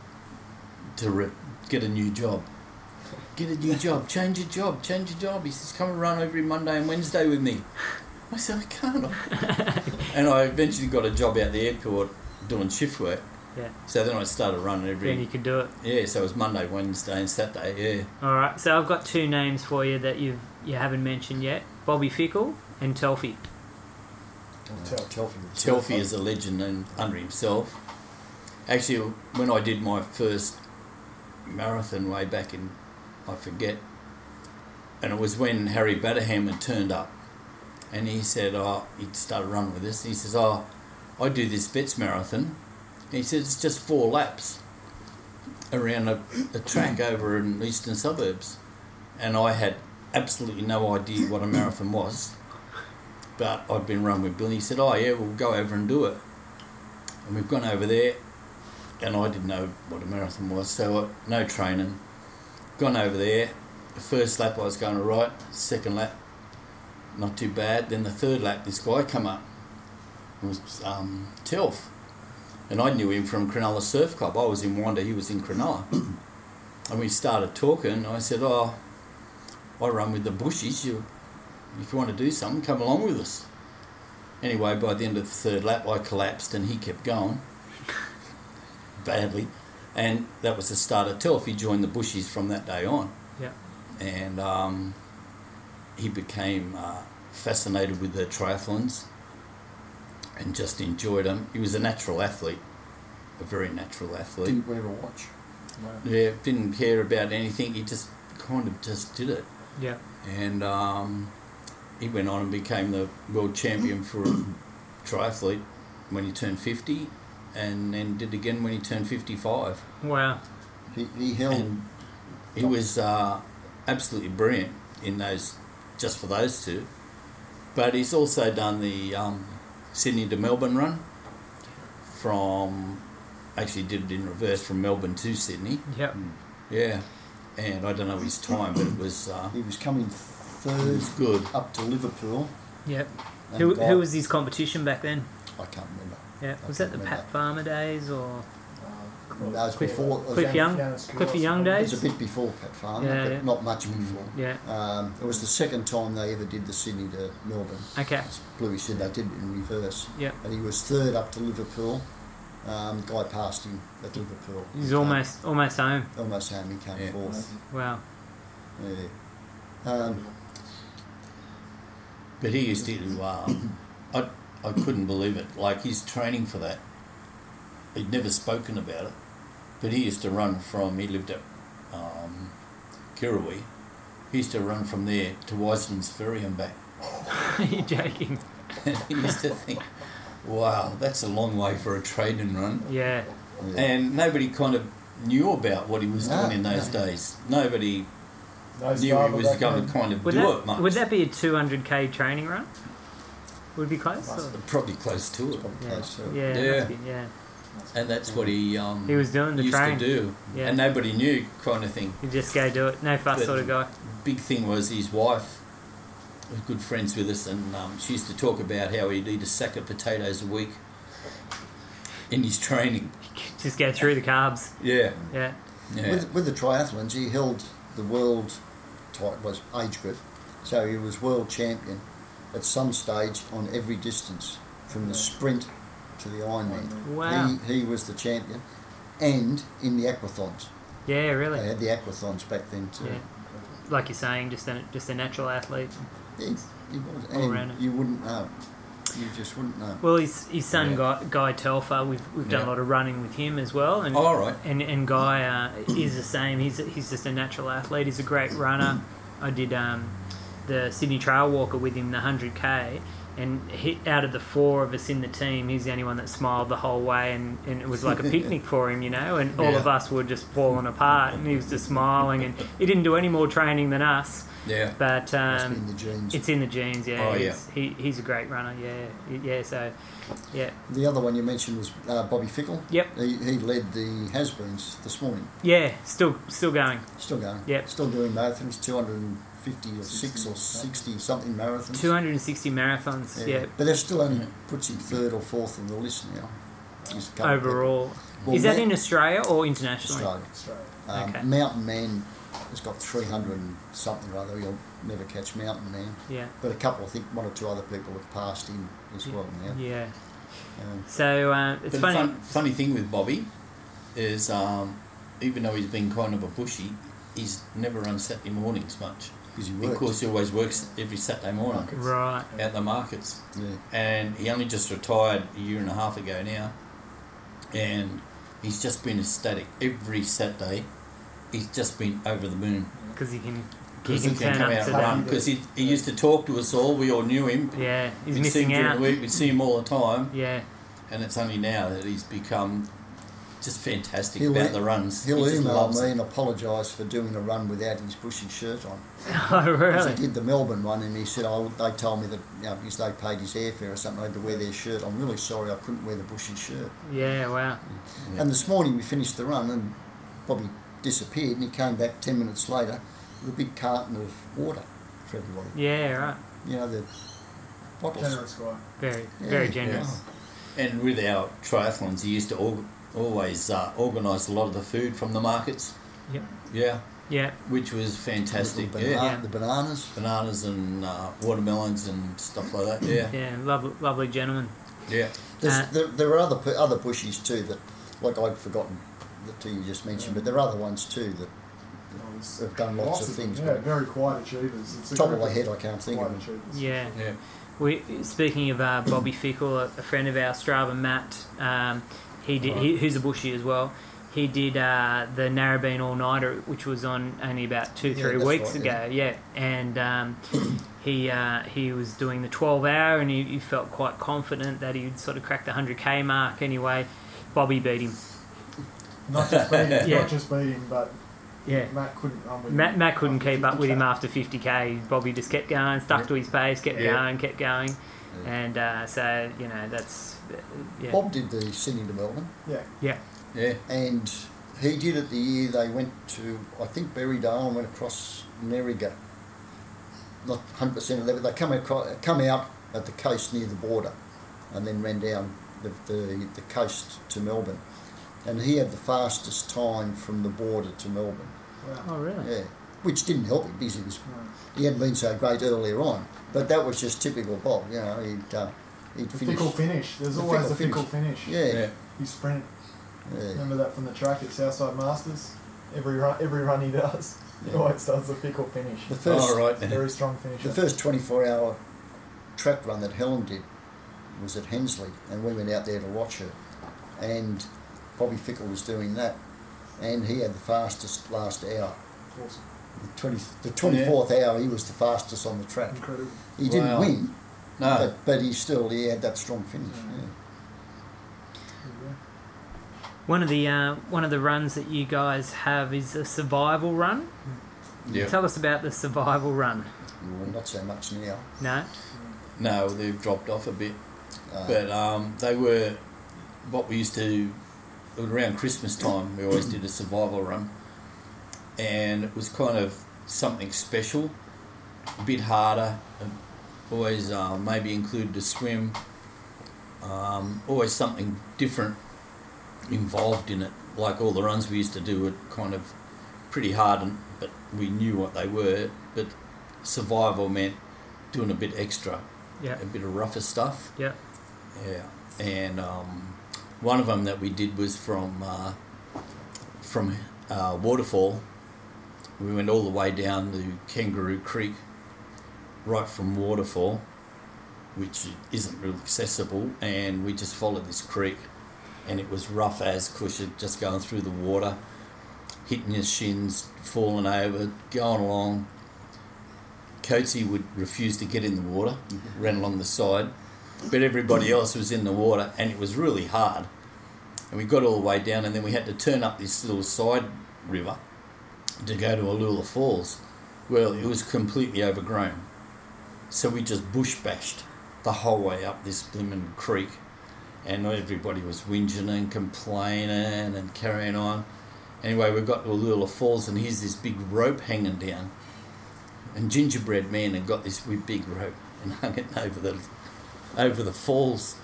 Speaker 3: to re- get a new job, get a new job, change your job, change your job. He says, come and run every Monday and Wednesday with me. I said, I can't. and I eventually got a job out the airport doing shift work.
Speaker 1: Yeah.
Speaker 3: So then I started running
Speaker 1: Then you
Speaker 3: every.
Speaker 1: could do it.
Speaker 3: Yeah, so it was Monday, Wednesday, and Saturday. Yeah.
Speaker 1: All right. So I've got two names for you that you've you haven't mentioned yet: Bobby Fickle and Telfy.
Speaker 4: Tel-
Speaker 2: Telfy.
Speaker 3: Telfy is a legend and under himself. Actually, when I did my first marathon way back in, I forget, and it was when Harry Batterham had turned up, and he said, "Oh, he started running with this." And he says, "Oh, I do this Vets marathon." And he says it's just four laps around a, a track over in eastern suburbs, and I had absolutely no idea what a marathon was but I'd been run with Billy. He said, "Oh yeah, we'll go over and do it." And we've gone over there, and I didn't know what a marathon was, so I, no training. Gone over there. The first lap I was going all right. Second lap, not too bad. Then the third lap, this guy come up. It was um, Telf, and I knew him from Cronulla Surf Club. I was in Wanda, he was in Cronulla, and we started talking. And I said, "Oh, I run with the Bushies. You if you want to do something, come along with us. Anyway, by the end of the third lap, I collapsed and he kept going badly. And that was the start of Telf. He joined the Bushies from that day on.
Speaker 1: Yeah.
Speaker 3: And um, he became uh, fascinated with the triathlons and just enjoyed them. He was a natural athlete, a very natural athlete.
Speaker 2: Didn't wear a watch.
Speaker 3: yeah, didn't care about anything. He just kind of just did it
Speaker 1: Yeah.
Speaker 3: and um, he went on and became the world champion for a triathlete when he turned 50 and then did again when he turned 55
Speaker 1: Wow.
Speaker 2: He, he held.
Speaker 3: and he was uh, absolutely brilliant in those just for those two but he's also done the um, sydney to melbourne run from actually did it in reverse from melbourne to sydney
Speaker 1: Yep.
Speaker 3: yeah and i don't know his time but it was uh,
Speaker 2: he was coming
Speaker 3: it
Speaker 2: third
Speaker 3: was good
Speaker 2: up to Liverpool.
Speaker 1: Yep.
Speaker 2: and
Speaker 1: Who,
Speaker 2: got-
Speaker 1: who was his competition back then?
Speaker 2: I can't remember.
Speaker 1: Yeah.
Speaker 2: I
Speaker 1: Was that
Speaker 2: can't
Speaker 1: the
Speaker 2: remember.
Speaker 1: Pat Farmer days or
Speaker 2: No, it was before. it was-
Speaker 1: Cliff Young?
Speaker 4: Young-
Speaker 1: Cliffy Young
Speaker 2: It was
Speaker 1: days?
Speaker 2: a bit before Pat Farmer,
Speaker 1: Yeah,
Speaker 2: but
Speaker 1: yeah.
Speaker 2: not much before.
Speaker 1: Yeah.
Speaker 2: Um, it was the second time they ever did the Sydney to Melbourne.
Speaker 1: Okay.
Speaker 2: As Bluey said they did it in reverse.
Speaker 1: Yeah.
Speaker 2: And he was third up to Liverpool. Um, guy passed him at Liverpool. He
Speaker 1: He's
Speaker 2: came-
Speaker 1: almost almost home.
Speaker 2: almost home. He came
Speaker 3: Yeah.
Speaker 2: fourth.
Speaker 1: Wow.
Speaker 2: Yeah. Um,
Speaker 3: But he used to. Um, I I couldn't believe it. Like his training for that. He'd never spoken about it, but he used to run from. He lived at um, Kirrawee. He used to run from there to Wiseman's Ferry and back.
Speaker 1: Are you joking?
Speaker 3: And he used to think, "Wow, that's a long way for a training run."
Speaker 1: Yeah.
Speaker 2: yeah.
Speaker 3: And nobody kind of knew about what he was
Speaker 2: No,
Speaker 3: doing in those
Speaker 2: no.
Speaker 3: days. Nobody
Speaker 4: Those
Speaker 3: knew he
Speaker 4: Barber
Speaker 3: was
Speaker 4: back
Speaker 3: going
Speaker 4: then.
Speaker 3: to kind of
Speaker 1: Would
Speaker 3: do
Speaker 1: that
Speaker 3: it much.
Speaker 1: would that be a 200k training run? Would it be close. Or?
Speaker 3: Probably close to it.
Speaker 2: Probably
Speaker 1: Yeah.
Speaker 2: close to it.
Speaker 1: Yeah.
Speaker 3: Yeah.
Speaker 1: must be, yeah.
Speaker 3: And that's what he um,
Speaker 1: He was doing the
Speaker 3: used
Speaker 1: train.
Speaker 3: to do,
Speaker 1: Yeah.
Speaker 3: and nobody knew kind of thing.
Speaker 1: You just go do it. No fuss
Speaker 3: But-
Speaker 1: sort of guy.
Speaker 3: Big thing was his wife was good friends with us, and um, she used to talk about how he'd eat a sack of potatoes a week in his training.
Speaker 1: Just go through the carbs.
Speaker 3: Yeah,
Speaker 1: Yeah.
Speaker 3: yeah,
Speaker 2: With, with the triathlons, he held the world title was age group, so he was world champion at some stage on every distance from the sprint to the Ironman.
Speaker 1: Wow.
Speaker 2: He, he was the champion, and in the aquathons.
Speaker 1: Yeah. Really.
Speaker 2: They had the aquathons back then too.
Speaker 1: Yeah. Like you're saying, just a just a natural athlete.
Speaker 2: He, he was,
Speaker 1: All around
Speaker 2: and
Speaker 1: it.
Speaker 2: you wouldn't know. You just wouldn't know.
Speaker 1: Well, his his son
Speaker 3: Yeah.
Speaker 1: Guy, Guy Telfer. We've we've done
Speaker 3: Yeah.
Speaker 1: a lot of running with him as well. And
Speaker 3: Oh, All right.
Speaker 1: And and Guy uh, is the same. He's he's just a natural athlete. He's a great runner. I did um, the Sydney Trail Walker with him, the hundred k, and he, out of the four of us in the team, he's the only one that smiled the whole way, and, and it was like a picnic for him, you know. And all of
Speaker 3: Yeah.
Speaker 1: us were just falling apart, and he was just smiling, and he didn't do any more training than us,
Speaker 3: yeah.
Speaker 1: but
Speaker 2: Must
Speaker 1: um,
Speaker 2: be in the genes.
Speaker 1: it's in the genes, yeah.
Speaker 3: Oh, yeah.
Speaker 1: he's, He, he's a great runner, yeah. Y- Yeah, so, yeah.
Speaker 2: The other one you mentioned was uh, Bobby Fickle.
Speaker 1: Yep.
Speaker 2: He, he led the Hasburns this morning.
Speaker 1: Yeah, still still going.
Speaker 2: Still going.
Speaker 1: Yep.
Speaker 2: Still doing marathons, 250 or 6 or 60 something marathons.
Speaker 1: 260 marathons, yeah,
Speaker 2: But that still only puts him third or fourth on the list now. He's a couple of
Speaker 1: overall.
Speaker 2: people. Well,
Speaker 1: Is that
Speaker 2: Ma-
Speaker 1: in Australia or internationally?
Speaker 2: Australia?
Speaker 4: Australia.
Speaker 2: Um,
Speaker 1: Okay.
Speaker 2: Mountain Man has got 300 and something or other. He'll never catch Mountain Man.
Speaker 1: Yeah.
Speaker 2: But a couple, I think one or two other people have passed him as well now.
Speaker 1: Yeah.
Speaker 2: Um,
Speaker 1: So uh, it's
Speaker 3: But
Speaker 1: funny.
Speaker 3: Fun, funny thing with Bobby is, um, even though he's been kind of a bushy, he's never on Saturday mornings much
Speaker 2: because he works.
Speaker 3: because he always works every Saturday morning
Speaker 2: Markets.
Speaker 1: Right.
Speaker 3: at the markets.
Speaker 2: Yeah.
Speaker 3: And he only just retired a year and a half ago now, and he's just been ecstatic every Saturday. He's just been over the moon
Speaker 1: Because you can. He
Speaker 3: because he
Speaker 1: can
Speaker 3: can
Speaker 1: turn
Speaker 3: come
Speaker 1: up to
Speaker 3: out and
Speaker 1: that.
Speaker 3: run. Because he, he used to talk to us all. We all knew him.
Speaker 1: Yeah. He's
Speaker 3: We'd see
Speaker 1: missing
Speaker 3: him during
Speaker 1: out.
Speaker 3: the week. We'd see him all the time.
Speaker 1: Yeah.
Speaker 3: and it's only now that he's become just fantastic
Speaker 2: He'll
Speaker 3: about
Speaker 2: e-
Speaker 3: the runs.
Speaker 2: He'll
Speaker 3: he just
Speaker 2: email
Speaker 3: loves
Speaker 2: me
Speaker 3: it.
Speaker 2: and apologise for doing a run without his bushy shirt on.
Speaker 1: Oh
Speaker 2: Because
Speaker 1: really?
Speaker 2: He did the Melbourne one and he said, oh, they told me that you know, because they paid his airfare or something, I had to wear their shirt. I'm really sorry I couldn't wear the bushy shirt.
Speaker 1: Yeah. Wow.
Speaker 3: Yeah.
Speaker 2: And this morning we finished the run and Bobby disappeared and he came back 10 minutes later with a big carton of water for everybody.
Speaker 1: Yeah. Right.
Speaker 2: You know, the bottles.
Speaker 4: Generous guy.
Speaker 1: Very.
Speaker 2: Yeah,
Speaker 1: Very
Speaker 2: yeah.
Speaker 1: generous.
Speaker 3: And with our triathlons, he used to al- always uh, organise a lot of the food from the markets.
Speaker 1: Yep.
Speaker 3: Yeah,
Speaker 1: Yeah.
Speaker 3: which was fantastic.
Speaker 2: The,
Speaker 3: Yeah,
Speaker 2: banana-
Speaker 1: Yeah.
Speaker 2: the bananas.
Speaker 3: bananas and uh, watermelons and stuff like that. Yeah,
Speaker 1: Yeah. Lovely. Lovely gentleman.
Speaker 3: yeah.
Speaker 2: There's,
Speaker 1: Uh,
Speaker 2: there, there are other pu- other bushies too that, like I'd forgotten the two you just mentioned, but there are other ones too that
Speaker 4: I was-
Speaker 2: have done lots, of
Speaker 4: them,
Speaker 2: things.
Speaker 4: Yeah, very quiet achievers. It's a
Speaker 2: But top of my
Speaker 4: group
Speaker 2: head, I can't think
Speaker 4: quiet
Speaker 2: of them.
Speaker 4: achievers.
Speaker 1: Yeah.
Speaker 3: Yeah,
Speaker 1: We speaking of uh, Bobby Fickle, a, a friend of our Strava, Matt. Um, he did. He, who's a bushy as well. He did uh, the Narrabeen All Nighter, which was on only about two,
Speaker 2: Yeah,
Speaker 1: three
Speaker 2: that's
Speaker 1: weeks
Speaker 2: right,
Speaker 1: ago. Yeah,
Speaker 2: yeah.
Speaker 1: and um, he uh, he was doing the twelve hour, and he, he felt quite confident that he'd sort of crack the hundred k mark. Anyway, Bobby beat him.
Speaker 4: Not just beating,
Speaker 1: Yeah.
Speaker 4: not just beating, but
Speaker 1: Yeah.
Speaker 4: Matt couldn't run with
Speaker 1: Matt,
Speaker 4: him.
Speaker 1: Matt couldn't keep up with him
Speaker 4: Yeah.
Speaker 1: after 50k. Bobby just kept going, stuck to his pace, kept
Speaker 3: Yeah.
Speaker 1: going, kept going, and uh, so you know that's yeah.
Speaker 2: Bob did the Sydney to Melbourne,
Speaker 4: Yeah,
Speaker 1: Yeah,
Speaker 3: yeah.
Speaker 2: and he did it the year they went to I think Berrydale and went across Nerriga. Not hundred percent of that, but they come across, come out at the coast near the border, and then ran down the, the the coast to Melbourne, and he had the fastest time from the border to Melbourne.
Speaker 4: wow.
Speaker 1: Oh, really?
Speaker 2: Yeah, which didn't help him because he was
Speaker 4: No.
Speaker 2: he hadn't been so great earlier on. But that was just typical Bob. You know, he'd uh, he'd
Speaker 4: The
Speaker 2: finish.
Speaker 4: fickle finish. There's
Speaker 2: The
Speaker 4: always
Speaker 2: fickle
Speaker 4: a fickle finish.
Speaker 2: Yeah, yeah.
Speaker 3: yeah.
Speaker 4: He sprinted.
Speaker 2: yeah.
Speaker 4: Remember that from the track at Southside Masters. Every run, every run he does, he
Speaker 2: Yeah.
Speaker 4: always does a fickle finish.
Speaker 2: The first
Speaker 3: All right.
Speaker 4: It's a very strong finisher.
Speaker 2: the first twenty four hour track run that Helen did was at Hensley, and we went out there to watch her. And Bobby Fickle was doing that, and he had the fastest last hour.
Speaker 4: Awesome.
Speaker 2: The twenty the twenty fourth hour, he was the fastest on the track.
Speaker 4: Incredible.
Speaker 2: He didn't
Speaker 3: Wow. Ah.
Speaker 2: win,
Speaker 3: No,
Speaker 2: but but he still he had that strong finish. Yeah.
Speaker 1: One of the uh, one of the runs that you guys have is a survival run.
Speaker 3: yeah.
Speaker 1: Tell us about the survival run.
Speaker 2: Well, not so much now.
Speaker 1: No,
Speaker 3: no, they've dropped off a bit.
Speaker 2: Uh,
Speaker 3: But um, they were what we used to it was around Christmas time. We always did a survival run, and it was kind of something special, a bit harder. and Always uh, maybe included a swim. Um, always something different involved in it. Like all the runs we used to do were kind of pretty hard, and, but we knew what they were. But survival meant doing a bit extra,
Speaker 1: yeah,
Speaker 3: a bit of rougher stuff.
Speaker 1: yeah,
Speaker 3: Yeah, and um, one of them that we did was from uh, from uh, Waterfall. We went all the way down to Kangaroo Creek, right from Waterfall, which isn't really accessible, and we just followed this creek, and it was rough as cushion, just going through the water, hitting your shins, falling over, going along. Coatsy would refuse to get in the water, ran along the side, but everybody else was in the water and it was really hard. And we got all the way down and then we had to turn up this little side river to go to Alula Falls. Well, it was completely overgrown. So we just bush bashed the whole way up this blimmin' creek and everybody was whinging and complaining and carrying on. Anyway, we got to Alula Falls and here's this big rope hanging down. And Gingerbread Man had got this big rope and hung it over the over the falls.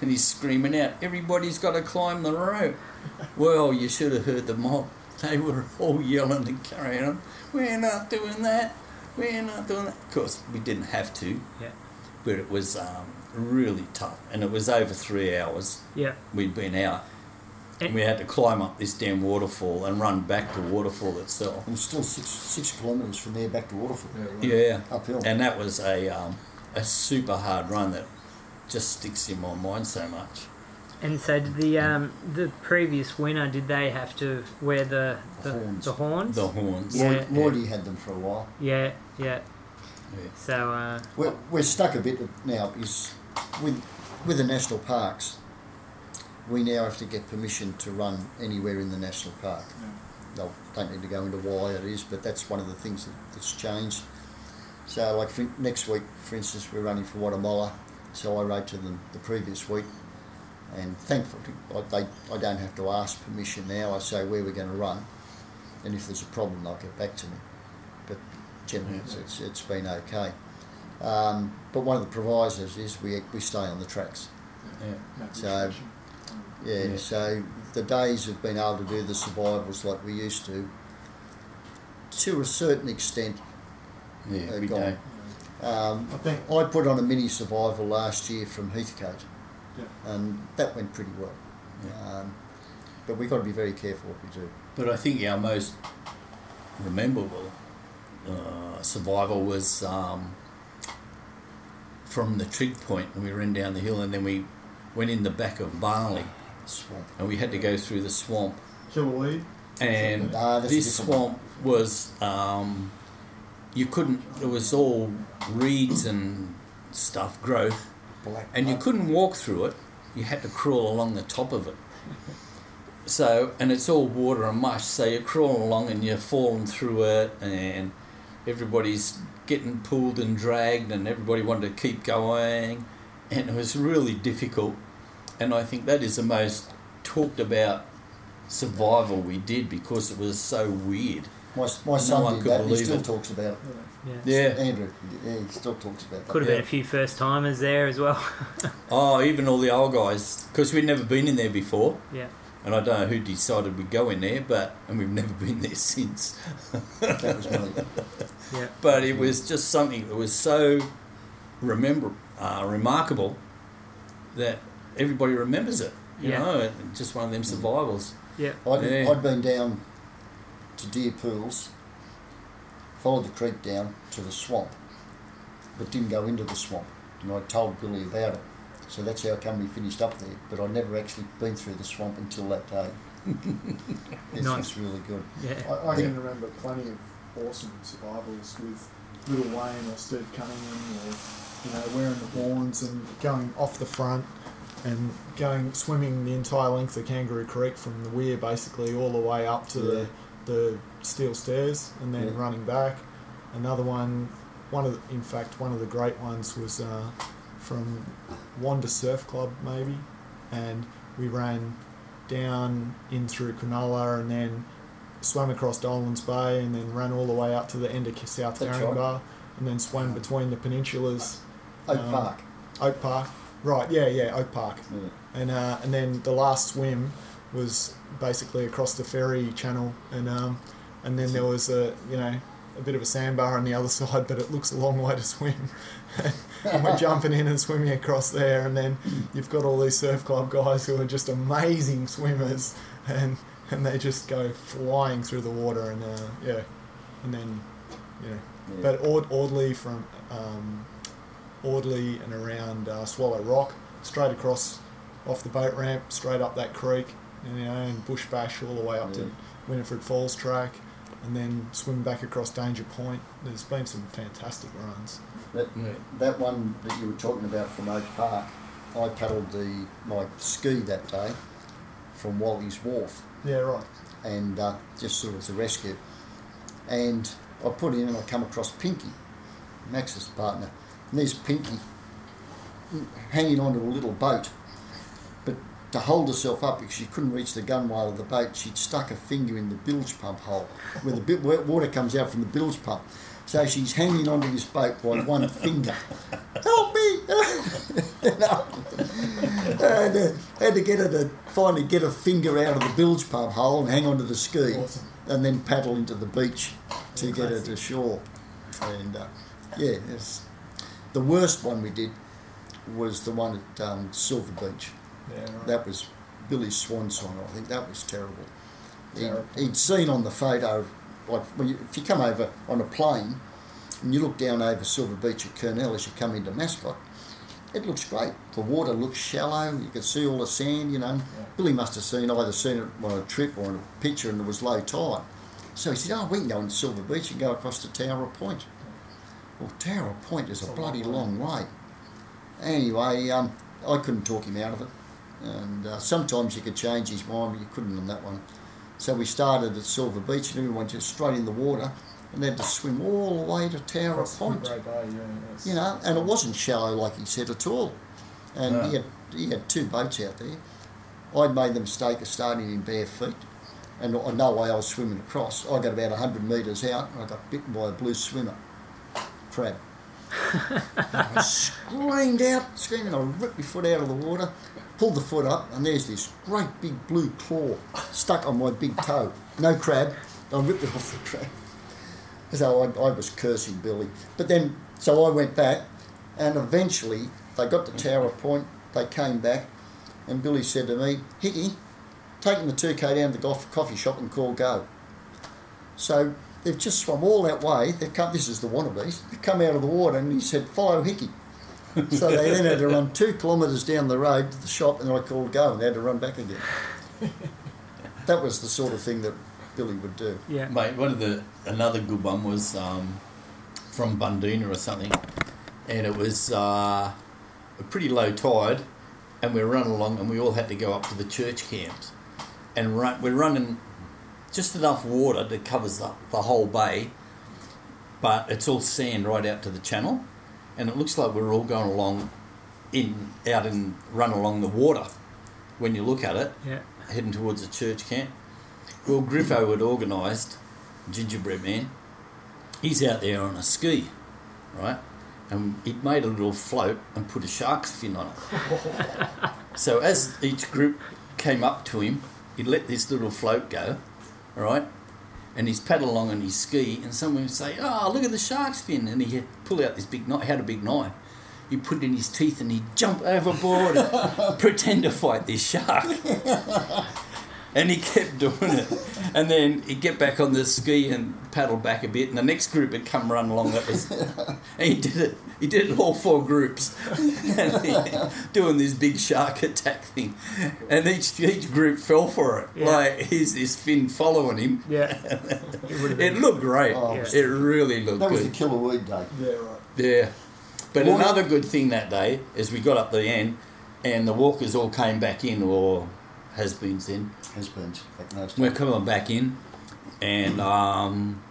Speaker 3: And he's screaming out, Everybody's got to climb the rope. Well, you should have heard the mob. they were all yelling and carrying on. We're not doing that. We're not doing that. Of course, we didn't have to,
Speaker 1: Yeah.
Speaker 3: but it was um, really tough, and it was over three hours.
Speaker 1: Yeah.
Speaker 3: We'd been out, and we had to climb up this damn waterfall and run back to waterfall itself.
Speaker 2: And it's still six six kilometres from there back to Waterford.
Speaker 5: Yeah, right.
Speaker 3: Yeah,
Speaker 2: Uphill.
Speaker 3: and that was a um, a super hard run that just sticks in my mind so much.
Speaker 6: And so did the um, the previous winner did they have to wear the the,
Speaker 2: Horns.
Speaker 6: the horns?
Speaker 3: The horns.
Speaker 6: Yeah.
Speaker 2: Lloyd, Lloydie had them for a while.
Speaker 6: Yeah, yeah.
Speaker 3: Yeah.
Speaker 6: So uh,
Speaker 2: We're, we're stuck a bit now is with with the national parks. We now have to get permission to run anywhere in the national park. They'll don't need to go into why it is, but that's one of the things that, that's changed. So, like for, next week, for instance, we're running for Guatemala. So I wrote to them the previous week, and thankfully, I, they, I don't have to ask permission now. I say where we're going to run, and if there's a problem, they'll get back to me. But generally, it's, it's, it's been okay. Um, but one of the provisos is we, we stay on the tracks.
Speaker 3: Yeah.
Speaker 5: No
Speaker 2: So-
Speaker 5: restriction.
Speaker 2: Yeah,
Speaker 3: Yeah.
Speaker 2: so the days of being able to do the survivals like we used to, to a certain extent,
Speaker 3: Yeah,
Speaker 2: are
Speaker 3: we
Speaker 2: gone.
Speaker 3: don't.
Speaker 2: Um,
Speaker 5: I think
Speaker 2: I put on a mini survival last year from Heathcote,
Speaker 5: Yeah.
Speaker 2: and that went pretty well. Um, but we've got to be very careful what we do.
Speaker 3: But I think our most rememberable uh, survival was um, from the trig point, and we ran down the hill, and then we went in the back of Barley,
Speaker 2: Swamp.
Speaker 3: and we had to go through the swamp.
Speaker 5: Kilwee.
Speaker 3: And
Speaker 2: Ah, that's a
Speaker 3: this
Speaker 2: different one.
Speaker 3: swamp was um, you couldn't. It was all reeds and stuff, growth,
Speaker 2: Black.
Speaker 3: and you couldn't walk through it. You had to crawl along the top of it. So, and it's all water and mush. So you're crawling along and you're falling through it, and everybody's getting pulled and dragged, and everybody wanted to keep going, and it was really difficult. And I think that is the most talked about survival we did because it was so weird.
Speaker 2: My, my son
Speaker 3: one
Speaker 2: did
Speaker 3: could
Speaker 2: that. and He
Speaker 3: believe
Speaker 2: still
Speaker 3: it.
Speaker 2: talks about it.
Speaker 6: yeah.
Speaker 3: Yeah.
Speaker 2: Andrew, yeah, he still talks about that.
Speaker 6: Could have
Speaker 3: Yeah.
Speaker 6: been a few first timers there as well.
Speaker 3: Oh, even all the old guys, because we'd never been in there before.
Speaker 6: yeah.
Speaker 3: and I don't know who decided we'd go in there, but and we've never been there since.
Speaker 2: That was me.
Speaker 6: Yeah.
Speaker 3: But it was just something that was so remember uh, remarkable that everybody remembers it. You
Speaker 6: Yeah.
Speaker 3: know, and just one of them survivals.
Speaker 6: Yeah.
Speaker 2: I'd,
Speaker 3: Yeah.
Speaker 2: I'd been down to Deer Pools, followed the creek down to the swamp, but didn't go into the swamp. And I told Billy about it. So that's how come we finished up there. But I'd never actually been through the swamp until that day. It's
Speaker 6: Nice.
Speaker 2: was really good.
Speaker 6: Yeah.
Speaker 5: I, I can remember plenty of awesome survivals with Little Wayne or Steve Cunningham or you know wearing the horns and
Speaker 4: going off the front and going swimming the entire length of Kangaroo Creek from the weir basically all the way up to
Speaker 2: Yeah.
Speaker 4: the, the steel stairs and then
Speaker 2: Yeah.
Speaker 4: running back. Another one, one of the, in fact one of the great ones was uh, from Wanda Surf Club maybe, and we ran down in through Cronulla and then swam across Dolan's Bay and then ran all the way out to the end of South
Speaker 2: That's
Speaker 4: Caringbah
Speaker 2: right.
Speaker 4: and then swam between the peninsulas.
Speaker 2: Oak
Speaker 4: Um,
Speaker 2: Park.
Speaker 4: Oak Park. Right, yeah, yeah, Oak Park.
Speaker 2: Yeah.
Speaker 4: And uh, and then the last swim was basically across the ferry channel, and um, and then there was a you know a bit of a sandbar on the other side, but it looks a long way to swim. and we're jumping in and swimming across there, and then you've got all these surf club guys who are just amazing swimmers, and and they just go flying through the water, and uh, yeah, and then you know
Speaker 2: Yeah.
Speaker 4: but Ord- Audley from um, Audley and around uh, Swallow Rock, straight across off the boat ramp, straight up that creek, and, you know, and bush bash all the way up
Speaker 2: Yeah.
Speaker 4: to Winifred Falls track, and then swim back across Danger Point. There's been some fantastic runs.
Speaker 2: That,
Speaker 3: Yeah.
Speaker 2: that one that you were talking about from Oak Park, I paddled the my ski that day from Wally's Wharf.
Speaker 4: Yeah, right.
Speaker 2: and uh, just sort of as a rescue. And I put in and I come across Pinky, Max's partner. And there's Pinky hanging onto a little boat, but to hold herself up because she couldn't reach the gunwale of the boat, she'd stuck her finger in the bilge pump hole where the bit where water comes out from the bilge pump. So she's hanging onto this boat by one finger. Help me! had, to, uh, had to get her to finally get a finger out of the bilge pub hole and hang onto the ski,
Speaker 5: Awesome.
Speaker 2: and then paddle into the beach to
Speaker 5: Yeah,
Speaker 2: get her to
Speaker 5: classic.
Speaker 2: shore. And uh, yeah, it's, the worst one we did was the one at um, Silver Beach.
Speaker 5: Yeah, right.
Speaker 2: That was Billy Swan's song. I think that was terrible. He'd,
Speaker 5: Terrible.
Speaker 2: he'd seen on the photo, like when you, if you come over on a plane and you look down over Silver Beach at Kernell as you come into Mascot, it looks great. The water looks shallow. You can see all the sand. You know, Billy must have seen either seen it on a trip or in a picture, and it was low tide. So he said, "Oh, we can go on Silver Beach and go across to Tower Point." Well, Tower Point is a
Speaker 5: It's a
Speaker 2: bloody
Speaker 5: long
Speaker 2: long way. Anyway, um, I couldn't talk him out of it, and uh, sometimes you could change his mind, but you couldn't on that one. So we started at Silver Beach, and everyone just straight in the water, and they had to swim all the way to Tower
Speaker 5: Across
Speaker 2: Point
Speaker 5: Midway Bay, yeah, yeah, it's-
Speaker 2: you know, and it wasn't shallow like he said at all. And he,
Speaker 3: Yeah.
Speaker 2: had, he had two boats out there. I'd made the mistake of starting in bare feet, and I no way I was swimming across. I got about 100 metres out, and I got bitten by a blue swimmer, crab. I screamed out, screaming, I ripped my foot out of the water, pulled the foot up, and there's this great big blue claw stuck on my big toe. No crab. I ripped it off the crab. So I, I was cursing Billy. But then, so I went back, and eventually they got to Tower Point, they came back, and Billy said to me, Hickey, taking the 2K down to the golf, coffee shop and call go. So they've just swum all that way, they've come, this is the wannabes, they've come out of the water, and he said, follow Hickey. so they then had to run two kilometres down the road to the shop, and I called go, and they had to run back again. that was the sort of thing that Billy would do.
Speaker 6: Yeah.
Speaker 3: Mate, one of the another good one was um, from Bundina or something, and it was uh, a pretty low tide, and we were running along, and we all had to go up to the church camps, and run, we're running just enough water that covers the, the whole bay, but it's all sand right out to the channel, and it looks like we're all going along, in out and run along the water, when you look at it,
Speaker 6: Yeah.
Speaker 3: heading towards the church camp. Well, Griffo had organised Gingerbread Man. He's out there on a ski, right? And he'd made a little float and put a shark's fin on it. so as each group came up to him, he'd let this little float go, all right? And he's paddle along on his ski, and someone would say, "Oh, look at the shark's fin!" And he'd pull out this big knife. Had a big knife. He would put it in his teeth, and he'd jump overboard and pretend to fight this shark and he kept doing it. And then he'd get back on the ski and paddle back a bit, and the next group had come run along. That was, and he did it. He did it all four groups, and he- doing this big shark attack thing. And each each group fell for it.
Speaker 6: Yeah.
Speaker 3: Like here's this fin following him.
Speaker 6: Yeah. it would have
Speaker 3: It
Speaker 6: been.
Speaker 3: looked great.
Speaker 2: Oh,
Speaker 6: Yeah.
Speaker 3: It really looked
Speaker 2: That was the
Speaker 3: good.
Speaker 2: killer weed day.
Speaker 5: Yeah, right.
Speaker 3: Yeah. But
Speaker 2: Well-
Speaker 3: another good thing that day is we got up the end, and the walkers all came back in, or has been in.
Speaker 2: Has been like most.
Speaker 3: We're coming back in, and um,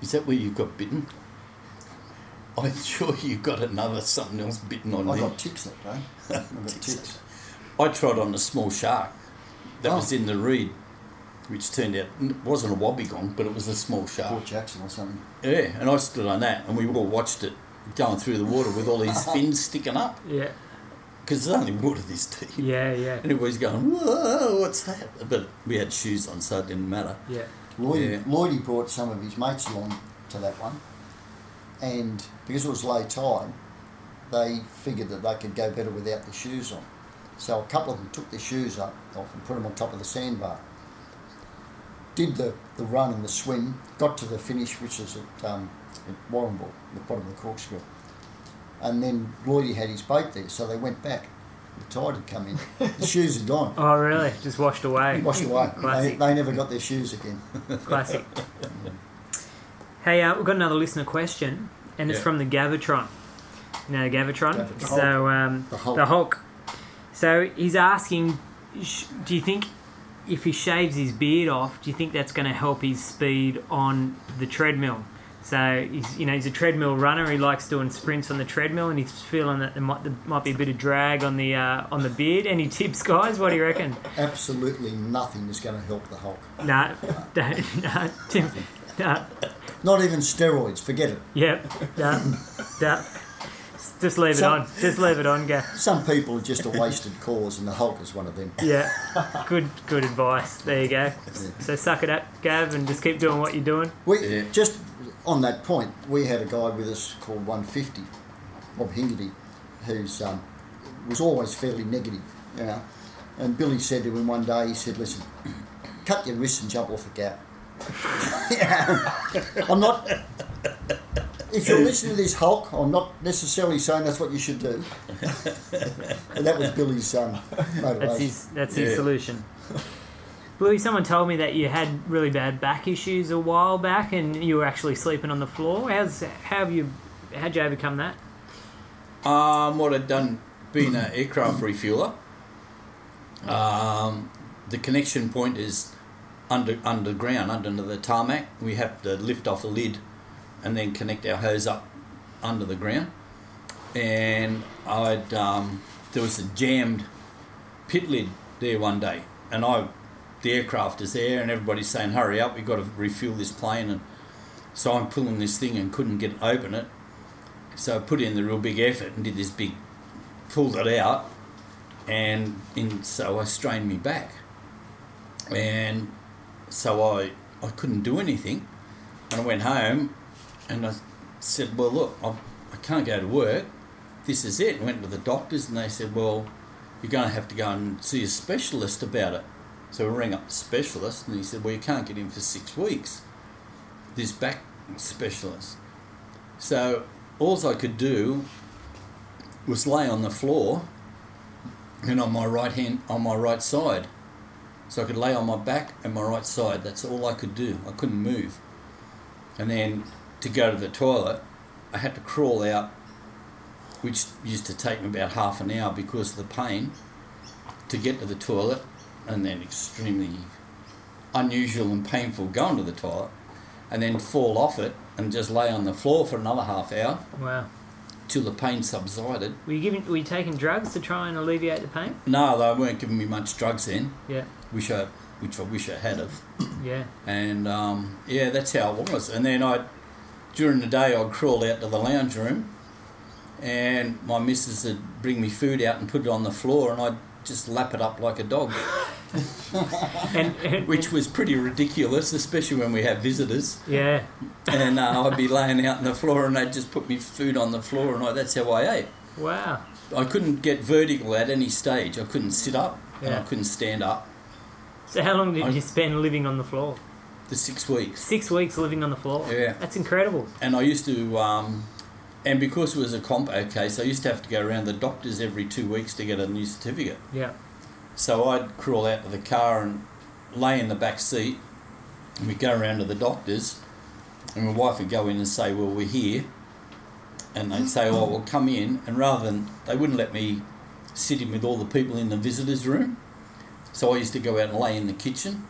Speaker 3: is that where you got bitten? I'm sure you got another something else bitten on
Speaker 2: I
Speaker 3: there.
Speaker 2: got ticks that day. I got
Speaker 3: Ticks.
Speaker 2: ticks.
Speaker 3: I trod on a small shark that
Speaker 2: Oh.
Speaker 3: was in the reed, which turned out it wasn't a wobbegong, but it was a small shark.
Speaker 2: Port Jackson or something.
Speaker 3: Yeah, and I stood on that, and we all watched it going through the water with all these fins sticking up
Speaker 6: Yeah.
Speaker 3: because there's only water this deep.
Speaker 6: Yeah. Yeah.
Speaker 3: And everybody's going, whoa, what's that? But we had shoes on, so it didn't matter.
Speaker 6: Yeah.
Speaker 2: Lloyd,
Speaker 3: Yeah.
Speaker 2: Lloydie brought some of his mates along to that one, and because it was low tide, they figured that they could go better without their shoes on. So a couple of them took their shoes up off and put them on top of the sandbar. Did the, the run and the swim, got to the finish, which is at, um, at Warrnambool, the bottom of the corkscrew. And then Lloydie had his boat there, so they went back. The tide had come in, the shoes had gone,
Speaker 6: Oh, really? Just washed away.
Speaker 2: washed away. They,
Speaker 6: Classic.
Speaker 2: they never got their shoes again.
Speaker 6: Classic. hey, uh, we've got another listener question, and it's
Speaker 3: Yeah.
Speaker 6: from the Gavatron. You know, the Gavatron?
Speaker 2: Gavatron.
Speaker 6: So, um,
Speaker 2: The Hulk.
Speaker 6: the Hulk. So he's asking, sh- do you think if he shaves his beard off, do you think that's going to help his speed on the treadmill? So he's, you know, he's a treadmill runner. He likes doing sprints on the treadmill, and he's feeling that there might, there might be a bit of drag on the uh, on the beard. Any tips, guys? What do you reckon?
Speaker 2: Absolutely nothing is going to help the Hulk.
Speaker 6: Nah, don't, nah, Tim, nah,
Speaker 2: Not even steroids. Forget it.
Speaker 6: Yep. That. That. Just just leave it
Speaker 2: So-
Speaker 6: on. Just leave it on, Gaff.
Speaker 2: Some people are just a wasted cause, and the Hulk is one of them.
Speaker 6: Yeah. Good good advice. There you go.
Speaker 2: Yeah.
Speaker 6: So suck it up, Gav, and just keep doing what you're doing.
Speaker 2: We
Speaker 3: Yeah.
Speaker 2: just on that point, we had a guy with us called 150, Bob Hingerty, who's um, was always fairly negative, you know. And Billy said to him one day, he said, "Listen, cut your wrists and jump off a gap." I'm not. If you're listening to this Hulk, I'm not necessarily saying that's what you should do. and that was Billy's um, motivation.
Speaker 6: That's his that's his
Speaker 3: Yeah.
Speaker 6: solution. Louis, someone told me that you had really bad back issues a while back, and you were actually sleeping on the floor. How's how have you how'd you overcome that?
Speaker 3: Um, what I'd done being an aircraft refueler, um, the connection point is under underground, under the tarmac. We have to lift off the lid and then connect our hose up under the ground. And I'd um, there was a jammed pit lid there one day, and I the aircraft is there, and everybody's saying, "Hurry up! We've got to refuel this plane." And so I'm pulling this thing and couldn't get open it. So I put in the real big effort and did this big, pulled it out, and in so I strained me back, and so I I couldn't do anything, and I went home, and I said, well look, I, I can't go to work, this is it. went to the doctors and they said, well, you're going to have to go and see a specialist about it. So I rang up the specialist and he said, well, you can't get in for six weeks. This back specialist. So all I could do was lay on the floor and on my right hand on my right side. So I could lay on my back and my right side. That's all I could do. I couldn't move. And then to go to the toilet, I had to crawl out, which used to take me about half an hour because of the pain to get to the toilet and then extremely unusual and painful going to the toilet and then fall off it and just lay on the floor for another half hour
Speaker 6: Wow.
Speaker 3: till the pain subsided.
Speaker 6: Were you giving were you taking drugs to try and alleviate the pain?
Speaker 3: No, they weren't giving me much drugs then,
Speaker 6: Yeah.
Speaker 3: which I which I wish I had of.
Speaker 6: Yeah.
Speaker 3: And um, yeah, that's how it was. And then I, during the day, I'd crawl out to the lounge room, and my missus would bring me food out and put it on the floor, and I'd just lap it up like a dog,
Speaker 6: And, and
Speaker 3: which was pretty ridiculous, especially when we have visitors.
Speaker 6: yeah.
Speaker 3: And uh, I'd be laying out on the floor, and they'd just put me food on the floor, and I, that's how I ate.
Speaker 6: Wow.
Speaker 3: I couldn't get vertical at any stage. I couldn't sit up, and I
Speaker 6: Yeah.
Speaker 3: couldn't stand up.
Speaker 6: So how long did
Speaker 3: I-
Speaker 6: you spend living on the floor?
Speaker 3: The six weeks.
Speaker 6: Six weeks living on the floor.
Speaker 3: Yeah.
Speaker 6: That's incredible.
Speaker 3: and I used to, um, and because it was a compo case, I used to have to go around the doctors every two weeks to get a new certificate.
Speaker 6: Yeah.
Speaker 3: So I'd crawl out to the car and lay in the back seat, and we'd go around to the doctors, and my wife would go in and say, "Well, we're here," and they'd say, "Oh, well, come in." And rather than they wouldn't let me sit in with all the people in the visitors' room, so I used to go out and lay in the kitchen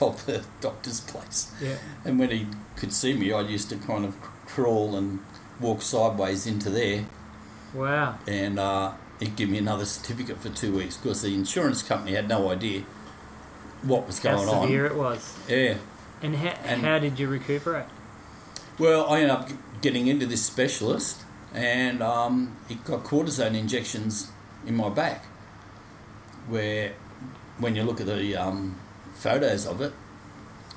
Speaker 3: of the doctor's place.
Speaker 6: Yeah.
Speaker 3: And when he could see me, I used to kind of crawl and walk sideways into there,
Speaker 6: Wow.
Speaker 3: and uh, he'd give me another certificate for two weeks because the insurance company had no idea what was
Speaker 6: How
Speaker 3: going
Speaker 6: severe it was.
Speaker 3: on. Yeah.
Speaker 6: And how,
Speaker 3: And-
Speaker 6: how did you recuperate?
Speaker 3: Well, I ended up g- getting into this specialist, and um, he got cortisone injections in my back. Where, when you look at the um, photos of it,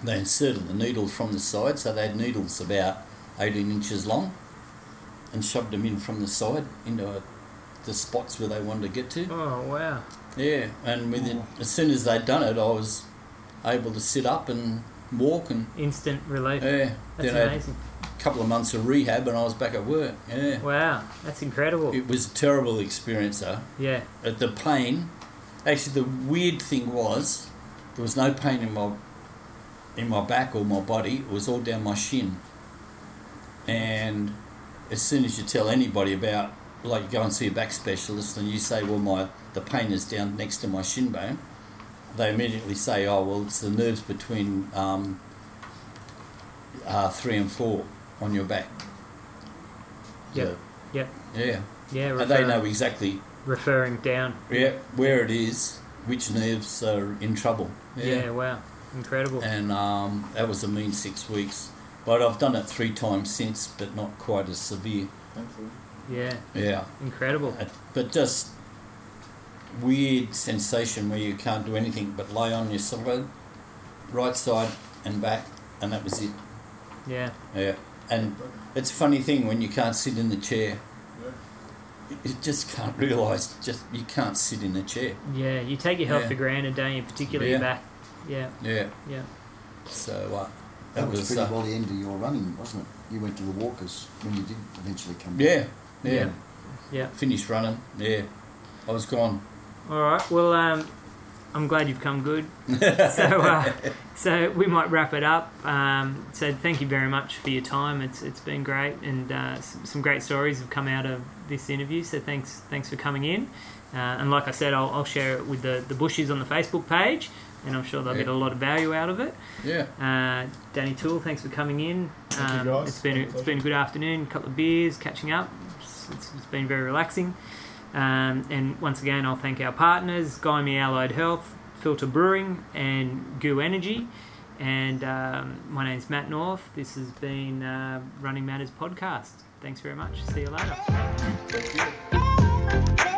Speaker 3: they inserted the needle from the side, so they had needles about 18 inches long, and shoved them in from the side into a, the spots where they wanted to get to.
Speaker 6: Oh wow.
Speaker 3: Yeah, and within,
Speaker 6: Oh.
Speaker 3: as soon as they'd done it, I was able to sit up and walk, and
Speaker 6: Instant relief.
Speaker 3: yeah,
Speaker 6: That's
Speaker 3: then I
Speaker 6: amazing.
Speaker 3: couple of months of rehab and I was back at work. Yeah.
Speaker 6: Wow. That's incredible.
Speaker 3: It was a terrible experience though.
Speaker 6: yeah.
Speaker 3: Uh, The pain actually the weird thing was there was no pain in my in my back or my body. It was all down my shin. And as soon as you tell anybody about like you go and see a back specialist and you say, Well my the pain is down next to my shin bone they immediately say, Oh well it's the nerves between um, uh, three and four on your back.
Speaker 6: Yep. Yep.
Speaker 3: Yeah. Yeah.
Speaker 6: Yeah.
Speaker 3: And they
Speaker 6: Referring,
Speaker 3: know exactly
Speaker 6: referring down.
Speaker 3: yeah, where it is, which nerves are in trouble.
Speaker 6: Yeah. wow. Incredible.
Speaker 3: And um, that was a mean six weeks. But I've done it three times since, but not quite as severe.
Speaker 5: Thankfully.
Speaker 1: Yeah,
Speaker 3: Yeah.
Speaker 1: incredible.
Speaker 3: But just weird sensation where you can't do anything but lay on your side, right side and back, and that was it.
Speaker 1: Yeah,
Speaker 3: Yeah. And it's a funny thing when you can't sit in the chair.
Speaker 7: Yeah.
Speaker 3: You- You just can't realise just you can't sit in a chair.
Speaker 1: yeah. You take your health
Speaker 3: Yeah.
Speaker 1: for granted, don't you? Particularly
Speaker 3: Yeah.
Speaker 1: back. Yeah,
Speaker 3: Yeah.
Speaker 1: yeah.
Speaker 3: So uh,
Speaker 2: That,
Speaker 3: that
Speaker 2: was,
Speaker 3: was
Speaker 2: pretty
Speaker 3: uh,
Speaker 2: well the end of your running, wasn't it? You went to the Walkers when you did eventually come back.
Speaker 3: yeah, yeah.
Speaker 1: Yeah. Yeah.
Speaker 3: Finished running. Yeah. I was gone.
Speaker 1: All right. Well, um, I'm glad you've come good. so, uh, so we might wrap it up. Um, so, thank you very much for your time. It's it's been great, and uh, s- some great stories have come out of this interview. So, thanks thanks for coming in. Uh, and like I said, I'll, I'll share it with the the bushes on the Facebook page, and I'm sure they'll
Speaker 3: Yeah.
Speaker 1: get a lot of value out of it.
Speaker 3: Yeah.
Speaker 1: Uh, Danny Toole, thanks for coming in. Um,
Speaker 4: Thank you, guys.
Speaker 1: It's been a,
Speaker 4: Pleasure.
Speaker 1: it's been a good afternoon, couple of beers, catching up. It's, it's, it's been very relaxing. Um, and once again, I'll thank our partners, Guymy Allied Health, Filter Brewing, and Goo Energy. And um, my name's Matt North. This has been uh, Running Matters podcast. Thanks very much. See you later.
Speaker 8: Thank you.